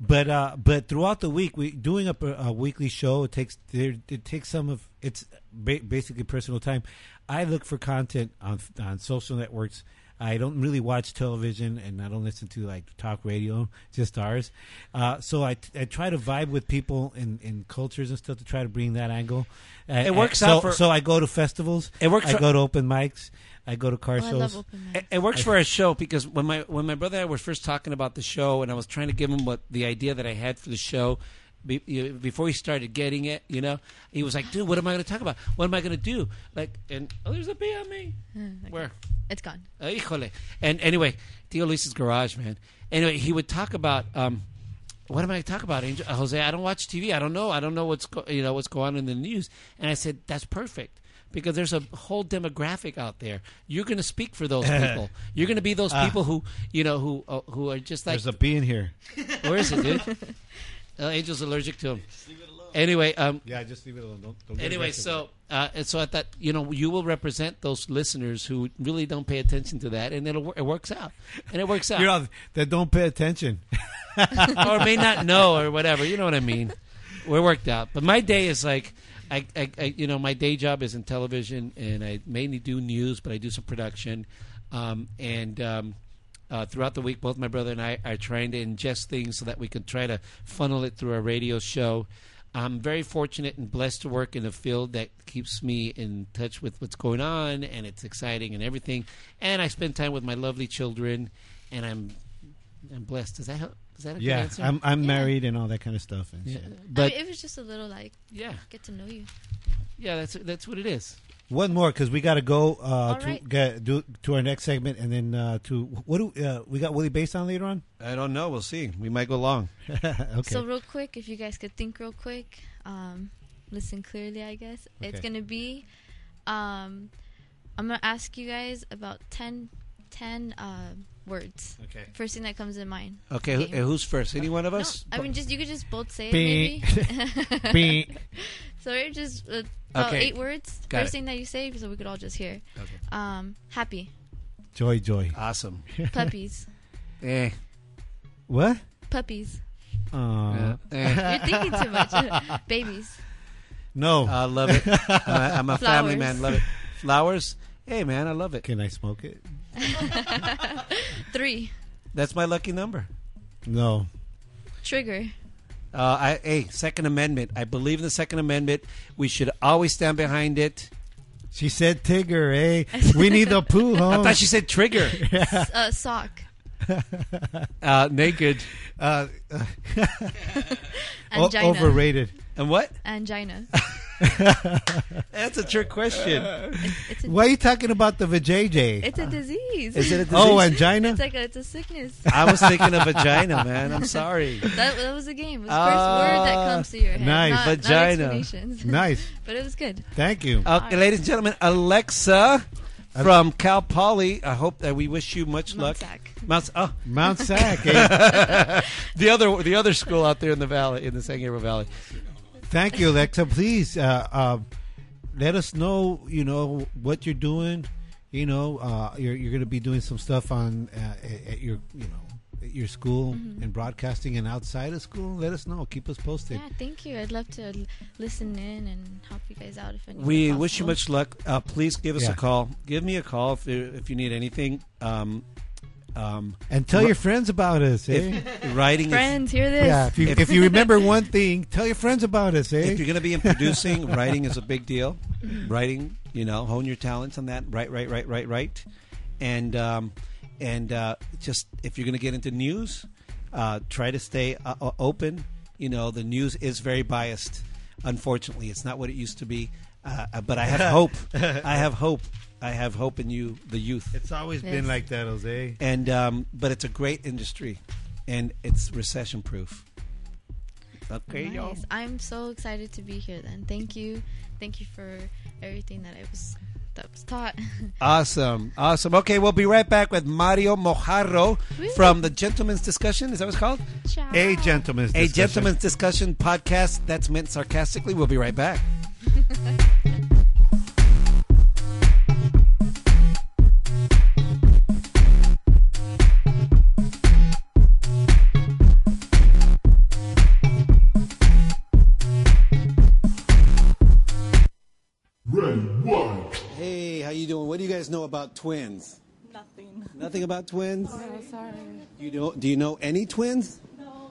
S3: but uh, but throughout the week, we doing up a, a weekly show. It takes there, it takes some of it's ba- basically personal time. I look for content on on social networks. I don't really watch television, and I don't listen to like talk radio, just ours. Uh, so I, I try to vibe with people in, in cultures and stuff to try to bring that angle. And- and
S2: works
S3: so,
S2: out for-
S3: so I go to festivals.
S2: It works
S3: I
S2: for-
S3: go to open mics. I go to car
S9: Oh, I
S3: shows.
S9: love open
S3: Eh.
S9: mic.
S2: It, it works for our show because when my when my brother and I were first talking about the show, and I was trying to give him what the idea that I had for the show. Be, you know, before he started getting it, you know, he was like, "Dude, what am I going to talk about? What am I going to do?" Like, and oh, there's a bee on me. Where?
S9: It's gone.
S2: Uh, híjole. And anyway, Tio Luis's garage, man. Anyway, he would talk about um, what am I going to talk about, Angel? Uh, Jose? I don't watch TV. I don't know. I don't know what's go- you know what's going on in the news. And I said that's perfect because there's a whole demographic out there. You're going to speak for those people. You're going to be those people who you know who uh, who are just like
S3: Ah. There's a bee in here.
S2: where is it, dude? uh, Angel's allergic to him. Anyway, um,
S3: Yeah, just leave it alone. Don't, don't
S2: anyway, so uh, and so I thought you know you will represent those listeners who really don't pay attention to that, and it'll wor- it works out, and it works out,
S3: You're all that don't pay attention.
S2: or may not know or whatever. You know what I mean? We're worked out, but my day is like. I, I, I, you know, my day job is in television, and I mainly do news, but I do some production, um, and um, uh, throughout the week, both my brother and I are trying to ingest things so that we can try to funnel it through our radio show. I'm very fortunate and blessed to work in a field that keeps me in touch with what's going on, and it's exciting and everything. And I spend time with my lovely children, and I'm I'm blessed. Does that help? Is that a good
S3: Yeah,
S2: answer?
S3: I'm I'm married and all that kind of stuff. And
S2: yeah.
S3: shit.
S4: I
S2: But
S4: mean, it was just a little like
S2: yeah,
S4: get to know you.
S2: yeah, that's that's what it is.
S3: One more because we got to go uh, to
S4: right.
S3: get, do, to our next segment and then uh, to what do uh, we got Willie Bass on later on?
S2: I don't know. We'll see. We might go long.
S3: okay.
S4: So real quick, if you guys could think real quick, um, listen clearly, I guess it's
S3: Okay.
S4: gonna be. Um, I'm gonna ask you guys about 10, 10 uh, words.
S3: Okay.
S4: First thing that comes to mind.
S2: Okay, who, uh,
S4: Okay.
S2: who's first? Any one of
S4: No,
S2: us?
S4: I mean, just you could just both say it,
S3: Beep.
S4: maybe.
S3: Beep.
S4: so we're just uh, about
S2: Okay.
S4: eight words.
S2: Got
S4: First
S2: it.
S4: thing that you say, so we could all just hear.
S2: Okay.
S4: Um, happy,
S3: Joy, joy.
S2: Awesome.
S4: puppies,
S2: Eh.
S3: What?
S4: puppies.
S3: Uh,
S2: eh.
S4: You're thinking too much. Babies,
S3: No.
S2: I love it. I, I'm a family
S4: Flowers.
S2: man. Love it. Flowers. Hey, man, I love it.
S3: Can I smoke it?
S4: three,
S2: That's my lucky number.
S3: No.
S4: trigger.
S2: Uh, I, hey, Second Amendment. I believe in the Second Amendment. We should always stand behind it.
S3: She said Tigger, eh? We need a poo, huh?
S2: I thought she said trigger.
S4: uh, sock.
S2: Uh, naked.
S3: uh, uh, o-
S4: Angina.
S3: overrated.
S2: And what?
S4: Angina.
S2: That's a trick question.
S4: It's a,
S3: Why are you talking about the vajayjay?
S4: it's a disease.
S2: Is it a disease?
S3: Oh, angina?
S4: It's like a, it's a sickness.
S2: I was thinking of vagina, man. I'm sorry.
S4: That, that was a game. It was the first
S2: Ah,
S4: word that comes to your head.
S3: nice.
S4: Not, not
S2: Vagina.
S4: explanations.
S3: nice.
S4: but it was good.
S3: Thank you.
S2: Okay, Uh, ladies and gentlemen, Alexa from Cal Poly. I hope that we wish you much luck.
S4: Monsac.
S2: Mouse, oh,
S3: Mount Sac, eh?
S2: the other the other school out there in the valley, in the San Gabriel Valley.
S3: Thank you, Alexa. Please uh, uh, let us know, you know, what you're doing. You know, uh, you're, you're going to be doing some stuff on uh, at, at your, you know, at your school
S4: Mm-hmm.
S3: and broadcasting and outside of school. Let us know. Keep us posted.
S4: Yeah, thank you. I'd love to l- listen in and help you guys out if any. way
S2: We
S4: possible.
S2: wish you much luck. Uh, please give us
S3: Yeah.
S2: a call. Give me a call if you, if you need anything. Um, um,
S3: And tell your friends about us, eh?
S2: if writing, is,
S4: friends. Hear this.
S3: Yeah, if you,
S2: If-
S3: if you remember one thing, tell your friends about us, eh?
S2: if you're going to be in producing, writing is a big deal. Writing, you know, hone your talents on that. Right, right, right, right, right. And um, and uh, just if you're going to get into news, uh, try to stay uh, uh, open. You know, the news is very biased. Unfortunately, it's not what it used to be. Uh, uh, but I have hope. I have hope. I have hope in you, the youth.
S3: It's always
S4: Yes.
S3: been like that, Jose.
S2: and um, but it's a great industry, and it's recession proof. Okay, y'all.
S4: Nice. I'm so excited to be here. Then, thank you, thank you for everything that I was that was taught.
S2: Awesome, awesome. Okay, we'll be right back with Mario Mojarro from the Gentleman's Discussion. Is that what it's called?
S4: Ciao.
S3: A gentleman's
S2: A
S3: discussion.
S2: Gentleman's Discussion podcast. That's meant sarcastically. We'll be right back.
S14: Ready, one.
S2: Hey, how you doing? What do you guys know about twins?
S7: Nothing.
S2: Nothing about twins.
S7: I'm sorry.
S2: You know? Do you know any twins?
S7: No.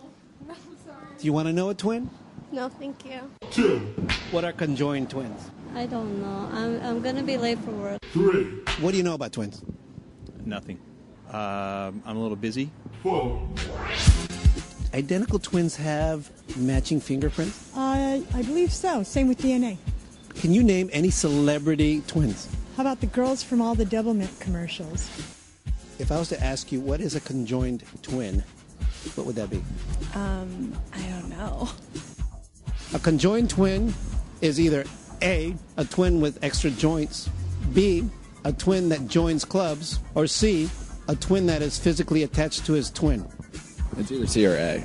S7: I'm sorry.
S2: Do you want to know a twin?
S7: No, thank you.
S2: What are conjoined twins?
S7: I don't know. I'm, I'm going to be late for work.
S2: What do you know about twins?
S8: Nothing. Um, I'm a little busy.
S2: Identical twins have matching fingerprints.
S7: I, I believe so. Same with DNA.
S2: Can you name any celebrity twins?
S7: How about the girls from all the Double Mint commercials?
S2: If I was to ask you what is a conjoined twin, what would that be?
S7: Um, I don't know.
S2: A conjoined twin is either A, a twin with extra joints, B, a twin that joins clubs, or C, a twin that is physically attached to his twin.
S8: It's either C or A.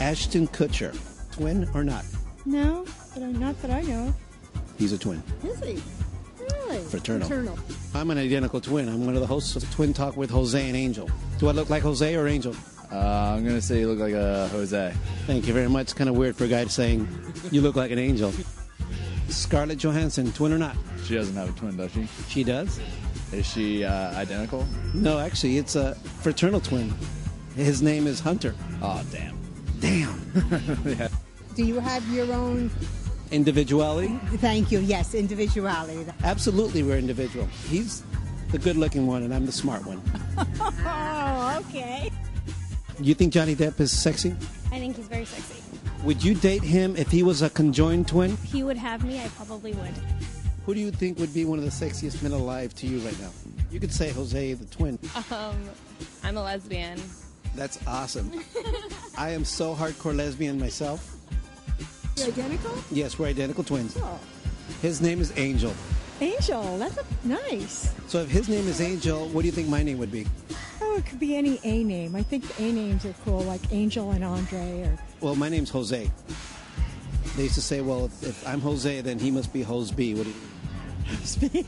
S2: Ashton Kutcher, twin or not,
S7: No, but I'm not that I know. of.
S2: he's a twin.
S7: Is he? Really?
S2: Fraternal. Fraternal. I'm an identical twin. I'm one of the hosts of Twin Talk with Jose and Angel. Do I look like Jose or Angel?
S8: Uh, I'm gonna say you look like a Jose.
S2: Thank you very much. It's kind of weird for a guy saying you look like an angel. Scarlett Johansson, twin or not?
S8: She doesn't have a twin, does she?
S2: She does.
S15: Is she uh, identical?
S2: No, actually, it's a fraternal twin. His name is Hunter.
S15: Oh, damn.
S16: Do you have your own?
S2: Individuality?
S16: Thank you. Yes, individuality.
S2: Absolutely, we're individual. He's the good looking one, and I'm the smart one.
S16: Oh, okay.
S2: You think Johnny Depp is sexy?
S17: I think he's very sexy.
S2: Would you date him if he was a conjoined twin?
S17: If he would have me, I probably would.
S2: Who do you think would be one of the sexiest men alive to you right now? You could say Jose the twin.
S17: Um, I'm a lesbian.
S2: That's awesome. I am so hardcore lesbian myself.
S16: You're identical?
S2: Yes, we're identical twins. His name is Angel.
S16: Angel. That's a, nice.
S2: So if his name is Angel, what do you think my name would be?
S16: Oh, it could be any A name. I think A names are cool, like Angel and Andre. Or
S2: Well, my name's Jose. They used to say, well, if, if I'm Jose, then he must be Jose B. What do you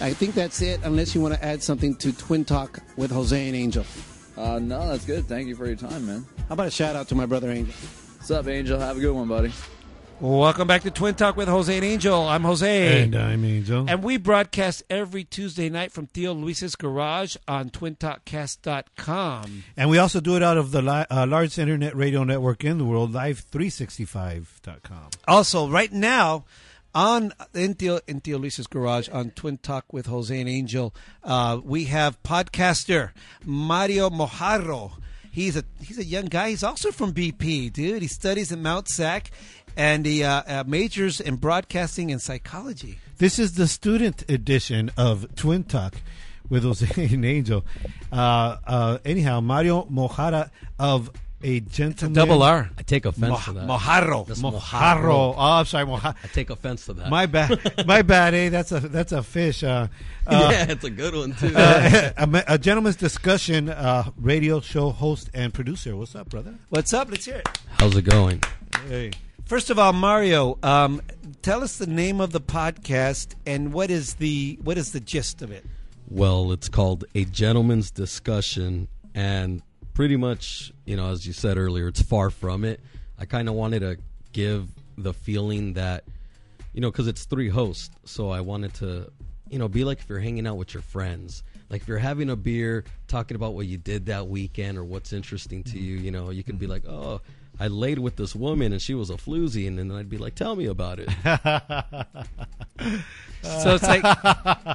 S2: I think that's it, unless you want to add something to Twin Talk with Jose and Angel.
S15: Uh, no, that's good. Thank you for your time, man.
S2: How about a shout out to my brother Angel?
S15: What's up, Angel? Have a good one, buddy.
S11: Welcome back to Twin Talk with Jose and Angel. I'm Jose.
S3: And uh, I'm Angel.
S11: And we broadcast every Tuesday night from Theo Luis's garage on twintalkcast.com.
S3: And we also do it out of the li- uh, largest internet radio network in the world, live365.com.
S11: Also, right now on in Theo, in Theo Luis's garage on Twin Talk with Jose and Angel, uh, we have podcaster Mario Mojarro. He's a he's a young guy. He's also from BP, dude. He studies at Mount SAC, and he uh, uh, majors in broadcasting and psychology.
S3: This is the student edition of Twin Talk with Jose and Angel. Uh, uh, anyhow, Mario Mojara of a gentleman.
S11: Double R.
S8: I take offense
S3: Mo-
S8: to that.
S11: Mojarro.
S8: That's
S3: Mojarro. Oh, I'm sorry, Mojarro.
S8: I take offense to that.
S3: My bad, my bad. Hey, that's a that's a fish. Uh, uh,
S8: yeah, it's a good one too.
S3: uh, a, ma- a gentleman's discussion uh, radio show host and producer. What's up, brother?
S11: What's up? Let's hear it.
S8: How's it going?
S3: Hey.
S11: First of all, Mario, um, tell us the name of the podcast and what is the what is the gist of it?
S8: Well, it's called a gentleman's discussion, and pretty much, you know, as you said earlier, it's far from it. I kind of wanted to give the feeling that, you know, because it's three hosts, so I wanted to, you know, be like if you're hanging out with your friends, like if you're having a beer, talking about what you did that weekend or what's interesting to you. You know, you could be like, oh. I laid with this woman and she was a floozy, and then I'd be like, "Tell me about it."
S11: So it's like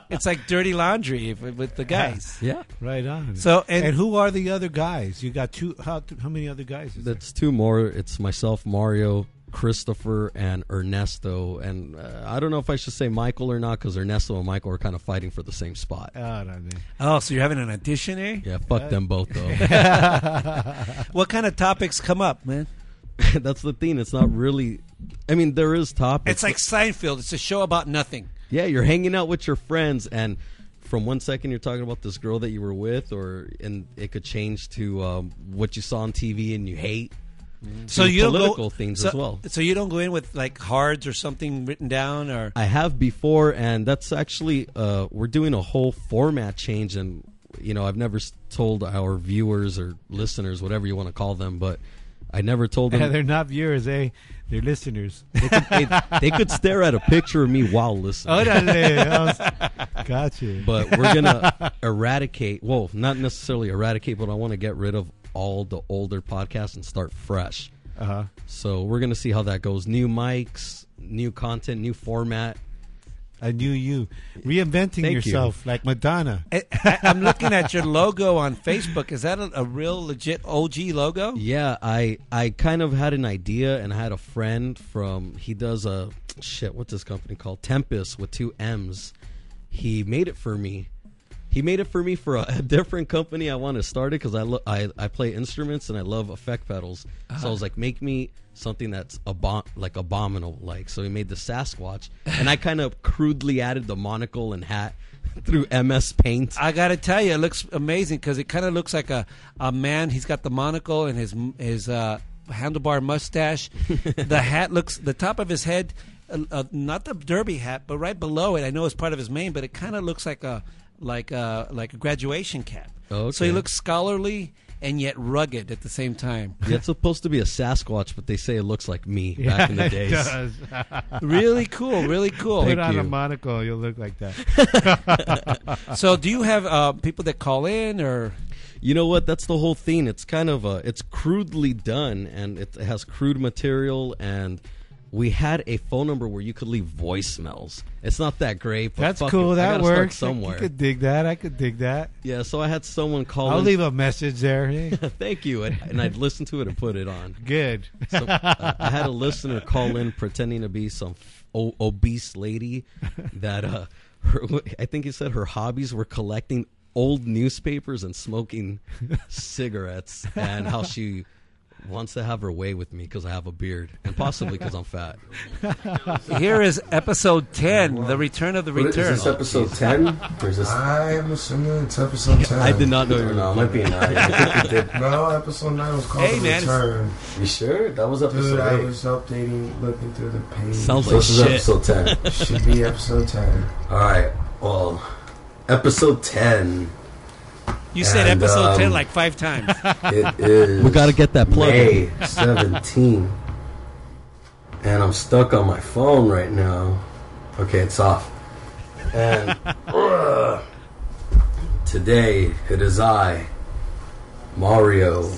S11: it's like dirty laundry if- with the guys.
S8: yeah,
S3: Right on.
S11: So and,
S3: and who are the other guys? You got two. How how many other guys? Is there?
S8: That's two more. It's myself, Mario, Christopher, and Ernesto. And uh, I don't know if I should say Michael or not because Ernesto and Michael are kind of fighting for the same spot.
S3: Ah, I mean,
S11: oh, so you're having an audition, eh?
S8: Yeah, fuck them both though.
S11: What kind of topics come up, man?
S8: That's the thing. It's not really. I mean, there is topics.
S11: It's like Seinfeld. It's a show about nothing.
S8: yeah, you're hanging out with your friends, and from one second you're talking about this girl that you were with, or and it could change to um, what you saw on TV and you hate.
S11: So
S8: To
S11: you don't go-
S8: Mm-hmm. political things
S11: so-
S8: as well.
S11: So you don't go in with like cards or something written down or
S8: I have before, and that's actually uh, we're doing a whole format change, and you know I've never s- told our viewers or listeners, whatever you want to call them, but I never told them
S3: they're not viewers, eh? They're listeners.
S8: they, could, they, they could stare at a picture of me while
S3: Oh.
S8: listening.
S3: gotcha.
S8: but we're gonna eradicate. Well, not necessarily eradicate, but I want to get rid of all the older podcasts and start fresh.
S3: Uh-huh.
S8: So we're gonna see how that goes. New mics, new content, new format.
S3: I knew you. Reinventing
S8: Thank you.
S3: yourself like Madonna.
S11: I, I- I'm looking at your logo on Facebook. Is that a, a real legit OG logo?
S8: Yeah, I I kind of had an idea, and I had a friend from he does a shit. What's his company called? Tempest with two M's. He made it for me. He made it for me for a, a different company I want to start it because I, lo- I I play instruments and I love effect pedals. So I was like, make me something that's abom- like abominable. Like so, he made the Sasquatch, and I kind of crudely added the monocle and hat through MS Paint.
S11: I gotta tell you, it looks amazing because it kind of looks like a, a man. He's got the monocle and his his uh, handlebar mustache. the hat looks the top of his head, uh, uh, not the derby hat, but right below it. I know it's part of his mane, but it kind of looks like a like a like a uh, graduation cap. So
S8: Okay.
S11: he looks scholarly
S2: and yet rugged at the same time.
S8: Yeah, it's supposed to be a Sasquatch, but they say it looks like me back in the days.
S2: really cool, really cool.
S3: Put
S8: Thank
S3: on a
S8: you.
S3: monocle, you'll look like that.
S2: so, do you have uh, people that call in, or
S8: You know what? That's the whole thing. It's kind of a it's crudely done and it has crude material and we had a phone number where you could leave voicemails. It's not that great, but
S3: That's
S8: fuck it.
S3: cool.
S8: I
S3: That
S8: gotta start
S3: works.
S8: somewhere.
S3: You could dig that. I could dig that.
S8: yeah, so I had someone call.
S3: I'll
S8: in-
S3: leave a message there. Hey,
S8: Thank you, and, and I'd listen to it and put it on.
S3: good.
S8: So, uh, I had a listener call in pretending to be some o- obese lady that uh, her, I think he said her hobbies were collecting old newspapers and smoking cigarettes, and how she wants to have her way with me because I have a beard and possibly because I'm fat.
S2: Here is episode 10, The Return of the
S7: What is
S2: Return.
S7: this episode 10? Or is this...
S18: I'm assuming it's episode 10.
S8: I did not know you were
S7: No, it might be a 9. I think we did.
S18: No, episode 9 was called
S7: Hey,
S18: The
S7: man, it's-
S18: Return.
S7: You sure? That was episode
S18: Dude, I
S7: 8.
S18: was updating, looking through the page.
S8: Sounds
S7: So
S8: like
S7: this is
S8: shit.
S7: episode 10.
S18: Should be episode 10.
S7: Alright, well, episode 10.
S2: You said
S7: And,
S2: episode
S7: um,
S2: 10 like five times.
S7: It is.
S8: We gotta get that plug
S7: May 17. and I'm stuck on my phone right now. Okay, it's off. And uh, today it is I, Mario,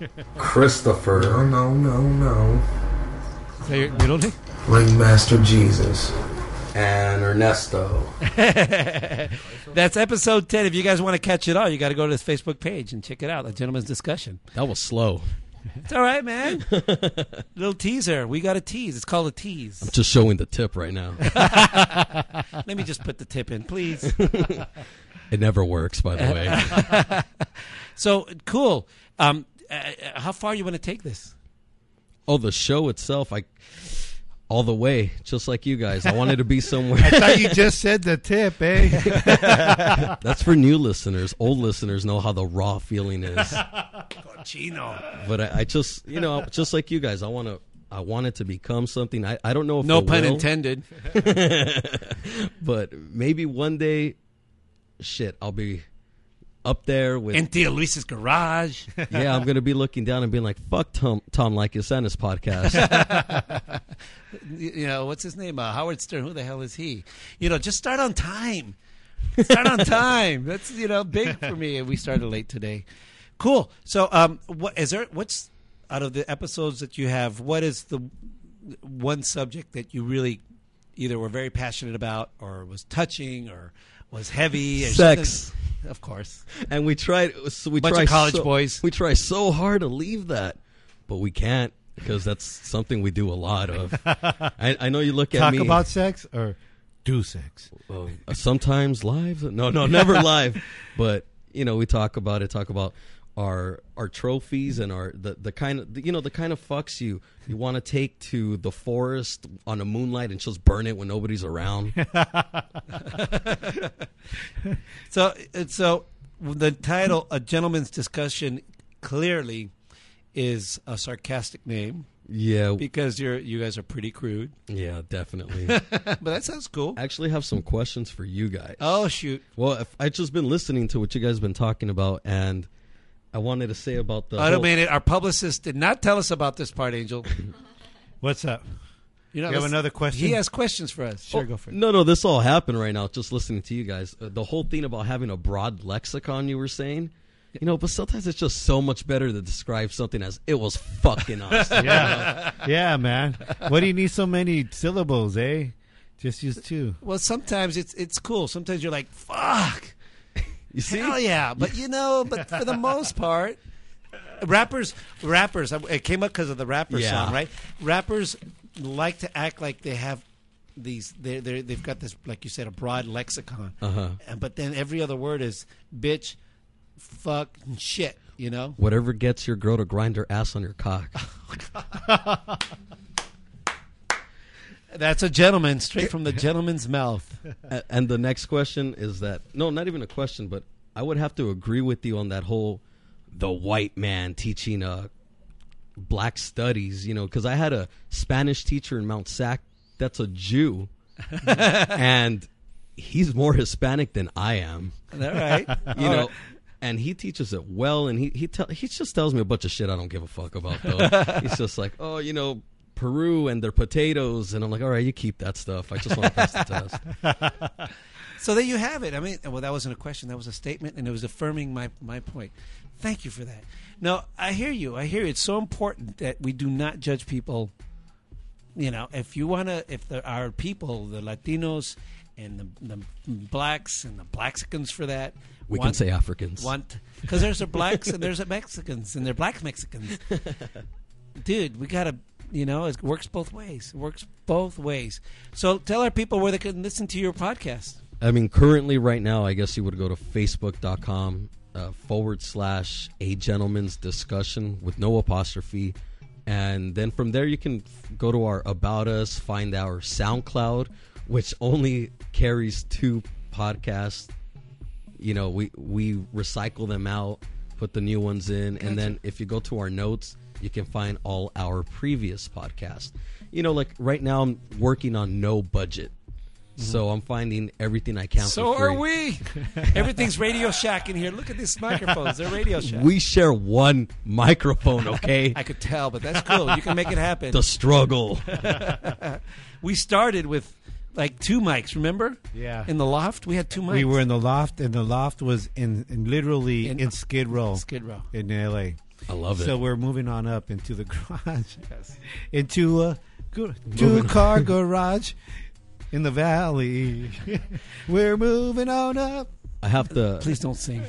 S18: No,
S7: Christopher,
S18: no, no, no.
S2: Is that your middle name?
S18: Ringmaster Jesus.
S7: and Ernesto.
S2: That's episode 10. If you guys want to catch it all, you got to go to this Facebook page and check it out. The Gentleman's Discussion.
S8: That was slow.
S2: It's all right, man. Little teaser. We got a tease. It's called a tease.
S8: Just showing the tip right now.
S2: Let me just put the tip in, please.
S8: It never works, by the way.
S2: So, cool. Um, uh, uh, how far you want to take this?
S8: Oh, the show itself, I all the way, just like you guys. I wanted to be somewhere.
S3: Thought you just said the tip, eh?
S8: That's for new listeners. Old listeners know how the raw feeling is.
S2: Cochino.
S8: But I, I just, you know, just like you guys, I want to. I want it to become something. I, I don't know if
S2: No
S8: I
S2: pun
S8: will,
S2: intended.
S8: But maybe one day, shit, I'll be up there with.
S2: In Tia Luis's garage.
S8: yeah, I'm gonna be looking down and being like, "Fuck Tom, Tom Likas and his podcast."
S2: you you know, what's his name? Uh, Howard Stern. Who the hell is he? You know, just start on time. Start on time. That's you know big for me. And we started late today. Cool. So, um, what is there? What's out of the episodes that you have? What is the one subject that you really either were very passionate about, or was touching, or was heavy? Or
S8: Sex.
S2: something? of course.
S8: and we tried. So we
S2: Bunch of
S8: try
S2: college
S8: so-
S2: boys.
S8: We try so hard to leave that, but we can't because that's something we do a lot of. I, I know you look at
S3: Talk
S8: me.
S3: about sex or do sex?
S8: Well, sometimes live. No, no, never live. But you know, we talk about it. Talk about our our trophies and our the, the kind of you know the kind of fucks you you want to take to the forest on a moonlight and just burn it when nobody's around.
S2: So, and so the title, "A Gentleman's Discussion," clearly is a sarcastic name.
S8: yeah,
S2: because you're you guys are pretty crude.
S8: yeah, definitely.
S2: but that sounds cool.
S8: I actually have some questions for you guys.
S2: Oh shoot!
S8: Well, if, I've just been listening to what you guys been talking about, and I wanted to say about the.
S2: I don't
S8: whole-
S2: mean it. Our publicist did not tell us about this part, Angel.
S3: What's up?
S2: You, know,
S3: You have
S2: let's-
S3: another question? Oh,
S2: He has questions for us.
S8: Oh,
S3: Sure, go for it.
S8: No, no, this all happened right now. Just listening to you guys, uh, the whole thing about having a broad lexicon. You were saying, you know, but sometimes it's just so much better to describe something as "it was fucking awesome."
S3: Yeah, yeah, man. What do you need so many syllables, eh? Just use two.
S2: Well, sometimes it's it's cool. Sometimes you're like, "Fuck,
S8: You see,
S2: hell yeah!" But you know, but for the most part, rappers, rappers. It came up because of the rapper
S8: Yeah.
S2: song, right? Rappers like to act like they have these. They they they've got this, like you said, a broad lexicon.
S8: Uh-huh.
S2: And- But then every other word is bitch, fuck, and shit. You know.
S8: whatever gets your girl to grind her ass on your cock.
S2: That's a gentleman, straight from the gentleman's mouth.
S8: A- and the next question is that no, not even a question, but I would have to agree with you on that whole the white man teaching uh black studies, you know, because I had a Spanish teacher in Mount Sac that's a Jew, and he's more Hispanic than I am,
S2: All right.
S8: you know. and he teaches it well, and he he tell, he just tells me a bunch of shit I don't give a fuck about. Though he's just like, oh, you know, Peru and their potatoes, and I'm like, all right, you keep that stuff. I just want to pass the test.
S2: So there you have it. I mean, well, that wasn't a question. That was a statement, and it was affirming my, my point. Thank you for that. No, I hear you. I hear you. It's so important that we do not judge people. You know, if you want to, if there are people, the Latinos and the, the blacks and the Blaxicans for that.
S8: We
S2: want-
S8: can say Africans.
S2: Want because there's a blacks and there's a Mexicans and they're black Mexicans. Dude, we gotta. You know, it works both ways. It works both ways. So tell our people where they can listen to your podcast.
S8: I mean, currently, right now, I guess you would go to facebook.com uh, forward slash a gentleman's discussion with no apostrophe. And then from there, you can f- go to our About Us, find our SoundCloud, which only carries two podcasts. You know, we, we recycle them out, put the new ones in. And then if you go to our notes, you can find all our previous podcasts. You know, like right now, I'm working on no budget. So I'm finding everything I can.
S2: So
S8: for free.
S2: are we. Everything's Radio Shack in here. Look at these microphones. They're Radio Shack.
S8: We share one microphone, okay?
S2: I could tell, but that's cool. You can make it happen.
S8: the struggle.
S2: we started with like two mics, remember?
S3: Yeah.
S2: In the loft, we had two mics.
S3: We were in the loft, and the loft was in, in literally in,
S2: In-
S3: Skid Row,
S2: Skid Row.
S3: in L.A.
S8: I love it.
S3: So we're moving on up into the garage, into a two car garage in the valley. we're moving on up.
S8: I have to.
S2: Please don't sing.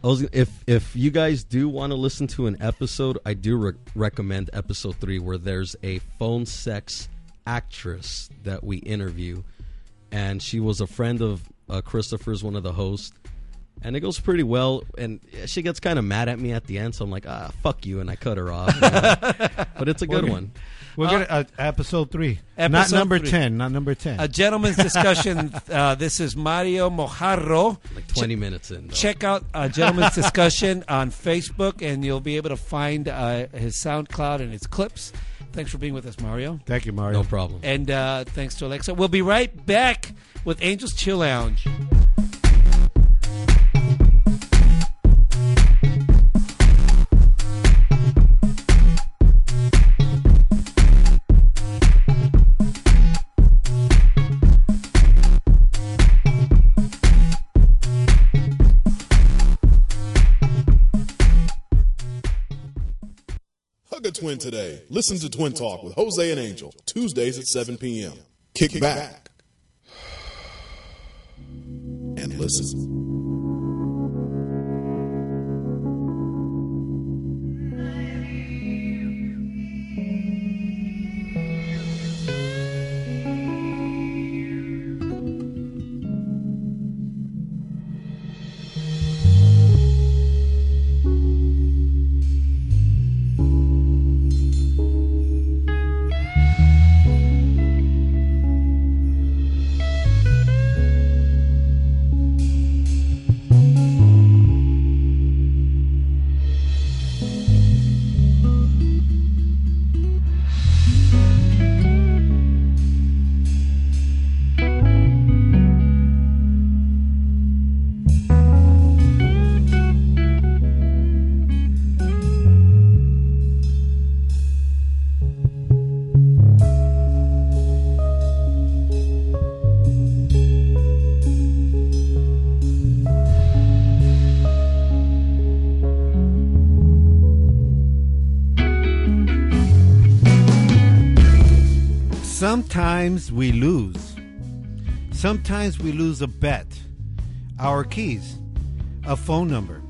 S8: I was, if if you guys do want to listen to an episode, I do re- recommend episode three, where there's a phone sex actress that we interview, and she was a friend of uh, Christopher's, one of the hosts, and it goes pretty well. And she gets kind of mad at me at the end, so I'm like, ah, fuck you, and I cut her off. but it's a good one.
S3: We're gonna uh, episode three, not
S2: Episode
S3: number
S2: three.
S3: ten, not number ten.
S2: A gentleman's discussion. Uh, this is Mario Mojarro.
S8: Like 20 minutes in. though.
S2: Check out uh, Gentleman's Discussion on Facebook, and you'll be able to find uh, his SoundCloud and his clips. Thanks for being with us, Mario.
S3: Thank you, Mario.
S8: No problem.
S2: And uh, thanks to Alexa. We'll be right back with Angels Chill Lounge.
S1: Hug a twin today. Listen to Twin Talk with Jose and Angel, Tuesdays at 7 p.m. Kick back and listen.
S3: Sometimes we lose. Sometimes we lose a bet, our keys, a phone number.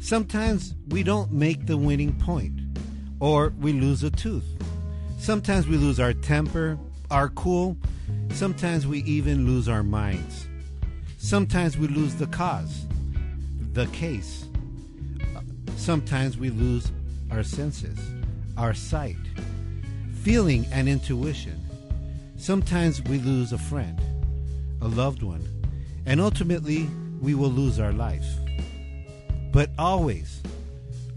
S3: Sometimes we don't make the winning point, or we lose a tooth. Sometimes we lose our temper, our cool. Sometimes we even lose our minds. Sometimes we lose the cause, the case. Sometimes we lose our senses, our sight, feeling, and intuition. Sometimes we lose a friend, a loved one, and ultimately we will lose our life. But always,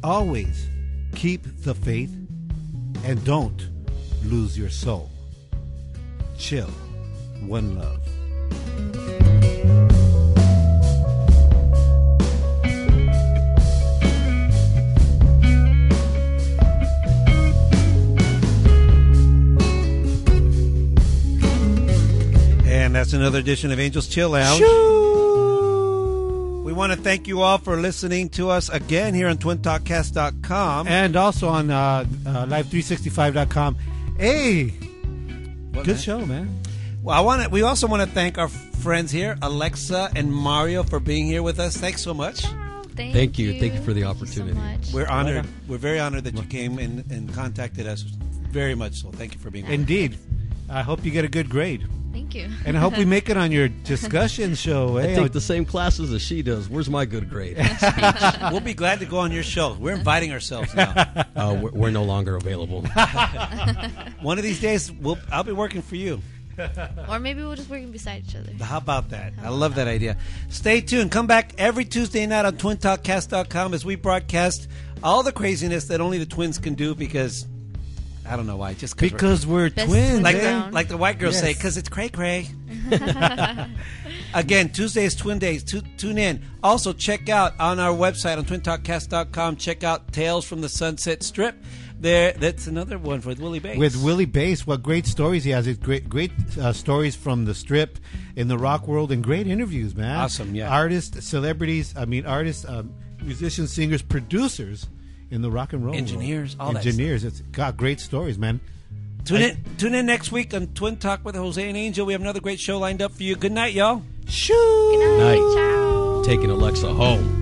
S3: always keep the faith and don't lose your soul. Chill. One love.
S2: And that's another edition of Angels Chill Lounge. We want to thank you all for listening to us again here on twintalkcast.com.
S3: And also on uh, uh, live365.com. Hey,
S2: What,
S3: good
S2: man?
S3: show, man.
S2: Well, I want to, we also want to thank our friends here, Alexa and Mario, for being here with us. Thanks so much.
S4: Thank,
S8: Thank you. Thank you for the
S4: so
S8: opportunity.
S4: much.
S2: We're honored. We're very honored that you came and, and contacted us. Very much so. Thank you for being here.
S3: Indeed. I hope you get a good grade.
S4: Thank you.
S3: And I hope we make it on your discussion show.
S8: I
S3: eh?
S8: take the same classes as she does. Where's my good grade? uh,
S2: We'll be glad to go on your show. We're inviting ourselves now.
S8: Uh, we're, we're no longer available.
S2: One of these days, we'll, I'll be working for you.
S4: or maybe we're just working beside each other.
S2: How about that? I love that idea. Stay tuned. Come back every Tuesday night on twintalkcast.com as we broadcast all the craziness that only the twins can do because I don't know why. Just we
S3: because we're
S4: Best
S3: twins.
S2: like
S4: twin
S3: eh?
S2: the,
S4: around.
S2: like the white girls say,
S3: Yes.
S2: because it's cray cray. Again, Tuesday is Twin Days. Tu- tune in. Also, check out on our website on twintalkcast.com. Check out Tales from the Sunset Strip. There, that's another one with Willie Bates.
S3: With Willie Bass, what great stories he has! It's great, great uh, stories from the strip, in the rock world, and great interviews, man.
S2: Awesome, yeah.
S3: Artists, celebrities. I mean, artists, um, musicians, singers, producers in the rock and roll, world.
S2: Engineers, all that
S3: engineers. It's got great stories, man.
S2: Tune in, tune in next week on Twin Talk with Jose and Angel. We have another great show lined up for you. Good night, y'all.
S8: Night. Taking Alexa home.